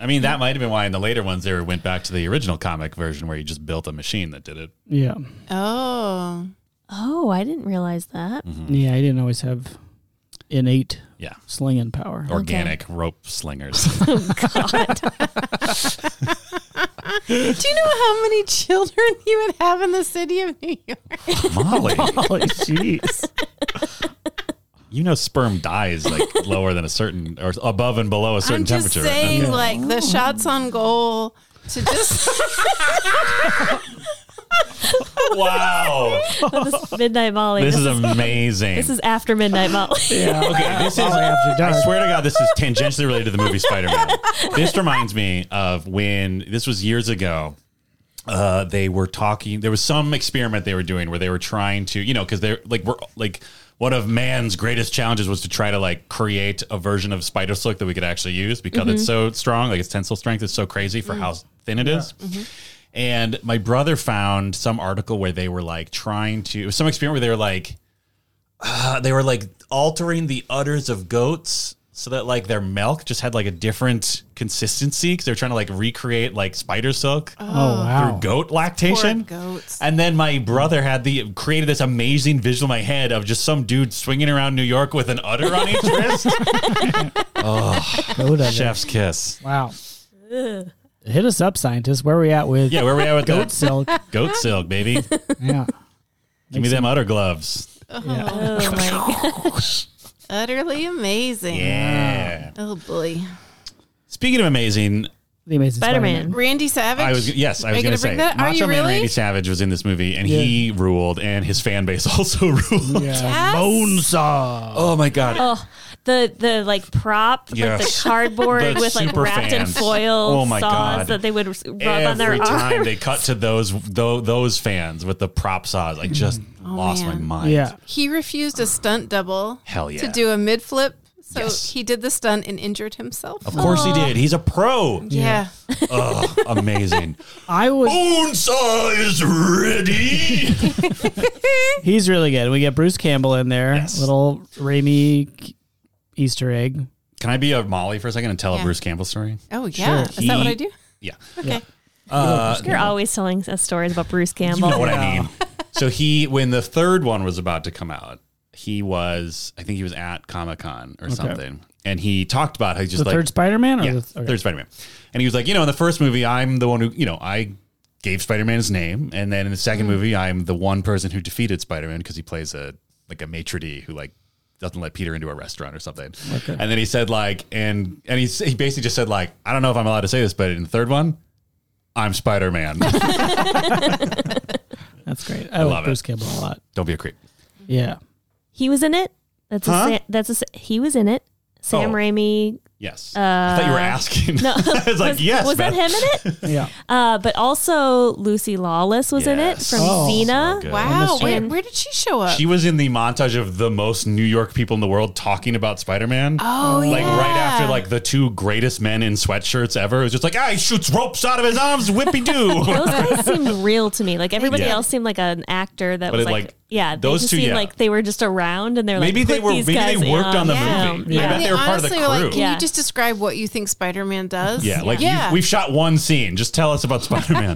S2: I mean, that might have been why in the later ones they went back to the original comic version where you just built a machine that did it.
S4: Yeah,
S5: Oh.
S6: Oh, I didn't realize that.
S4: yeah, I didn't always have innate
S2: Yeah.
S4: slinging power.
S2: Organic rope slingers.
S5: Do you know how many children you would have in the city of New York?
S2: Molly,
S4: Holy jeez.
S2: you know sperm dies like lower than a certain or above and below a certain
S5: I'm just
S2: temperature. right? Oh.
S5: saying,
S2: Okay.
S5: like, the shots on goal to just.
S2: wow.
S6: This Midnight Molly.
S2: Mm-hmm. This is amazing.
S6: this is after Midnight Molly.
S2: okay, this is
S4: after dark.
S2: I swear to God, this is tangentially related to the movie Spider Man. This reminds me of when this was years ago. Uh, they were talking. There was some experiment they were doing where they were trying to, you know, because they're like we're like one of man's greatest challenges was to try to like create a version of spider silk that we could actually use because it's so strong, like its tensile strength is so crazy for how thin it is. And my brother found some article where they were like trying to it was some experiment where they were like uh, they were like altering the udders of goats so that like their milk just had like a different consistency because they were trying to like recreate like spider silk
S4: Oh, wow.
S2: through goat lactation.
S5: Poor goats.
S2: And then my brother had the created this amazing visual in my head of just some dude swinging around New York with an udder on each wrist.
S4: Go to
S2: Chef's kiss.
S4: Wow. Hit us up, scientists. Where are we at with
S2: Yeah, where we at with
S4: goat
S2: goat,
S4: silk?
S2: goat silk, baby? Give
S4: Yeah.
S2: me them udder gloves.
S6: Oh my God.
S5: Utterly amazing.
S2: Yeah.
S5: Oh, boy.
S2: Speaking of amazing,
S4: The Amazing
S6: Spider-Man.
S4: Spider-Man.
S5: Randy Savage.
S2: I was yes, I
S5: Are
S2: was
S5: you
S2: going to say
S5: bring that? Are
S2: Macho
S5: you
S2: Man
S5: really?
S2: Randy Savage was in this movie and he ruled, and his fan base also ruled.
S5: Yes.
S4: Bonesaw.
S2: Oh my god!
S6: Oh, the the like prop, like the
S2: Yes.
S6: cardboard
S2: The
S6: with like
S2: super
S6: wrapped in
S2: fans.
S6: foil
S2: Oh my
S6: saws
S2: God.
S6: that they would rub on their
S2: Every time
S6: arm.
S2: they cut to those tho- those fans with the prop saws, I just lost
S5: Mm. Oh, man.
S2: my mind.
S4: Yeah.
S5: He refused a stunt double
S2: Hell yeah.
S5: to do a mid flip. So
S2: Yes. Oh,
S5: he did the stunt and injured himself.
S2: Of course he did. He's a pro.
S5: Yeah.
S2: Oh, amazing.
S4: I was.
S2: Oh. Bonesaw is ready.
S4: He's really good. We get Bruce Campbell in there.
S2: Yes.
S4: Little Raimi Easter egg.
S2: Can I be a Molly for a second and tell
S5: Yeah.
S2: a Bruce Campbell story?
S5: Oh, yeah. Is that what I do?
S2: Yeah.
S5: Okay.
S2: Uh,
S6: You're always telling us stories about Bruce Campbell.
S2: You know what I
S4: Yeah.
S2: mean. So he, when the third one was about to come out, he was, I think he was at Comic Con or something, and he talked about how he just
S4: The
S2: like
S4: third Spider-Man? Or
S2: yeah,
S4: the th- okay.
S2: third Spider Man, and he was like, you know, in the first movie, I'm the one who, you know, I gave Spider Man his name, and then in the second
S4: Mm.
S2: movie, I'm the one person who defeated Spider Man because he plays a like a maitre d who like doesn't let Peter into a restaurant or something. And then he said like, and and he s- he basically just said like, I don't know if I'm allowed to say this, but in the third one, I'm Spider Man.
S4: That's great. I, love
S2: love it.
S4: Bruce Campbell a lot.
S2: don't be a creep.
S4: Yeah.
S6: He was in it. That's a
S2: Huh?
S6: Sa- that's a Sa- he was in it. Sam
S2: Oh.
S6: Raimi.
S2: Yes. I thought you were asking. No, I was like,
S6: Uh, was,
S2: yes.
S6: was that
S2: Beth.
S6: him in it?
S4: Yeah.
S6: Uh, but also Lucy Lawless was in it
S2: Yes.
S6: from
S4: Oh.
S6: Xena.
S2: Good.
S5: Wow. Wait,
S6: And-
S5: where did she show up?
S2: She was in the montage of the most New York people in the world talking about Spider Man.
S5: oh, yeah.
S2: Like right after like the two greatest men in sweatshirts ever. It was just like, ah, he shoots ropes out of his arms, whippy doo.
S6: Those guys seemed real to me. Like everybody
S2: Yeah.
S6: else seemed like an actor that
S2: But
S6: was
S2: it,
S6: like,
S2: like,
S6: yeah, they
S2: those
S6: just
S2: two,
S6: seemed
S2: yeah.
S6: like they were just around and they're like,
S2: maybe they
S6: put
S2: were
S6: these
S2: maybe they
S6: guys
S2: worked on the
S6: yeah.
S2: movie.
S6: Yeah.
S2: I bet
S5: They
S2: they were part of the
S5: honestly
S2: crew.
S5: were like, can
S6: Yeah.
S5: you just describe what you think Spider Man does?
S2: Yeah, like
S5: yeah.
S2: You, we've shot one scene. Just tell us about Spider Man.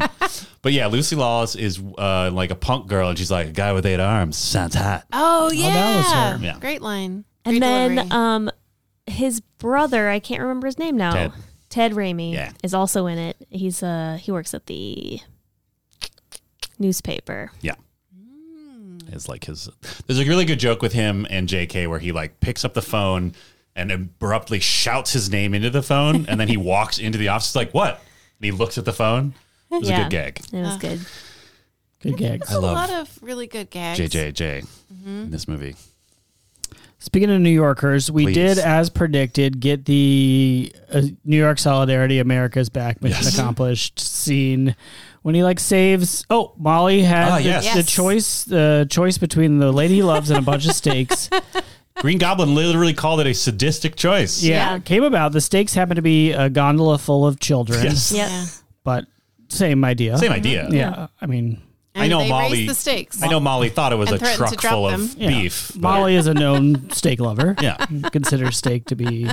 S2: but yeah, Lucy Lawless is uh, like a punk girl, and she's like a guy with eight arms sounds hot.
S5: Oh, yeah.
S4: was her.
S2: Yeah.
S5: Great line.
S6: And
S5: Great
S6: then
S5: delivery.
S6: um, his brother, I can't remember his name now.
S2: Ted.
S6: Ted Raimi
S2: Yeah.
S6: is also in it. He's uh he works at the newspaper.
S2: Yeah.
S5: Hmm.
S2: It's like his. There's a really good joke with him and JK where he like picks up the phone and abruptly shouts his name into the phone, and then he walks into the office like, "What?" And he looks at the phone. It was a
S6: Yeah.
S2: good gag.
S6: It was good.
S4: Good gigs.
S2: I
S5: a lot
S2: love
S5: of really good gags.
S2: JJJ
S5: Mm-hmm.
S2: in this movie.
S4: Speaking of New Yorkers, we
S2: Please.
S4: did, as predicted, get the uh, New York Solidarity America's Back Mission
S2: Yes.
S4: Accomplished scene when he like saves. Oh, Molly had
S2: Ah,
S4: the,
S2: yes.
S4: the
S5: Yes.
S4: choice the choice between the lady he loves and a bunch of steaks.
S2: Green Goblin literally called it a sadistic choice.
S4: Yeah,
S6: Yeah.
S4: came about. The steaks happened to be a gondola full of children,
S2: Yes.
S6: Yep.
S5: Yeah.
S4: but same idea.
S2: Same idea.
S4: Yeah, I mean,
S2: I know
S5: And they
S2: Molly.
S5: raised the stakes.
S2: I know Molly thought it was
S5: And
S2: a
S5: threatened to
S2: truck
S5: drop
S2: full of
S5: them.
S4: yeah.
S2: beef. but-
S4: Molly is a known steak lover.
S2: Yeah.
S4: considers steak to be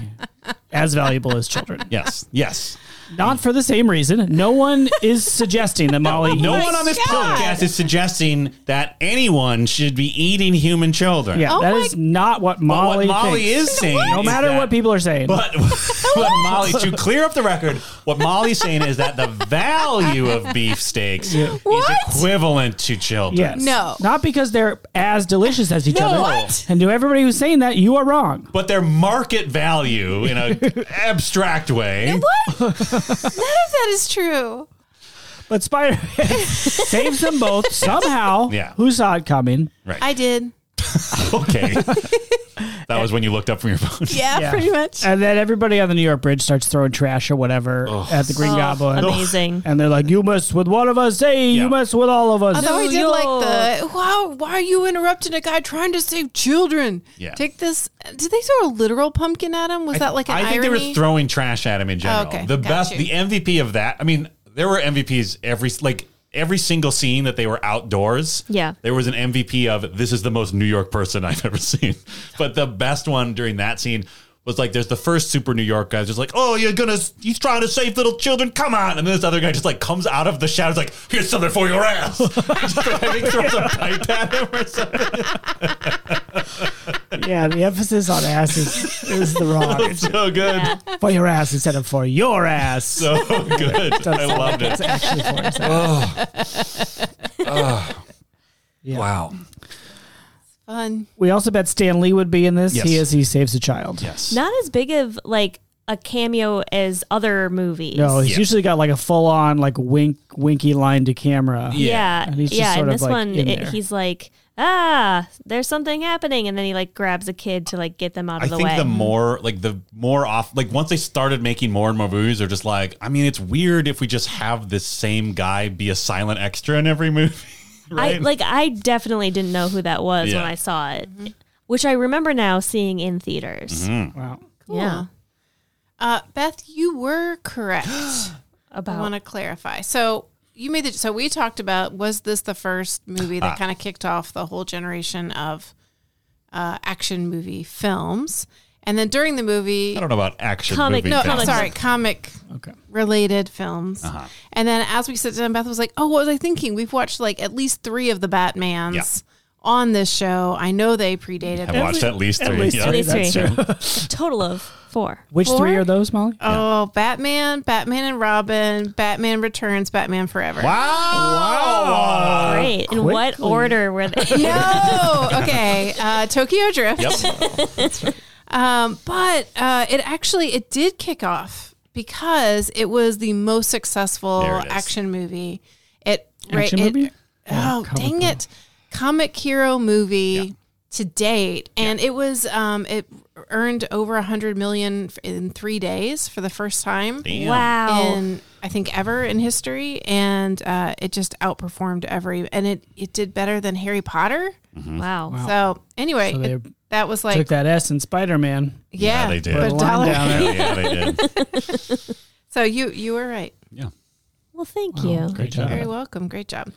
S4: as valuable as children.
S2: Yes. Yes.
S4: Not for the same reason. No one is suggesting that Molly.
S2: No one on this podcast is suggesting that anyone should be eating human children.
S4: Yeah,
S5: Oh
S4: that
S5: my-
S4: is not what
S2: But
S4: Molly.
S2: what Molly
S4: thinks.
S2: is saying,
S4: No
S2: is
S4: matter
S2: that-
S4: what people are saying.
S2: But what Molly, to clear up the record, what Molly's saying is that the value of beef steaks is equivalent to children.
S4: yes.
S5: No.
S4: Not because they're as delicious as each other.
S2: What?
S4: And to everybody who's saying that, you are wrong.
S2: But their market value in an abstract way.
S5: What? None of that is true.
S4: But Spider Man saves them both somehow.
S2: Yeah.
S4: Who saw it coming?
S2: Right.
S5: I did.
S2: okay. that was when you looked up from your phone.
S5: Yeah,
S4: Yeah.
S5: pretty much.
S4: And then everybody on the New York Bridge starts throwing trash or whatever at the Green
S6: Oh,
S4: Goblin.
S6: amazing.
S4: And they're like, You mess with one of us. Hey,
S2: Yeah.
S4: you mess with all of us.
S5: Although I
S6: No,
S5: did
S6: yo.
S5: like the wow, why are you interrupting a guy trying to save children?
S2: Yeah.
S5: Take this. Did they throw a literal pumpkin at him? Was that like an
S2: I think
S5: irony? Oh,
S2: they were throwing trash at him in general.
S5: Okay,
S2: the
S5: got
S2: best,
S5: you.
S2: the MVP of that. I mean, there were MVPs every like every single scene that they were outdoors.
S6: Yeah.
S2: there was an MVP of this is the most New York person I've ever seen. But the best one during that scene was like there's the first super New York guy just like oh you're gonna he's trying to save little children come on and then this other guy just like comes out of the shadows like here's something for your ass Just, like, I think throws a pipe at him or something
S4: yeah, the emphasis on ass is, is the wrong.
S2: it's so good
S4: for your ass instead of for your ass.
S2: so good I loved it
S4: actually for his ass.
S2: wow
S5: Fun.
S4: We also bet Stan Lee would be in this.
S2: Yes.
S4: He is. He saves a child.
S2: yes
S6: Not as big of like a cameo as other movies.
S4: No, he's
S2: Yeah.
S4: usually got like a full on like wink winky line to camera.
S6: yeah,
S4: And
S6: yeah.
S4: he's just sort
S6: and
S4: of,
S6: this
S4: like,
S6: one,
S4: in
S6: it,
S4: there.
S6: he's like, ah, there's something happening, and then he like grabs a kid to like get them out of
S2: I
S6: the
S2: think
S6: way.
S2: the more like the more off like once they started making more and more movies, they're just like, I mean, it's weird if we just have this same guy be a silent extra in every movie. Right?
S6: I like I definitely didn't know who that was
S2: Yeah.
S6: when I saw it,
S4: Mm-hmm.
S6: which I remember now seeing in theaters
S4: Wow.
S2: Mm-hmm.
S6: Yeah.
S5: Uh, Beth, you were correct. I
S6: about
S5: want to clarify. So you made the so we talked about was this the first movie
S2: Ah.
S5: that kind of kicked off the whole generation of uh, action movie films? And then during the movie,
S2: I don't know about action
S6: Comic-
S2: movie.
S5: no,
S2: films.
S5: I'm sorry, comic
S4: Okay.
S5: related films.
S2: Uh-huh.
S5: And then as we sit down, Beth was like, "Oh, what was I thinking? We've watched like at least three of the Batman's
S2: Yeah.
S5: on this show. I know they predated
S2: I've
S5: that.
S2: watched at least three.
S4: least
S2: yeah.
S4: three.
S6: At least
S4: That's true.
S6: a total of four.
S4: Which three
S5: Four?
S4: are those, Molly?
S5: Oh, Batman, Batman and Robin, Batman Returns, Batman Forever.
S2: Wow.
S6: Great. In what
S4: quickly.
S6: order were they?
S5: No, okay, uh, Tokyo Drift.
S2: Yep.
S5: Um, but uh, it actually it did kick off because it was the most successful
S2: There it is.
S5: action movie. It
S4: Action
S5: it-
S4: movie?
S5: Oh,
S4: comic
S5: dang
S4: book.
S5: it! Comic hero movie to date, and it was um, it earned over a hundred million in three days for the first time
S2: Damn.
S6: Wow.
S5: in I think ever in history, and uh, it just outperformed every, and it it did better than Harry Potter.
S2: Mm-hmm.
S6: wow.
S5: So anyway,
S4: So Oh, they
S5: it- that was
S4: Took
S5: like
S4: that S in Spider Man.
S5: yeah,
S2: Yeah, they did.
S5: for a
S4: Put a line
S5: dollar.
S4: down there.
S2: Yeah, yeah, they did.
S5: So you you were right.
S2: Yeah.
S6: Well, thank you.
S4: Great job.
S5: Very welcome. Great job.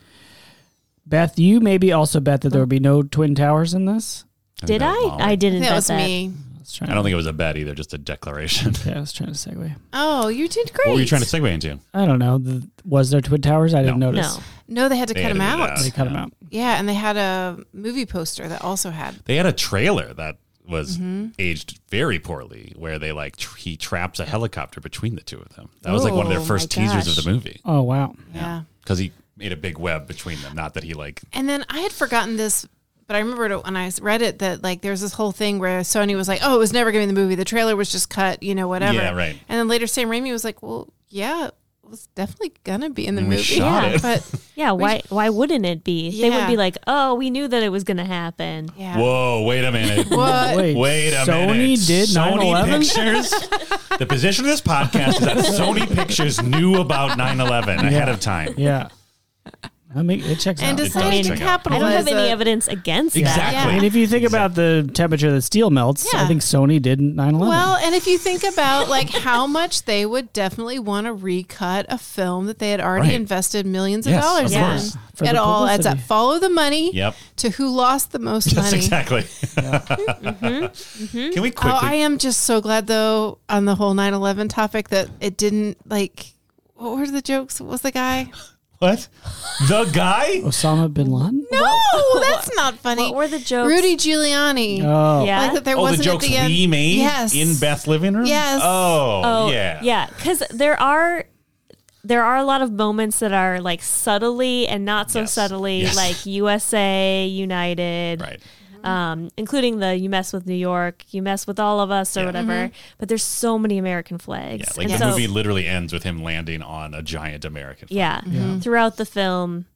S4: Beth, you maybe also bet that there would be no Twin Towers in this.
S6: Did I? I didn't
S5: That
S6: bet
S5: was
S6: that.
S5: me.
S4: Let's try.
S2: I don't think it was a bet either, just a declaration.
S4: Yeah, I was trying to segue.
S5: Oh, you did great.
S2: what were you trying to segue into?
S4: I don't know. The, was there Twin Towers? I didn't
S2: No.
S4: notice.
S6: No.
S5: No, they had to
S2: They
S5: cut him
S2: edited it
S5: out.
S2: out.
S4: They cut them out.
S5: Yeah, and they had a movie poster that also had.
S2: They had a trailer that was
S6: Mm-hmm.
S2: aged very poorly, where they like tr- he traps a helicopter between the two of them. That was like one of their
S6: Oh,
S2: first
S6: my
S2: teasers of
S6: gosh.
S2: the movie
S4: Oh wow.
S5: Yeah.
S2: because he made a big web between them. Not that he like
S5: And then I had forgotten this, but I remembered it when I read it that like there was this whole thing where Sony was like, "Oh, it was never going to be in the movie. The trailer was just cut. You know, whatever."
S2: Yeah, right.
S5: And then later, Sam Raimi was like, "Well, yeah." it Was definitely gonna be in the
S2: And we
S5: movie,
S2: shot
S6: it.
S5: but
S6: Yeah, why why wouldn't it be? They would
S5: Yeah.
S6: be like, "Oh, we knew that it was going to happen."
S5: yeah,
S2: whoa, wait a minute.
S5: What?
S4: Wait.
S2: Wait a minute.
S4: Sony did
S2: Sony
S4: 9/11?
S2: Pictures. the position of this podcast is that Sony Pictures knew about 9/11 ahead of time.
S4: Yeah. I mean, it checks
S5: and
S4: out.
S2: does
S5: decided to
S2: check out.
S6: I
S5: capitalize.
S6: don't have any
S5: it.
S6: evidence against that.
S2: Exactly.
S4: I mean, if you think about the temperature that steel melts, I
S5: Yeah.
S4: think Sony did 9 11.
S5: Well, and if you think about like how much they would definitely want to recut a film that they had already
S2: Right.
S5: invested millions
S2: Yes,
S5: of
S2: of
S4: oh,
S5: dollars
S2: course.
S5: in,
S4: For
S5: it
S4: the
S5: all adds up.
S4: publicity.
S5: Follow the money
S2: Yep.
S5: to who lost the most
S2: Yes,
S5: money.
S2: exactly. Can we quickly?
S5: Mm-hmm. Oh, I am just so glad though on the whole 9/11 topic that it didn't like. What were the jokes? What was the guy?
S2: what? The guy?
S4: Osama bin Laden?
S5: No, that's not funny.
S6: Oh, What were the jokes?
S5: Rudy Giuliani.
S4: Oh.
S6: Yeah.
S5: Like that there
S2: oh, the
S5: wasn't
S2: jokes
S5: at the end.
S2: we made
S5: Yes.
S2: in Beth's living room.
S5: Yes.
S2: Oh,
S6: Oh,
S2: yeah.
S6: Yeah, cuz there are there are a lot of moments that are like subtly and not so
S2: Yes.
S6: subtly
S2: Yes.
S6: like USA United.
S2: Right.
S6: um, including the "You mess with New York, you mess with all of us" or
S2: Yeah.
S6: whatever. But there's so many American flags,
S2: Yeah. Like
S6: and
S2: the
S6: so
S2: movie literally ends with him landing on a giant American. flag.
S6: yeah. Throughout the film,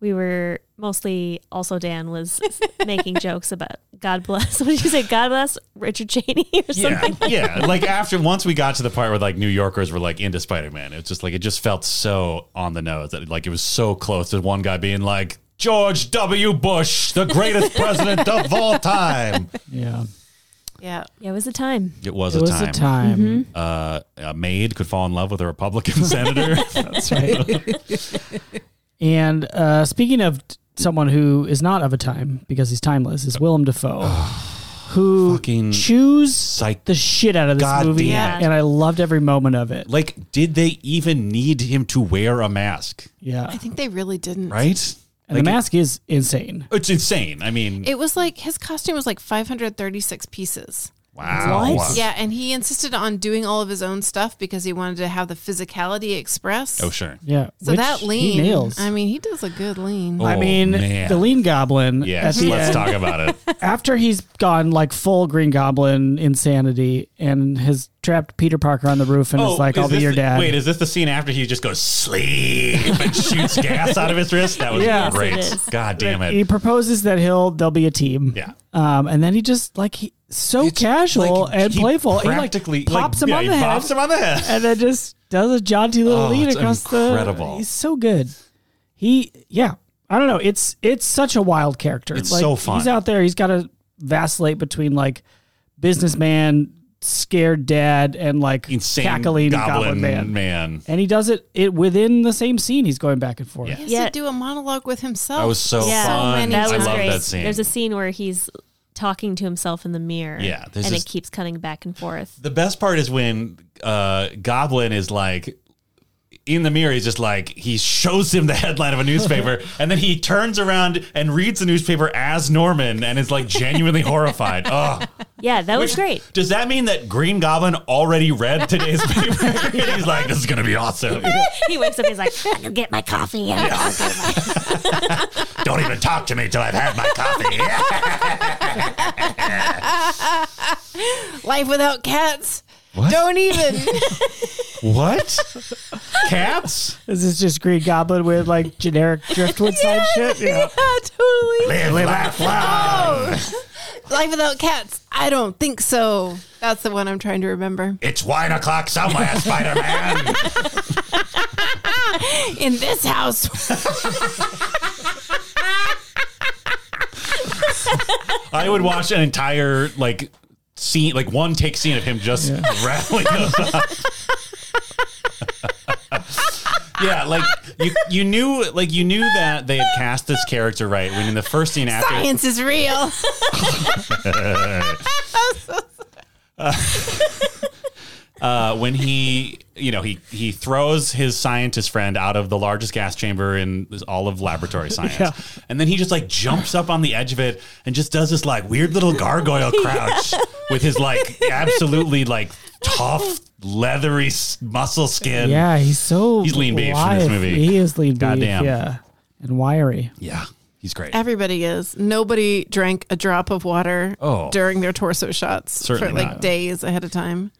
S6: we were mostly also Dan was making jokes about God bless. What did you say? God bless Richard Cheney or
S2: Yeah,
S6: something.
S2: yeah. Like after once we got to the part where like New Yorkers were like into Spider Man, it's just like it just felt so on the nose that like it was so close to one guy being like George W. Bush, the greatest president of all time.
S4: Yeah.
S5: Yeah.
S6: Yeah, it was a time.
S2: It was,
S4: It
S2: a,
S4: was
S2: time.
S4: a time.
S2: Uh, a maid could fall in love with a Republican senator.
S4: That's right.
S5: Mm-hmm.
S4: and uh, speaking of t- someone who is not of a time because he's timeless, is Willem Dafoe, who
S2: Fucking
S4: chews
S2: psych-
S4: the shit out of this
S2: God
S4: movie,
S2: damn
S6: it.
S4: and I loved every moment of it.
S2: like, did they even need him to wear a mask?
S4: Yeah,
S5: I think they really didn't.
S2: Right?
S4: and the mask is insane.
S2: It's insane. I mean,
S5: It was like his costume was like 536 pieces.
S2: Wow.
S4: What?
S5: Yeah, and he insisted on doing all of his own stuff because he wanted to have the physicality express.
S2: Oh, sure.
S4: Yeah.
S5: So
S4: which
S5: that lean,
S4: he nails.
S5: I mean, he does a good lean.
S4: I
S2: Oh,
S4: mean,
S2: man.
S4: the Lean Goblin. at
S2: Yes,
S4: the
S2: let's
S4: end,
S2: talk about it.
S4: after he's gone like full Green Goblin insanity and has trapped Peter Parker on the roof and is like,
S2: Oh, is
S4: "I'll be
S2: this
S4: your
S2: the-
S4: dad."
S2: Wait, is this the scene after he just goes sleep and shoots gas out of his wrist? That was
S4: Yes,
S2: great.
S6: it is.
S2: God damn
S4: He
S2: it.
S4: proposes that he'll they'll be a team.
S2: Yeah.
S4: Um, and then he just like he so casual
S2: Like,
S4: and
S2: he
S4: playful.
S2: Practically
S4: he like pops him
S2: like, yeah,
S4: on
S2: he
S4: the head
S2: Pops him on the head.
S4: and then just does a jaunty little
S2: Oh,
S4: lead
S2: it's
S4: across the.
S2: incredible.
S4: He's so good. He yeah. I don't know. It's it's such a wild character.
S2: It's
S4: like,
S2: so fun.
S4: He's out there. He's got to vacillate between like businessman, scared dad, and like
S2: Insane
S4: cackling
S2: goblin,
S4: man.
S2: man.
S4: And he does it it within the same scene. He's going back and forth.
S2: Yeah.
S5: He has
S6: Yeah.
S5: to do a monologue with himself.
S2: That was so
S6: Yeah. So
S2: fun.
S5: many
S6: That
S2: I
S6: was
S2: love
S6: great.
S2: that scene.
S6: There's a scene where he's talking to himself in the mirror.
S2: Yeah,
S6: And
S2: there's this-
S6: it keeps cutting back and forth.
S2: the best part is when uh, Goblin is like in the mirror. He's just like he shows him the headline of a newspaper, and then he turns around and reads the newspaper as Norman, and is like genuinely horrified. Oh,
S6: Yeah, that was great.
S2: does that mean that Green Goblin already read today's paper? and he's like, "This is gonna be awesome."
S6: He wakes up, he's like, I'm gonna get my coffee. Yeah.
S2: Don't even talk to me till I've had my coffee.
S5: Life without cats. Don't even.
S2: what? Cats?
S4: Is this just Green Goblin with like generic driftwood side shit? Yeah.
S5: totally. Oh.
S2: Live, laugh, love.
S5: Life without cats. I don't think so. That's the one I'm trying to remember.
S2: It's wine o'clock somewhere, Spider Man.
S5: In this house.
S2: I would watch an entire like scene, like one take scene of him just rattling those up. yeah, like you, you knew, like you knew that they had cast this character right when in the first scene after.
S5: Science is real.
S2: uh, when he you know he he throws his scientist friend out of the largest gas chamber in this- all of laboratory science
S4: Yeah.
S2: and then he just like jumps up on the edge of it and just does this like weird little gargoyle crouch with his like absolutely like tough leathery s- muscle skin
S4: Yeah, he's so
S2: He's lean beef in this
S4: lithe.
S2: movie.
S4: He is lean beef.
S2: Goddamn.
S4: Yeah, and wiry.
S2: Yeah, he's great
S5: Everybody is. Nobody drank a drop of water
S2: Oh.
S5: during their torso shots
S2: Certainly
S5: for like
S2: not.
S5: days ahead of time.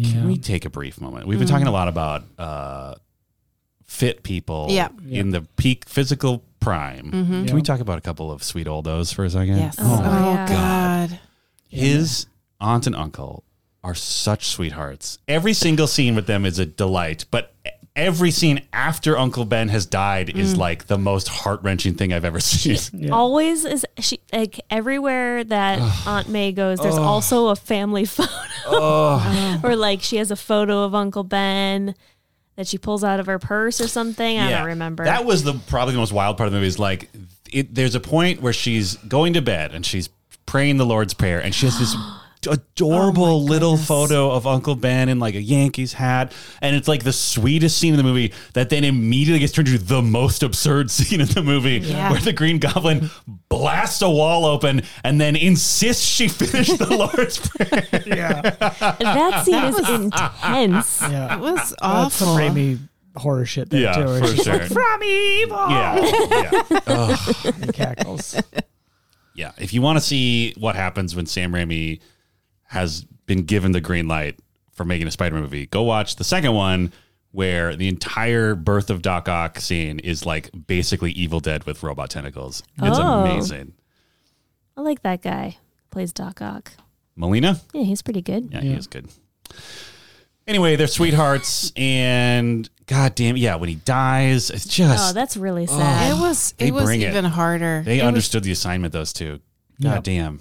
S2: Can we take a brief moment? We've been talking a lot about uh, fit people
S5: Yeah.
S2: in the peak physical prime. Can
S4: Mm-hmm. Yeah.
S2: we talk about a couple of sweet oldos for a second?
S5: Yes.
S6: Oh, yeah.
S5: God.
S2: His aunt and uncle are such sweethearts. Every single scene with them is a delight, but every scene after Uncle Ben has died is like the most heart wrenching thing I've ever seen.
S4: Yeah.
S6: Always is she like everywhere that Aunt May goes, there's also a family photo. or like she has a photo of Uncle Ben that she pulls out of her purse or something. I don't remember.
S2: That was the probably the most wild part of the movie. Is like, it, there's a point where she's going to bed and she's praying the Lord's prayer, and she has this
S4: Oh
S2: adorable little photo of Uncle Ben in like a Yankees hat, and it's like the sweetest scene in the movie. That then immediately gets turned into the most absurd scene in the movie,
S5: Yeah.
S2: where the Green Goblin blasts a wall open and then insists she finish the Lord's prayer.
S4: Yeah,
S6: that scene is intense.
S4: yeah.
S5: It was
S4: That's some
S5: awful.
S4: Raimi horror shit there
S2: Yeah,
S4: too. where
S2: for
S4: she's
S2: sure.
S4: like, From evil.
S2: yeah. yeah.
S4: And cackles.
S2: Yeah, if you want to see what happens when Sam Raimi has been given the green light for making a Spider-Man movie, go watch the second one where the entire birth of Doc Ock scene is like basically Evil Dead with robot tentacles. It's
S6: Oh.
S2: amazing.
S6: I like that guy. Plays Doc Ock.
S2: Melina?
S6: Yeah, he's pretty good.
S2: Yeah, he is good. Anyway, they're sweethearts and goddamn, yeah, when he dies, it's
S6: Oh,
S2: just
S6: that's really sad.
S5: It was
S2: They
S5: it was
S2: bring it.
S5: even harder.
S2: they
S5: It was-
S2: understood the assignment those two. Goddamn.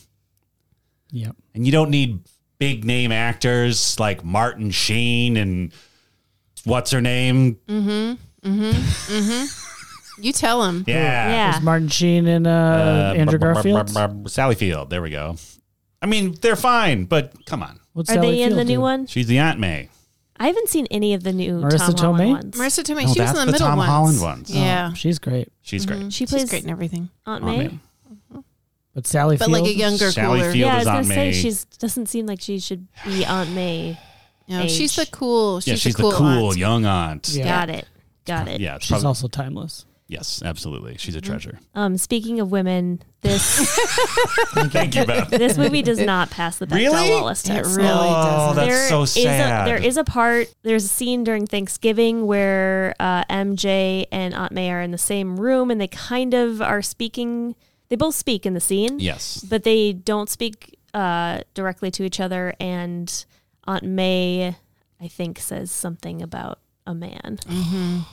S4: yep.
S2: and you don't need big name actors like Martin Sheen and what's her name?
S5: you tell him.
S2: Yeah,
S6: yeah.
S4: There's Martin Sheen and uh,
S2: Uh,
S4: Andrew
S2: br- br- br-
S4: Garfield.
S2: br- br- Sally Field. There we go. I mean, they're fine, but come on,
S4: What's
S6: Are
S4: Sally
S6: they in the
S4: Field
S6: new
S4: do?
S6: one?
S2: she's the Aunt May.
S6: I haven't seen any of the new
S4: Marissa
S6: Tom Holland
S4: Tomei?
S6: ones.
S5: Marissa Tomei,
S2: No,
S5: she was
S2: that's
S5: in the,
S2: the
S5: middle
S2: Tom
S5: ones.
S2: Holland ones.
S5: Yeah.
S4: Oh, She's
S5: Mm-hmm.
S4: great.
S2: She's great.
S6: she
S5: She's
S6: plays
S5: great in everything.
S2: Aunt
S6: Aunt May.
S2: May.
S4: But But Sally
S5: But
S4: Field,
S5: like a younger,
S2: Sally
S5: cooler.
S2: Field.
S6: yeah,
S2: is
S6: I was gonna
S2: Aunt May.
S6: say she's doesn't seem like she should be Aunt May.
S5: No, she's the
S6: Age.
S5: cool. She's,
S2: yeah, she's
S5: the cool.
S2: the cool
S5: aunt.
S2: young aunt.
S4: Yeah.
S6: Got it. Got it.
S2: Yeah, it's
S4: she's
S2: prob-
S4: also timeless.
S2: yes, absolutely. She's a treasure.
S6: Um, speaking of women, this
S2: Thank you, Beth.
S6: this movie does not pass the Bechdel
S2: Really?
S6: Wallace
S5: It
S6: test.
S5: really
S2: Oh,
S5: doesn't.
S2: that's
S6: There
S2: so
S6: is a-
S2: sad.
S6: there is a part. There's a scene during Thanksgiving where uh, MJ and Aunt May are in the same room, and they kind of are speaking. They both speak in the scene.
S2: yes.
S6: but they don't speak uh, directly to each other. And Aunt May, I think, says something about a man. I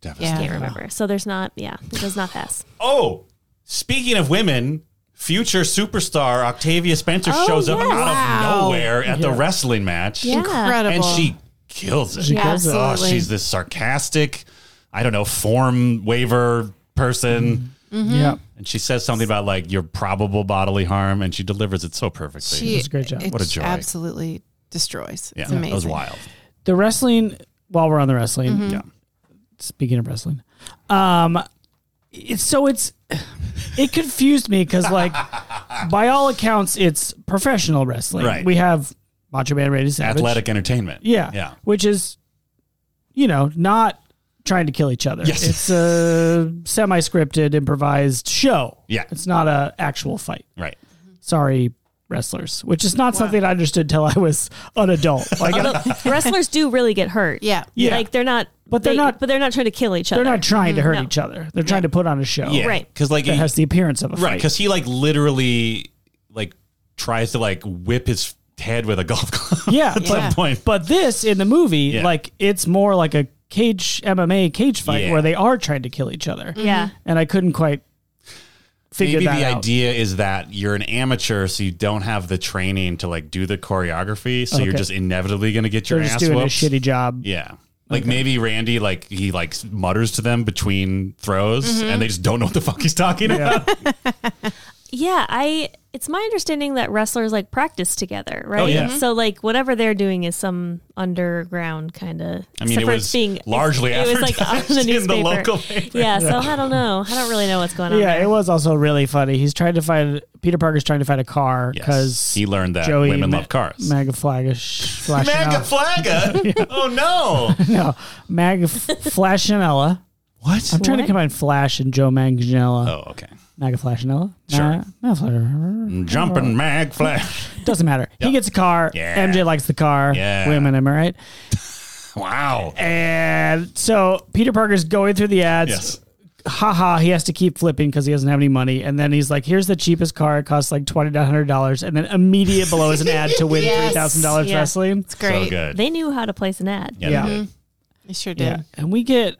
S2: Devastating.
S6: can't remember. So there's not. Yeah, it does not pass.
S2: Oh, speaking of women, future superstar Octavia Spencer
S6: Oh,
S2: shows up
S6: yes.
S2: out
S5: Wow.
S2: of nowhere at the
S4: Yeah.
S2: wrestling match.
S6: Yeah.
S5: Incredible.
S2: And she kills it.
S4: She
S5: Yeah,
S4: kills it.
S2: Oh,
S5: absolutely.
S2: she's this sarcastic, I don't know, form waiver person.
S4: Mm-hmm.
S6: Mm-hmm.
S4: Yeah.
S2: And she says something about like your probable bodily harm, and she delivers it so perfectly.
S5: she
S4: does a great job.
S5: it
S2: What a joy.
S5: Absolutely destroys.
S2: yeah,
S5: it's amazing.
S2: that was wild.
S4: The wrestling, while we're on the wrestling,
S6: Mm-hmm.
S2: Yeah.
S4: speaking of wrestling, um, it's so it's it confused me because like by all accounts it's professional wrestling.
S2: Right.
S4: We have Macho Man Randy Savage,
S2: Athletic entertainment.
S4: yeah,
S2: Yeah.
S4: which is you know not trying to kill each other.
S2: Yes.
S4: It's a semi-scripted, improvised show.
S2: Yeah.
S4: it's not a actual fight.
S2: Right.
S4: Sorry. Wrestlers, which is not something I understood till I was an adult. Like,
S6: Although wrestlers do really get hurt.
S5: Yeah.
S4: Yeah.
S6: like they're not.
S4: But they're
S6: they-
S4: not-
S6: But they're not trying to kill each other.
S4: They're not trying to hurt
S6: no.
S4: each other. They're trying to put on a show
S2: Yeah.
S6: Right.
S2: Because like
S4: Oh. that
S2: he-
S4: has the appearance of a
S2: Right,
S4: fight.
S2: because he like literally like tries to like whip his head with a golf club.
S4: Yeah,
S2: at
S5: Yeah.
S2: some point.
S4: But this in the movie,
S2: Yeah.
S4: like it's more like a cage MMA cage fight
S2: Yeah.
S4: where they are trying to kill each other.
S6: Yeah.
S4: And I couldn't quite figure
S2: Maybe
S4: that
S2: the
S4: out.
S2: idea is that you're an amateur, so you don't have the training to like do the choreography, so you're
S4: Okay.
S2: just inevitably gonna get your
S4: They're just
S2: ass
S4: doing
S2: whooped.
S4: a shitty job.
S2: Yeah. Like maybe Randy like he like mutters to them between throws
S5: Mm-hmm.
S2: and they just don't know what the fuck he's talking about.
S6: Yeah, I it's my understanding that wrestlers like practice together, right?
S2: Oh, yeah.
S6: So like whatever they're doing is some underground kind of.
S2: I mean, it was largely advertised in the local paper.
S6: Yeah, so I don't know. I don't really know what's going on.
S4: Yeah,
S6: there.
S4: it was also really funny. He's trying to find Peter Parker's trying to find a car
S2: Yes.
S4: because
S2: He learned that
S4: Joey
S2: women
S4: Ma-
S2: love cars.
S4: Maga Flagish flashing
S2: Maga
S4: out.
S2: Flaga? oh no.
S4: No, Mag Flashinella.
S2: What?
S4: I'm trying to combine Flash and Joe Manganiello.
S2: oh, okay.
S4: Maga Flashinella.
S2: Sure.
S4: Mag Flash- Oh.
S2: Jumping mag flash.
S4: Doesn't matter.
S2: Mm. Yeah.
S4: He gets a car.
S2: Yeah.
S4: MJ likes the car.
S2: Yeah.
S4: Women, am I right?
S2: Wow.
S4: And so Peter Parker's going through the ads.
S2: Yes.
S4: Ha ha, he has to keep flipping because he doesn't have any money. And then he's like, here's the cheapest car. It costs like $2,900. And then immediate below is an ad to win
S5: Yes.
S4: $3,000
S6: Yeah.
S4: wrestling.
S5: It's great. Mm-hmm.
S2: So good.
S6: They knew how to place an ad.
S2: yeah.
S4: Yeah.
S2: they did.
S5: It sure did.
S4: Yeah. And we get,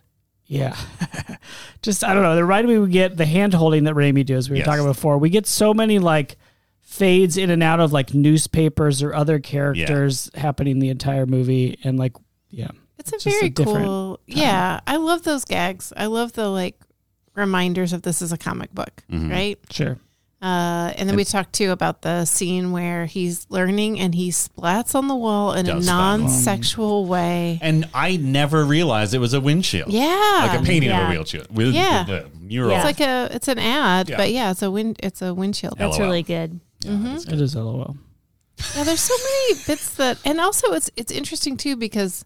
S4: yeah. Just, I don't know. The right we get the hand holding that Raimi does, we were
S2: Yes.
S4: talking about before. We get so many like fades in and out of like newspapers or other characters happening the entire movie. And like, yeah.
S5: It's a
S4: Just a
S5: very
S4: different
S5: cool. Yeah, I love those gags. I love the like reminders of this is a comic book,
S2: Mm-hmm.
S5: right?
S4: Sure.
S5: Uh, and then we talked too about the scene where he's learning and he splats on the wall in a
S2: Does splat on the wall.
S5: non-sexual way.
S2: And I never realized it was a windshield.
S5: Yeah,
S2: Like a painting of a
S6: Yeah.
S2: windshield. With
S5: Yeah.
S2: the mural.
S6: Yeah.
S5: It's like a it's an ad,
S2: Yeah.
S5: but yeah, it's a wind it's a windshield.
S2: Yeah.
S6: That's
S2: LOL.
S6: really good.
S4: It is LOL.
S5: Yeah, there's so many bits that, and also it's it's interesting too because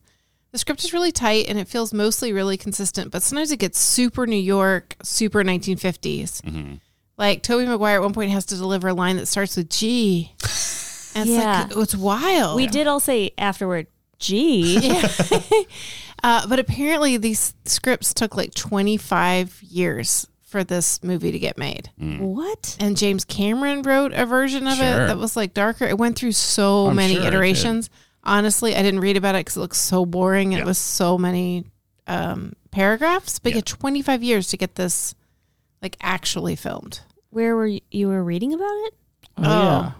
S5: the script is really tight and it feels mostly really consistent, but sometimes it gets super New York, super 1950s. Like Toby Maguire at one point has to deliver a line that starts with G, and it's like oh, it's wild.
S6: We did all say afterward, gee.
S5: uh, but apparently these scripts took like 25 years for this movie to get made,
S2: Mm.
S6: What?
S5: and James Cameron wrote a version of
S2: Sure.
S5: it that was like darker. It went through so
S2: I'm
S5: many
S2: sure it did.
S5: iterations. Honestly, I didn't read about it because it looks so boring. and
S2: Yeah.
S5: It was so many um, paragraphs, but
S2: Yeah.
S5: yeah, 25 years to get this like actually filmed.
S6: Where were you, you were reading about it?
S4: Oh, yeah.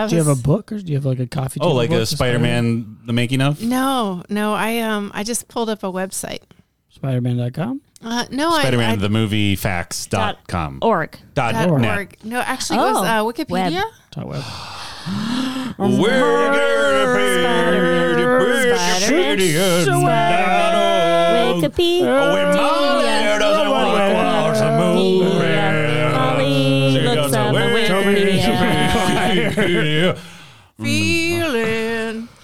S5: yeah. I
S4: Do you have
S5: was-
S4: a book or do you have like a coffee?
S2: Oh,
S4: table
S2: like
S4: book
S2: a
S4: or
S2: Spider Man, the making of?
S5: no, no. I um, I just pulled up a website.
S4: Spider-Man? Spider-Man.com?
S5: Uh, no,
S2: Spider
S5: I, I
S2: Man, the movie facts.com.
S6: Org.
S2: Dot
S5: dot
S2: net.
S5: org. No, actually, it was
S6: Oh,
S5: uh, Wikipedia.
S6: web.
S4: Dot web.
S2: We're
S6: Spider-Man.
S2: Oh,
S6: Wikipedia.
S2: doesn't
S6: Wikipedia.
S2: want to watch a movie.
S6: Molly
S2: She
S6: looks
S2: goes,
S6: up
S2: "Where
S5: Feeling.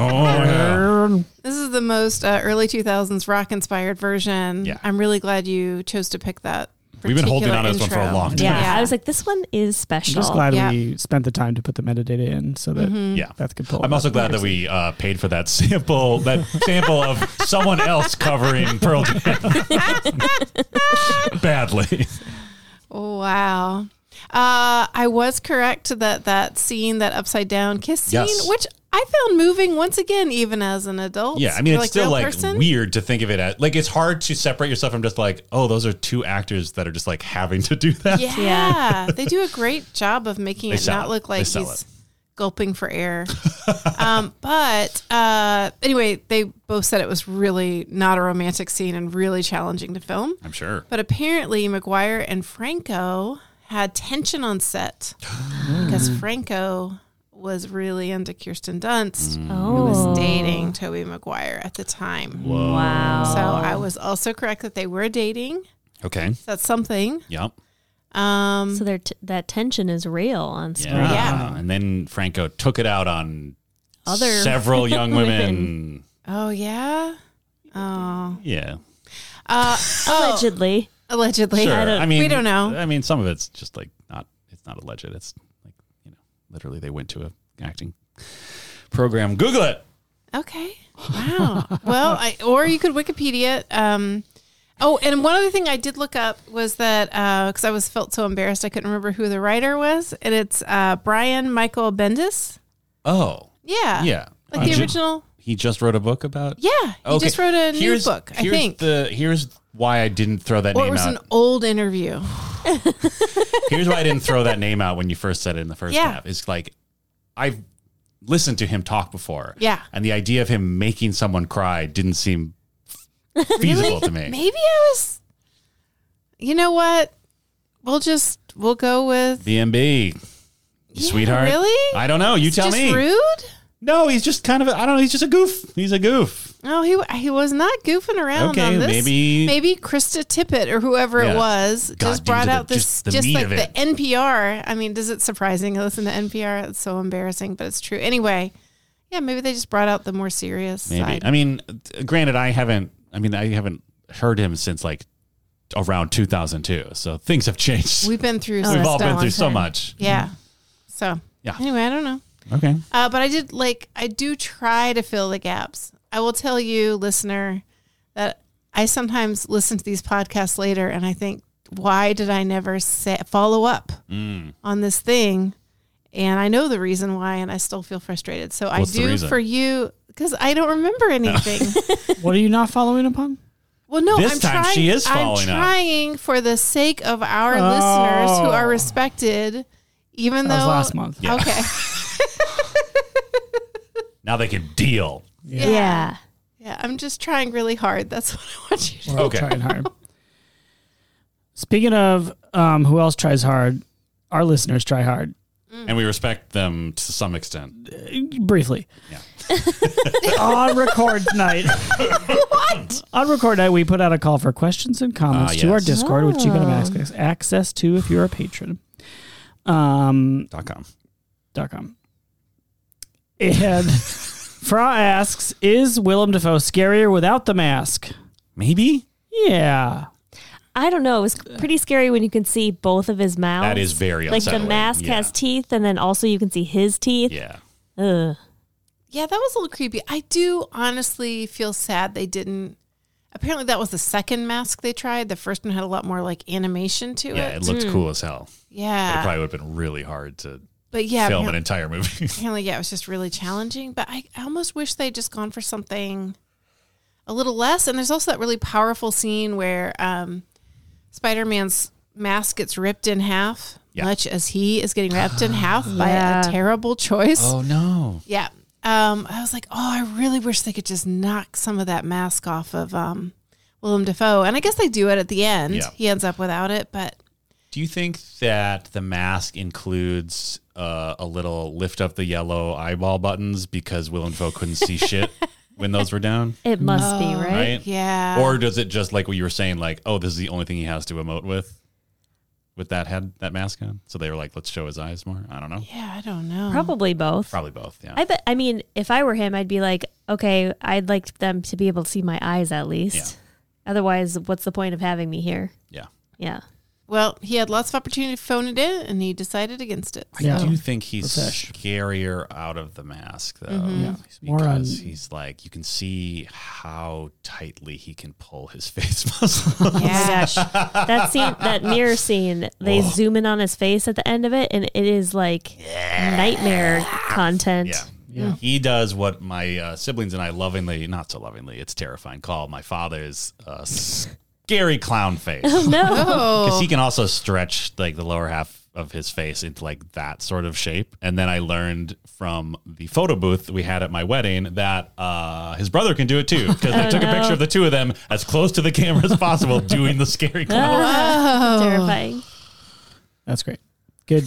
S2: Oh,
S5: This is the most uh, early 2000s rock inspired version.
S2: Yeah.
S5: I'm really glad you chose to pick that.
S2: We've been holding
S5: particular
S2: on to this one for a
S5: intro.
S2: long time.
S6: Yeah. I was like, this one is special.
S4: I'm just glad
S5: Yeah.
S4: we spent the time to put the metadata in so that
S2: Yeah.
S4: Beth could pull. it
S2: I'm also
S4: up.
S2: glad that we uh, paid for that sample, that sample of someone else covering Pearl Jam badly.
S5: Oh, Wow. Uh, I was correct that that scene, that upside down kiss scene,
S2: Yes.
S5: which I found moving once again, even as an adult.
S2: Yeah, I mean,
S5: You're
S2: it's still
S5: "Real
S2: like
S5: person?"
S2: weird to think of it as like it's hard to separate yourself from just like, oh, those are two actors that are just like having to do that.
S5: Yeah, they do a great job of making
S2: They
S5: it
S2: sell
S5: not
S2: it.
S5: look
S2: They
S5: like
S2: sell
S5: he's gulping for air. um, but uh, anyway, they both said it was really not a romantic scene and really challenging to film.
S2: I'm sure.
S5: But apparently, McGuire and Franco had tension on set because Franco was really into Kirsten Dunst, who
S6: Oh,
S5: was dating Toby McGuire at the time.
S6: wow.
S5: So I was also correct that they were dating.
S2: Okay.
S5: That's something.
S2: Yep.
S5: Um,
S6: So there, t- that tension is real on screen.
S2: Yeah.
S5: Yeah.
S2: And then Franco took it out on
S6: Other
S2: several young women.
S5: oh yeah. Oh,
S2: Yeah.
S5: uh, oh,
S6: Allegedly.
S5: allegedly.
S2: Sure. I, mean,
S5: we don't know.
S2: I mean, some of it's just like not. It's not alleged. It's like you know, literally they went to a acting program. Google it.
S5: Okay. Wow. well, I, or you could Wikipedia. it. Um, oh, and one other thing I did look up was that because I was felt so embarrassed I couldn't remember who the writer was, and it's uh, Brian Michael Bendis.
S2: Oh,
S5: Yeah.
S2: yeah.
S5: Uh, Like the
S2: He ju-
S5: original.
S2: He just wrote a book about.
S5: Yeah. He
S2: Okay.
S5: just wrote a
S2: Here's-
S5: new book, I
S2: here's
S5: think.
S2: The here's why I didn't throw that
S5: or it
S2: name
S5: was
S2: out.
S5: an old interview.
S2: here's why I didn't throw that name out when you first said it in the first
S5: Yeah.
S2: half. It's like I've listened to him talk before.
S5: Yeah.
S2: And the idea of him making someone cry didn't seem feasible to me.
S5: Maybe I was. You know what? We'll just we'll go with
S2: BMB.
S5: Yeah,
S2: sweetheart.
S5: really?
S2: I don't know. You tell
S5: just
S2: me.
S5: rude.
S2: No, he's just kind of a, I don't know, he's just a goof. He's a goof.
S5: No, he he was not goofing around
S2: Okay,
S5: on this.
S2: maybe-
S5: maybe Krista Tippett or whoever
S2: Yeah.
S5: it was
S2: God,
S5: just brought
S2: these are the-
S5: out this
S2: just
S5: just,
S2: the meat
S5: like
S2: of
S5: the
S2: it.
S5: NPR. I mean, does it surprising to listen to NPR? It's so embarrassing, but it's true. Anyway, yeah, maybe they just brought out the more serious
S2: Maybe.
S5: side.
S2: I mean, granted I haven't I mean, I haven't heard him since like around 2002. So things have changed.
S5: We've been through.
S6: Oh,
S5: some
S2: We've all
S5: stuff
S2: been
S5: on
S2: through so
S5: time.
S2: much.
S5: Yeah. So
S2: Yeah.
S5: Anyway, I don't know.
S2: Okay.
S5: Uh, but I did like I do try to fill the gaps. I will tell you, listener, that I sometimes listen to these podcasts later and I think, why did I never say, follow up
S2: Mm.
S5: on this thing? And I know the reason why, and I still feel frustrated. So
S2: What's the
S5: I do
S2: reason?
S5: for you because I don't remember anything.
S4: What are you not following up on?
S5: well, no,
S2: This
S5: I'm
S2: time
S5: trying,
S2: she is
S5: I'm
S2: following up.
S5: trying for the sake of our listeners who are respected, even
S4: Oh. That was
S5: though
S4: last month.
S5: Okay,
S2: Now they can deal.
S6: Yeah.
S5: yeah, I'm just trying really hard. That's what I want you to.
S4: We're all
S2: Okay.
S4: trying hard. Speaking of um, who else tries hard, our listeners try hard.
S5: Mm.
S2: And we respect them to some extent.
S4: Uh, briefly. on record night. what? On record night, we put out a call for questions and comments
S2: Ah,
S4: to our
S2: yes.
S4: Discord, which you can
S6: Oh.
S4: have access, access to if you're a patron. Um,
S2: Dot com.
S4: dot com. And Fra asks, is Willem Dafoe scarier without the mask?
S2: Maybe?
S4: Yeah.
S6: I don't know. It was pretty scary when you can see both of his mouths.
S2: That is very
S6: like the
S2: unsettling.
S6: mask
S2: Yeah.
S6: has teeth, and then also you can see his teeth.
S2: Yeah.
S6: Ugh.
S5: Yeah, that was a little creepy. I do honestly feel sad they didn't. Apparently, that was the second mask they tried. The first one had a lot more like animation to
S2: Yeah,
S5: it.
S2: it looked cool as hell. But it
S5: Mm. yeah,
S2: probably would have been really hard to
S5: but yeah,
S2: film an
S5: apparently,
S2: entire movie.
S5: apparently, yeah, it was just really challenging. But I, I almost wish they'd just gone for something a little less. And there's also that really powerful scene where um, Spider-Man's mask gets ripped in half,
S2: Yeah.
S5: much as he is getting ripped in half by
S6: Yeah.
S5: a terrible choice.
S2: Oh, no.
S5: Yeah. Um, I was like, oh, I really wish they could just knock some of that mask off of um, Willem Dafoe. And I guess they do it at the end.
S2: Yeah.
S5: He ends up without it, but
S2: Do you think that the mask includes uh, a little lift up the yellow eyeball buttons because Will and Foe couldn't see shit when those were down?
S6: It must be right.
S2: Right?
S5: yeah.
S2: oh, Or does it just like what you were saying, like, oh, this is the only thing he has to emote with? with that head, that mask on? So they were like, let's show his eyes more. I don't know.
S5: Yeah, I don't know.
S6: Probably both.
S2: Probably both. Yeah.
S6: I bet. I mean, if I were him, I'd be like, okay, I'd like them to be able to see my eyes at least. Otherwise, what's the point of having me here?
S2: yeah.
S6: Yeah.
S5: Well, he had lots of opportunity to phone it in, and he decided against it.
S2: I
S4: Yeah.
S2: do think he's
S4: Possession.
S2: scarier out of the mask, though, because
S4: more on-
S2: he's like you can see how tightly he can pull his face muscle.
S5: Yeah.
S6: gosh. that scene, that mirror scene, they zoom in on his face at the end of it, and it is like nightmare content.
S2: yeah. He does what my uh, siblings and I lovingly, not so lovingly, it's terrifying, call my father's uh, scary clown face. Because
S6: No,
S5: Oh,
S2: he can also stretch like the lower half of his face into like that sort of shape. And then I learned from the photo booth we had at my wedding that uh, his brother can do it too. Because they took a picture of the two of them as close to the camera as possible doing the scary clown.
S6: Ah. terrifying.
S4: That's great. Good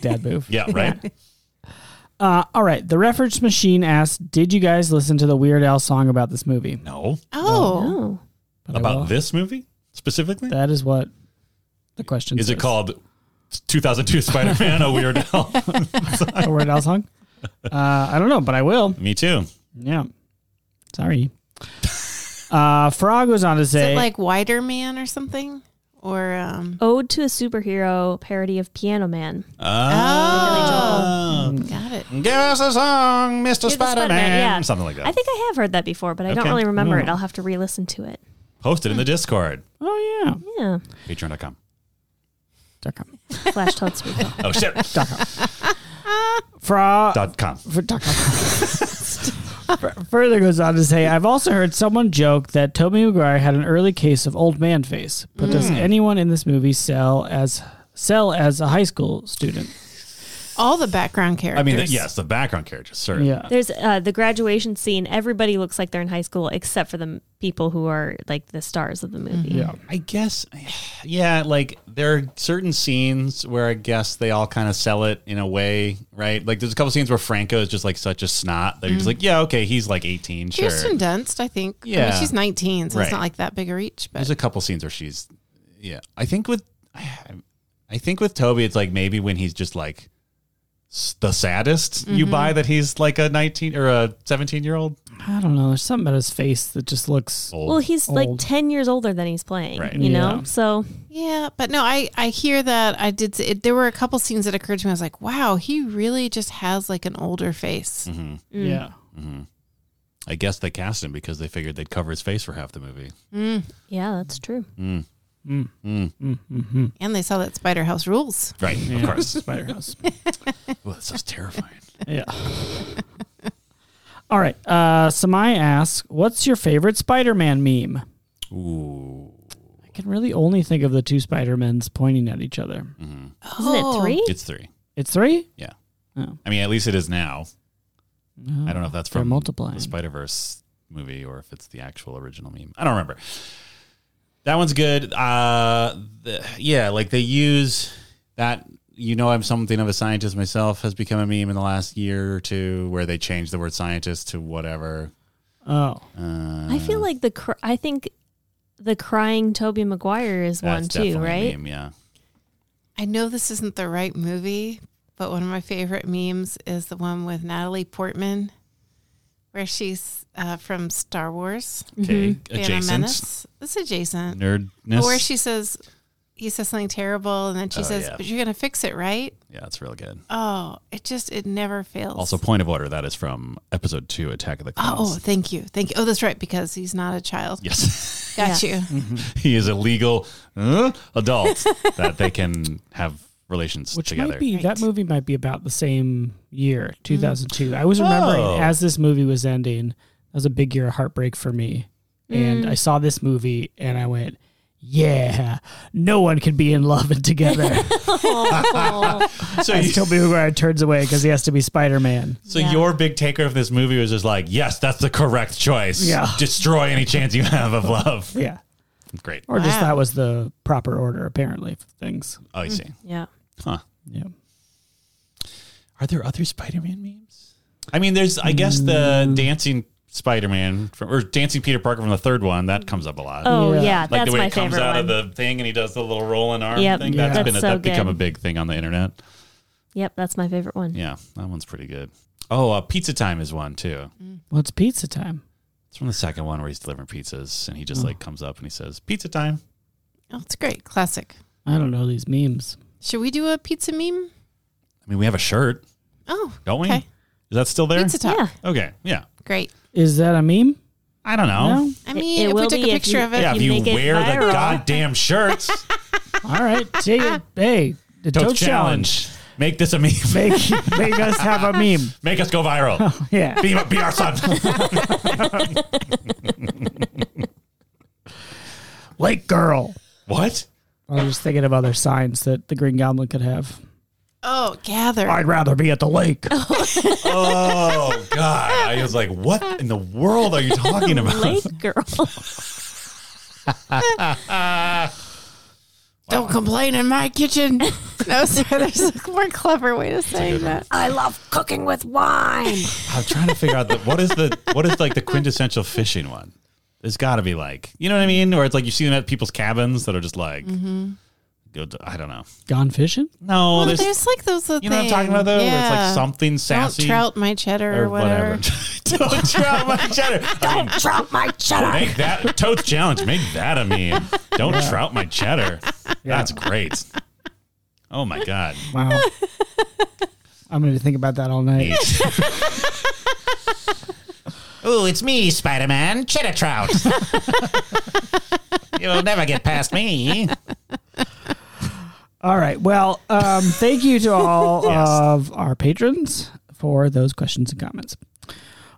S4: dad move.
S2: Yeah, right?
S4: Uh, all right. The reference machine asked, "Did you guys listen to the Weird Al song about this movie?"
S2: No.
S5: oh,
S6: Oh,
S4: But I will.
S2: About this movie specifically?
S4: That is what the question
S2: Is it
S4: says.
S2: called 2002 Spider Man A Weird Al?
S4: the Weird Al song? Uh, I don't know, but I will.
S2: Me too.
S4: Yeah. Sorry. Uh, Frog goes on to
S5: is
S4: say,
S5: it like Wider Man or something? Or um,
S6: Ode to a Superhero parody of Piano Man.
S2: Oh.
S5: got it.
S2: Give us a song, Mr.
S6: You're the
S2: Spider Man.
S6: yeah.
S2: Something like that.
S6: I think I have heard that before, but I don't
S2: Okay.
S6: really remember it. I'll have to re-listen to it.
S2: Post it in the Discord.
S4: "Oh yeah."
S6: Yeah,
S2: Patreon.com.
S4: Dot com.
S6: Flash Totes Recall.
S2: Oh, shit.
S4: Frog.
S2: Dot com.
S4: For, dot com. Fur- Further goes on to say, I've also heard someone joke that Toby McGuire had an early case of old man face. But does anyone in this movie sell as sell as a high school student?
S5: All the background characters.
S2: I mean, yes, the background characters, certainly.
S4: Yeah.
S6: There's uh, the graduation scene. Everybody looks like they're in high school except for the m- people who are like the stars of the movie.
S4: Yeah.
S2: I guess, yeah, like there are certain scenes where I guess they all kind of sell it in a way, right? Like there's a couple scenes where Franco is just like such a snot that
S6: Mm.
S2: you're just like, yeah, okay, he's like 18, sure.
S5: Kirsten Dunst, I think. I mean,
S2: Yeah.
S5: she's 19, so
S2: Right.
S5: it's not like that big a reach. But
S2: There's a couple scenes where she's, yeah. I think with, I think with Toby, it's like maybe when he's just like s- the saddest you buy that he's like a 19 or a 17 year old.
S4: I don't know. There's something about his face that just looks.
S2: Old.
S6: Well, he's like
S4: Old.
S6: 10 years older than he's playing,
S2: Right.
S6: you know?
S4: Yeah.
S6: So
S5: yeah, but no, I I hear that. I did. s- It, there were a couple scenes that occurred to me. I was like, wow, he really just has like an older face.
S2: Mm-hmm.
S4: Yeah.
S2: I guess they cast him because they figured they'd cover his face for half the movie.
S6: Yeah, that's true.
S5: And they saw that Spider House rules.
S2: Right, of course.
S4: Spider House.
S2: Well, that sounds terrifying.
S4: yeah. All right. Uh, Samai asks, "What's your favorite Spider-Man meme?"
S2: Ooh,
S4: I can really only think of the two Spider-Mens pointing at each other.
S2: Hmm.
S6: Isn't it three?
S2: it's three.
S4: It's three.
S2: Yeah.
S4: Oh.
S2: I mean, at least it is now. I don't know if that's
S4: They're
S2: from
S4: multiplying.
S2: the Spider Verse movie or if it's the actual original meme. I don't remember. That one's good. Uh, the, yeah, like they use that. You know, I'm something of a scientist myself. Has become a meme in the last year or two, where they changed the word scientist to whatever.
S4: Oh.
S2: Uh,
S6: I feel like the cr- I think the crying Toby Maguire is one
S2: that's
S6: too,
S2: definitely a
S6: right?
S2: meme, yeah.
S5: I know this isn't the right movie, but one of my favorite memes is the one with Natalie Portman, where she's uh, from Star Wars,
S2: Okay,
S5: Mm-hmm. Phantom
S2: adjacent
S5: Menace. It's adjacent.
S2: nerdness.
S5: Or she says, he says something terrible, and then she
S2: Oh,
S5: says,
S2: yeah.
S5: "But you're gonna fix it, right?"
S2: yeah, that's real good.
S5: Oh, it just it never fails.
S2: Also, point of order, that is from episode two, Attack of the
S5: oh,
S2: Clones.
S5: oh, thank you, thank you. Oh, that's right, because he's not a child.
S2: Yes,
S5: Got
S6: Mm-hmm.
S5: you.
S2: he is a legal uh, adult that they can have relations
S4: Which
S2: together.
S4: might be that movie might be about the same year, two thousand two. I was remembering
S2: Oh.
S4: as this movie was ending, that was a big year of heartbreak for me. And I saw this movie and I went, Yeah, no one can be in love and together.
S6: Oh,
S2: so,
S4: As
S2: you,
S4: Toby Maguire turns away because he has to be Spider Man.
S2: so your big taker of this movie was just like, yes, that's the correct choice.
S4: Yeah.
S2: Destroy any chance you have of love.
S4: Yeah.
S2: Great.
S4: Or
S5: Wow.
S4: just that was the proper order apparently for things.
S2: Oh, I see.
S6: Yeah.
S2: Huh.
S4: Yeah.
S2: Are there other Spider-Man memes? I mean, there's, I guess, the dancing Spider Man from or Dancing Peter Parker from the third one. That comes up a lot.
S6: Oh
S4: Yeah.
S6: yeah,
S4: Like
S2: like
S6: that's
S2: the way
S6: my
S2: it comes
S6: favorite
S2: out
S6: one.
S2: of the thing and he does the little rolling arm
S6: Yep.
S2: thing.
S4: Yeah.
S2: That's been
S6: That's
S2: a,
S6: so
S2: that's become a
S6: good.
S2: big thing on the internet.
S6: yep, that's my favorite one.
S2: Yeah, that one's pretty good. Oh, uh, Pizza Time is one too.
S4: Well, it's pizza time.
S2: It's from the second one where he's delivering pizzas and he just like comes up and he says, "Pizza time."
S5: Oh, it's great. Classic.
S4: I don't know these memes.
S5: Should we do a pizza meme?
S2: I mean, we have a shirt,
S5: Oh,
S2: don't we?
S5: Okay.
S2: Is that still there?
S5: pizza time.
S6: Yeah.
S2: okay, yeah.
S5: Great.
S4: Is that a meme?
S2: I don't know.
S4: No.
S5: I
S6: It-
S5: mean,
S6: it
S5: if we
S6: will
S5: took a
S6: be if
S5: picture
S6: you-
S5: of it,
S2: yeah, if
S6: you
S2: you
S6: make it
S2: wear the
S6: viral.
S2: goddamn shirts,
S4: All right. See you. Hey, the
S2: Toast
S4: Toast challenge.
S2: challenge. Make this a meme.
S4: Make, make us have a meme.
S2: Make us go
S4: Oh.
S2: viral.
S4: Yeah.
S2: be, be our son.
S4: Lake girl.
S2: what?
S4: I was just thinking of other signs that the Green Goblin could have.
S5: oh, gather.
S4: I'd rather be at the lake.
S2: Oh God! I was like, "What in the world are you talking about?"
S6: Lake girl.
S5: Don't complain in my kitchen. no, sir. There's a more clever way to saying that.
S6: I love cooking with wine.
S2: I'm trying to figure out the, what is the what is like the quintessential fishing one. There's got to be like, you know what I mean? Or it's like you see them at people's cabins that are just like, go to, I don't know.
S4: Gone fishing?
S2: No,
S5: Mm-hmm. Well,
S2: there's,
S5: Oh, there's, like those.
S2: you know what I'm talking about though. Where It's like something
S5: Don't
S2: sassy
S5: trout my cheddar or whatever.
S2: don't trout my cheddar. Don't
S6: Drop my cheddar.
S2: make that toast challenge. Make that a meme. Don't trout my cheddar. That's great. Oh my god.
S4: Wow. I'm going to think about that all night.
S2: Ooh, it's me, Spider Man, Cheddar Trout. You'll never get past me.
S4: All right. Well, um, thank you to all
S2: Yes.
S4: of our patrons for those questions and comments.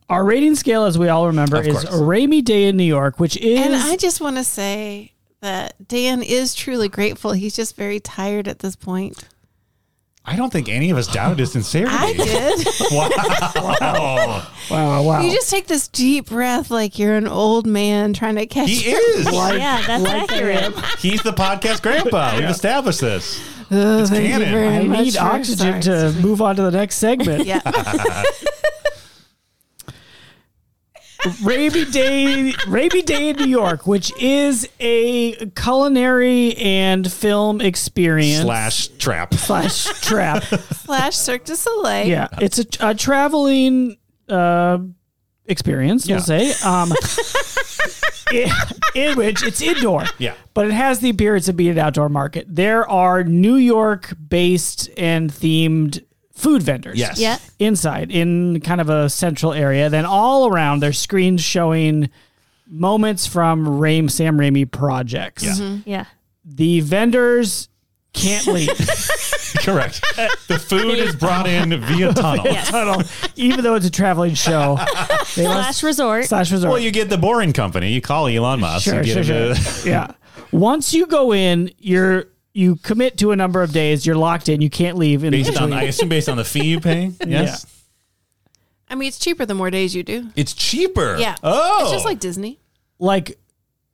S4: Our rating scale, as we all remember,
S2: Of
S4: is
S2: course.
S4: a rainy day in New York, which is
S5: And I just want to say that Dan is truly grateful. He's just very tired at this point.
S2: I don't think any of us doubted his sincerity.
S5: I did.
S2: Wow.
S4: wow, wow.
S5: you just take this deep breath like you're an old man trying to catch.
S2: He is.
S6: yeah, that's accurate.
S2: He's the podcast grandpa. We've established this.
S5: Oh, thank
S2: canon.
S5: you very
S4: I
S5: much
S4: need
S5: for-
S4: oxygen
S5: sorry.
S4: to move on to the next segment.
S5: Yeah.
S4: Rainy Day, Rainy Day in New York, which is a culinary and film experience
S2: Slash trap.
S4: slash trap.
S5: Slash Cirque du Soleil.
S4: Yeah, it's a, a traveling uh, experience. We'll say, um, in, in which it's indoor.
S2: Yeah.
S4: but it has the appearance of being an outdoor market. There are New York-based and themed food vendors.
S2: Yes.
S6: Yeah.
S4: inside in kind of a central area. Then all around there's screens showing moments from Raim Sam Raimi projects.
S2: Yeah.
S5: Mm-hmm.
S6: Yeah.
S4: The vendors can't leave.
S2: Correct. The food is brought in via tunnel.
S4: tunnel, even though it's a traveling show. They must-
S6: Slash resort.
S4: slash resort.
S2: Well, you get the boring company. You call Elon Musk.
S4: sure,
S2: you
S4: sure,
S2: get
S4: sure.
S2: him to-
S4: yeah. Once you go in, you're you commit to a number of days. You're locked in. You can't leave. And
S2: Based on,
S4: usually-
S2: I assume, based on the fee you pay. Yes.
S5: I mean, it's cheaper the more days you do.
S2: It's cheaper.
S5: Yeah.
S2: Oh.
S5: It's just like Disney.
S4: like,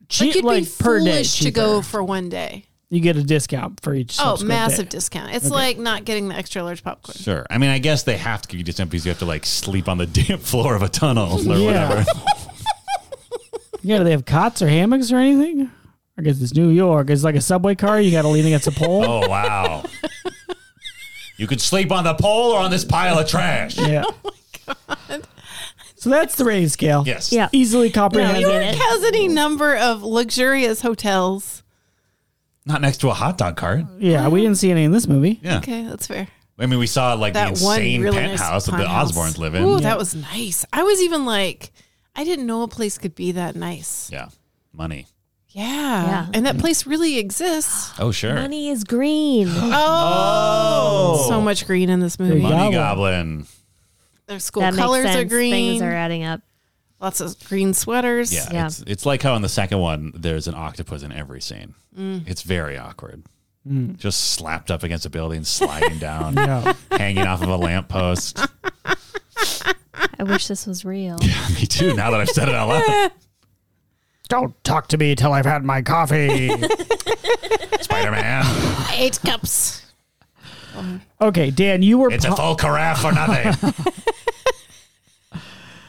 S4: cheap,
S5: Like
S4: like,
S5: you'd be
S4: per day
S5: foolish to go
S4: cheaper.
S5: for one day.
S4: You get a discount for each.
S5: Oh,
S4: subsequent
S5: massive
S4: day.
S5: discount. It's like not getting the extra large popcorn.
S2: Sure. I mean, I guess they have to give you discount because you have to like sleep on the damp floor of a tunnel or
S4: Yeah.
S2: whatever.
S4: Yeah, do they have cots or hammocks or anything? I guess it's New York. It's like a subway car. You got to lean against a pole.
S2: Oh wow. you could sleep on the pole or on this pile of trash.
S4: Yeah.
S6: Oh
S4: So that's the rating scale.
S2: Yes.
S6: Yeah.
S4: Easily
S6: No,
S4: comprehended.
S6: you
S5: New York
S6: get it.
S5: has any number of luxurious hotels.
S2: Not next to a hot dog cart.
S4: yeah, we didn't see any in this movie.
S2: Yeah.
S5: Oh, Okay, that's fair.
S2: I mean, we saw like
S5: That
S2: the
S5: one
S2: insane
S5: really
S2: penthouse
S5: nice
S2: that the
S5: penthouse.
S2: Osbournes live in.
S5: Ooh, that was nice. I was even like, I didn't know a place could be that nice.
S2: yeah. Money.
S5: Yeah,
S6: Yeah.
S5: and that place really exists.
S2: Oh sure.
S6: Money is green.
S5: Oh, so much green in this movie.
S4: There you
S2: Money
S4: Goblin.
S2: goblin.
S5: Their school
S6: that
S5: colors
S6: makes sense.
S5: are green.
S6: Things are adding up.
S5: Lots of green sweaters.
S2: Yeah.
S6: Yeah.
S2: It's, it's like how in the second one there's an octopus in every scene.
S5: Mm.
S2: It's very awkward. Just slapped up against a building, sliding down,
S4: Yeah.
S2: hanging off of a lamppost.
S6: I wish this was real.
S2: Me too, now that I've said it out loud.
S4: Don't talk to me till I've had my coffee.
S2: Spider Man.
S5: Eight cups.
S4: okay, Dan, you were
S2: It's a
S4: pa-
S2: full carafe for nothing.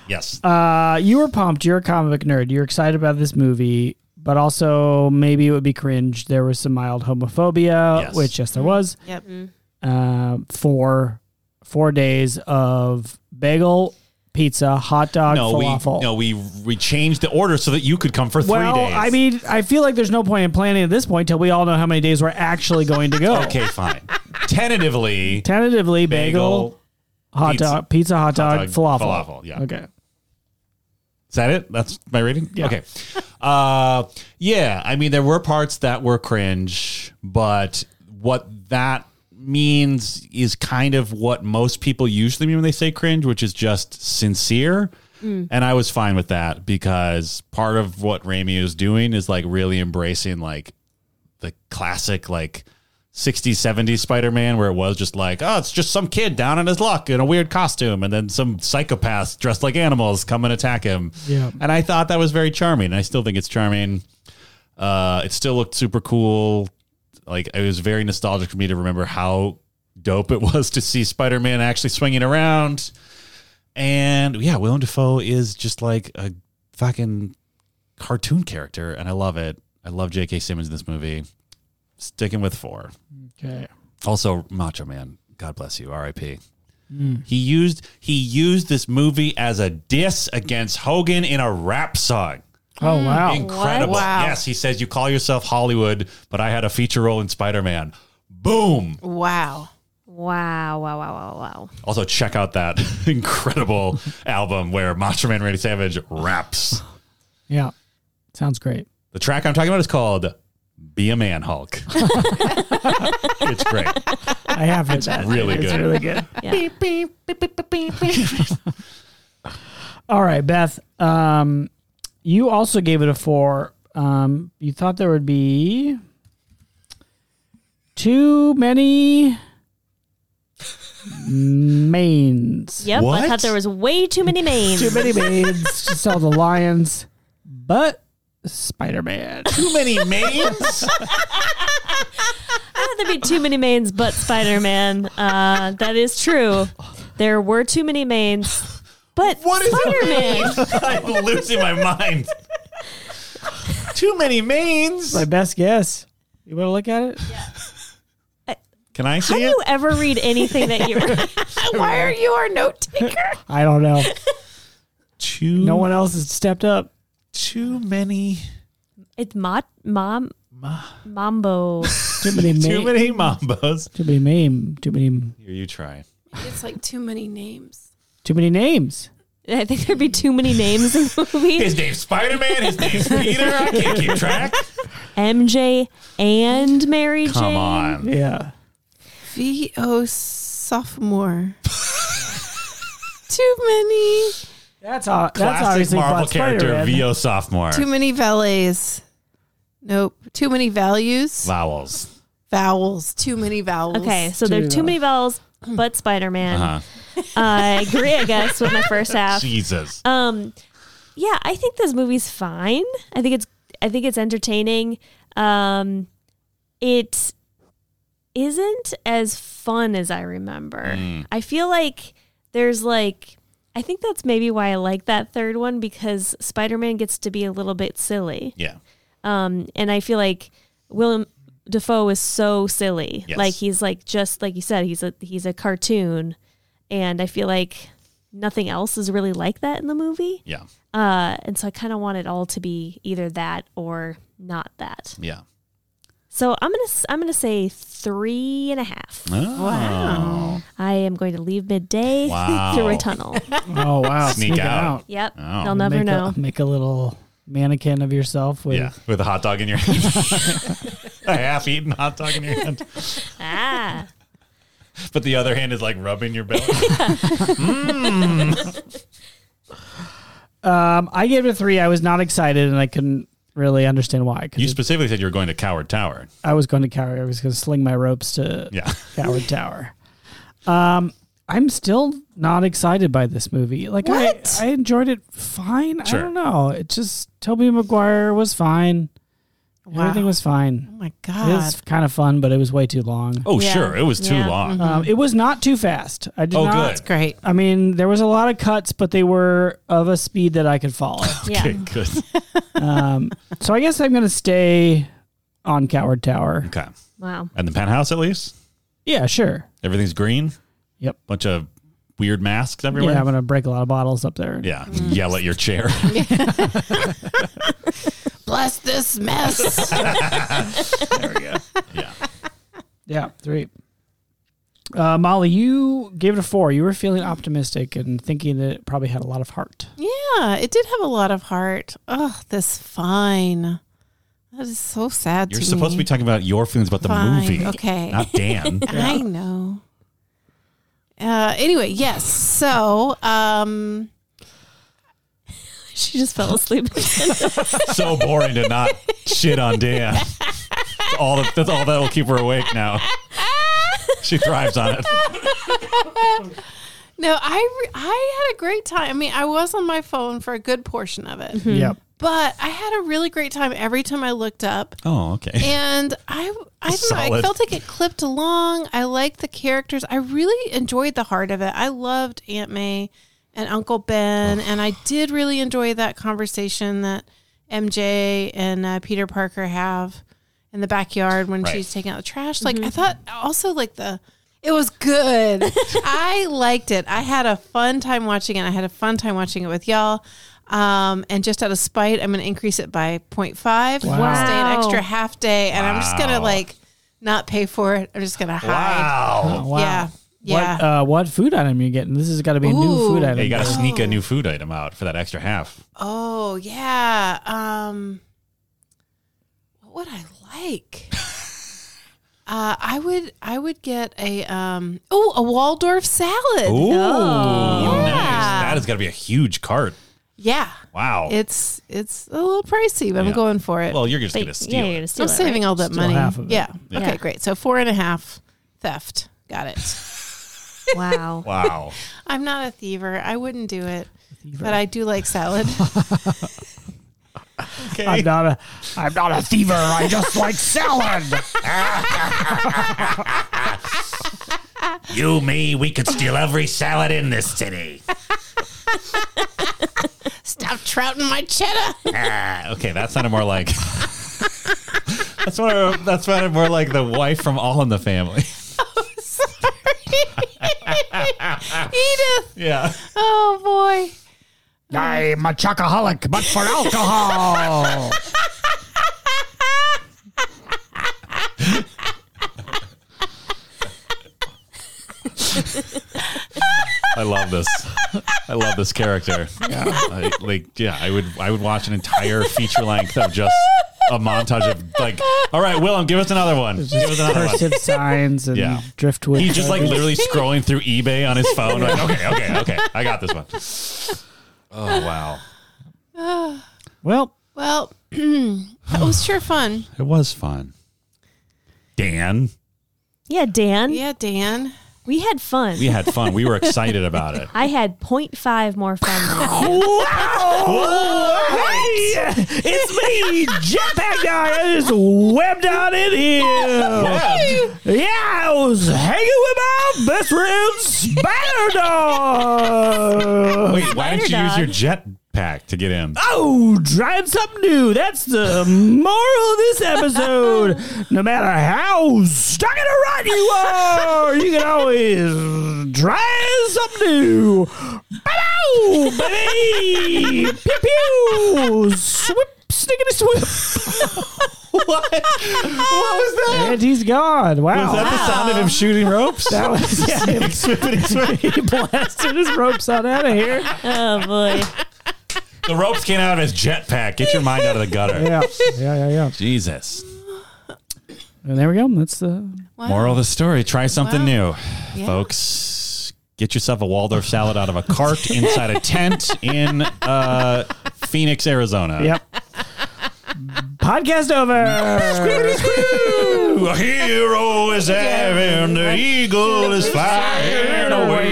S2: Yes.
S4: Uh, you were pumped. You're a comic book nerd. You're excited about this movie, but also maybe it would be cringe. There was some mild homophobia,
S2: Yes.
S4: which yes, there was.
S5: Yep.
S6: Mm-hmm.
S4: Um, for four days of bagel, pizza, hot dog,
S2: no,
S4: falafel.
S2: we no we we changed the order so that you could come for three
S4: well,
S2: days.
S4: I mean, I feel like there's no point in planning at this point till we all know how many days we're actually going to go.
S2: okay, fine. Tentatively,
S4: Tentatively, bagel,
S2: bagel.
S4: hot
S2: pizza,
S4: dog, pizza, hot dog,
S2: dog,
S4: falafel.
S2: falafel, yeah.
S4: Okay.
S2: Is that it? That's my rating.
S4: Yeah.
S2: Okay. Uh, yeah. I mean, there were parts that were cringe, but what that means is kind of what most people usually mean when they say cringe, which is just sincere. And I was fine with that because part of what Raimi is doing is like really embracing like the classic like 60s 70s spider-man where it was just like oh it's just some kid down on his luck in a weird costume and then some psychopaths dressed like animals come and attack him
S4: Yeah.
S2: and i thought that was very charming and i still think it's charming uh, it still looked super cool like it was very nostalgic for me to remember how dope it was to see spider-man actually swinging around and yeah willem dafoe is just like a fucking cartoon character and i love it i love j.k simmons in this movie sticking with four.
S4: Okay.
S2: Also, Macho Man, God bless you, R.I.P. He used he used this movie as a diss against Hogan in a rap song.
S4: Oh
S2: Mm.
S4: wow.
S2: Incredible.
S5: Wow.
S2: Yes, he says you call yourself Hollywood, but I had a feature role in Spider Man. Boom.
S5: Wow.
S6: Wow, wow, wow, wow, wow.
S2: Also, check out that incredible album where Macho Man Randy Savage raps.
S4: Yeah. Sounds great.
S2: The track I'm talking about is called "Be a Man, Hulk." it's great.
S4: I have heard that.
S2: really
S4: It's
S2: good.
S4: really good.
S6: Yeah.
S4: All right, Beth. Um, you also gave it a four. Um, you thought there would be too many mains.
S6: Yep,
S2: What?
S6: I thought there was way too many mains.
S4: Too many mains to sell the lions, but Spider Man.
S2: Too many names.
S6: I thought Ah, there'd be too many mains, but Spider Man. Uh, that is true. There were too many mains, but
S2: What is a
S6: Spider Man.
S2: I'm losing my mind. Too many mains.
S4: My best guess. You want to look at it?
S2: Can I
S6: How
S2: see
S6: do
S2: it?
S6: you ever read anything that you
S5: Why are you our note taker?
S4: I don't know.
S2: Too
S4: No one else has stepped up.
S2: Too many.
S6: It's mot mom mambo.
S4: Too many mains.
S2: Too many mambos.
S4: Too many mame. Too many.
S2: Here you try.
S5: it's like too many names.
S4: Too many names.
S6: I think there'd be too many names in the movie.
S2: His name's Spider Man. His name's Peter. I can't keep track.
S6: MJ and Mary Jane.
S2: Come on.
S4: Yeah.
S5: VO sophomore. too many.
S4: That's all. that's
S2: Classic
S4: obviously
S2: Marvel
S4: Fox
S2: character
S4: Spider-Man.
S2: VO sophomore.
S5: Too many valets. Nope. Too many values.
S2: Vowels.
S5: Vowels. Too many vowels.
S6: Okay, so
S4: Too
S6: there are
S4: many
S6: too many vowels, but Spider Man.
S2: Uh-huh.
S6: I agree, I guess, with my first half.
S2: Jesus.
S6: Um, yeah, I think this movie's fine. I think it's I think it's entertaining. Um, it isn't as fun as I remember. I feel like there's like I think that's maybe why I like that third one because Spider-Man gets to be a little bit silly.
S2: Yeah.
S6: Um, and I feel like Willem Dafoe is so silly.
S2: Yes.
S6: Like he's like just like you said, he's a he's a cartoon, and I feel like nothing else is really like that in the movie.
S2: Yeah.
S6: Uh, and so I kind of want it all to be either that or not that.
S2: Yeah.
S6: So I'm gonna s- I'm gonna say three and a half.
S2: Oh. Wow.
S6: I am going to leave midday
S2: Wow.
S6: through a tunnel.
S4: Oh wow!
S2: Sneak
S4: Sneak
S2: out.
S4: out.
S6: Yep,
S2: Oh.
S6: they'll never
S4: make
S6: know.
S4: A, make a little mannequin of yourself with.
S2: Yeah. With a hot dog in your hand. a half eaten hot dog in your hand.
S6: ah,
S2: But the other hand is like rubbing your belly.
S4: Um, I gave it a three. I was not excited, and I couldn't really understand why.
S2: You
S4: Because
S2: specifically said you were going to Coward Tower.
S4: I was going to Coward. I was going to sling my ropes to
S2: Yeah.
S4: Coward Tower. Um, I'm still not excited by this movie. Like
S5: What?
S4: I, I enjoyed it fine.
S2: Sure.
S4: I don't know. It just Toby Maguire was fine.
S5: Wow.
S4: Everything was fine.
S5: oh my
S4: It
S5: god.
S4: was kind of fun, but it was way too long.
S2: Oh,
S6: Yeah.
S2: sure. It was too
S6: Yeah. Mm-hmm.
S2: long.
S5: Oh.
S4: Um, it was not too fast. I did
S2: Oh,
S4: not.
S2: good.
S5: Great.
S4: I mean, there was a lot of cuts, but they were of a speed that I could follow.
S2: Okay,
S6: Yeah.
S2: good.
S4: um, so I guess I'm going to stay on Coward Tower.
S2: Okay.
S6: Wow.
S2: And the penthouse, at least.
S4: Yeah, sure.
S2: Everything's green.
S4: Yep.
S2: Bunch of weird masks everywhere.
S4: Yeah, I'm going to break a lot of bottles up there.
S2: Yeah,
S6: Mm.
S2: Mm. yell at your chair.
S5: Bless this mess.
S2: there we go. Yeah.
S4: Yeah, three. Uh, Molly, you gave it a four. You were feeling optimistic and thinking that it probably had a lot of heart.
S5: yeah, it did have a lot of heart. Oh, this fine. That is so sad.
S2: You're
S5: to
S2: supposed to
S5: me.
S2: be talking about your feelings about the
S5: Fine.
S2: movie,
S5: Okay.
S2: not Dan.
S5: I know. Uh, anyway, yes. So, um,
S6: She just fell asleep.
S2: so boring to not shit on Dan. All the, that's all that'll keep her awake now. She thrives on it.
S5: no, I re- I had a great time. I mean, I was on my phone for a good portion of it,
S4: Yep.
S5: but I had a really great time every time I looked up.
S2: Oh, okay.
S5: And I, I don't know. I
S2: Solid.
S5: felt like it clipped along. I liked the characters. I really enjoyed the heart of it. I loved Aunt May and Uncle Ben, and I did really enjoy that conversation that MJ and uh, Peter Parker have in the backyard when
S2: Right.
S5: she's taking out the trash. Like I thought, also like the. It was good. I liked it. I had a fun time watching it. I had a fun time watching it with y'all. Um, and just out of spite, I'm going to increase it by 0.5.
S4: Wow.
S5: Stay an extra
S6: Wow.
S5: half day and I'm just gonna
S2: Wow.
S5: like not pay for it. I'm just gonna hide.
S2: Wow.
S4: Oh, wow.
S5: Yeah. Yeah.
S4: What, uh, what food item you getting? This has got to be a new
S5: Ooh.
S4: food item.
S2: Hey, you got to sneak a new food item out for that extra half.
S5: Oh yeah. Um what would I like? uh I would I would get a um oh a Waldorf salad.
S2: Ooh,
S5: Yeah.
S2: nice. That is got to be a huge cart.
S5: Yeah.
S2: Wow.
S5: It's it's a little pricey, but I'm
S2: Yeah.
S5: going for it.
S2: well, you're just
S6: But-
S2: going to steal
S6: yeah, you're
S2: it.
S6: gonna
S5: I'm
S6: steal it,
S5: saving
S6: right?
S5: all that
S4: Still
S5: money.
S4: half of it.
S5: Yeah.
S2: Yeah.
S5: Okay, great. So four and a half theft. Got it.
S6: Wow.
S2: Wow.
S5: I'm not a thiever. I wouldn't do it. But I do like salad.
S4: I'm not a, I'm not a thiever. I just like salad.
S2: You, me, we could steal every salad in this city.
S5: Stop trouting my cheddar.
S2: Ah, okay, that sounded more like. that's what. That sounded more like the wife from All in the Family.
S5: Edith.
S2: Yeah.
S5: Oh boy.
S4: I'm a chocoholic, but for alcohol.
S2: I love this. I love this character. Yeah. I, like, yeah, I would I would watch an entire feature length of just a montage of like, all right, Willem, give us another one. Give us another one.
S4: Cursive signs and
S2: Yeah.
S4: driftwood.
S2: He's just like
S4: photos.
S2: literally scrolling through eBay on his phone. Like, okay, okay, okay. I got this one. Oh wow.
S4: Well,
S5: Well, that was sure fun.
S2: It was fun. Dan,
S6: Yeah, Dan,
S5: Yeah, Dan.
S6: we had fun.
S2: we had fun. We were excited about it.
S6: I had 0.5 more fun than you.
S4: it's me, Jetpack Guy. It's webbed out in here.
S2: Yeah.
S4: Yeah, I was hanging with my best friend Spider Dog.
S2: Wait, why didn't you use your jet pack to get in?
S4: Oh, trying something new. That's the moral of this episode. No matter how stuck in a rut you are, you can always try something new. Hello, baby. Pew pew. Swip, snickety swip.
S2: What? What was that?
S4: And he's gone. Oh, Wow.
S2: Was that the sound of him shooting ropes?
S4: That was yeah, he blasted his ropes out out of here.
S6: Oh, boy.
S2: The ropes came out of his jetpack. Get your mind out of the gutter.
S4: Yeah, yeah, yeah, yeah.
S2: Jesus.
S4: And there we go. That's the
S2: Moral of the story try something new,
S5: Yeah.
S2: folks. Get yourself a Waldorf salad out of a cart inside a tent in uh, Phoenix, Arizona.
S4: yep. Podcast over.
S2: A hero is having, the eagle is flying Ah! away.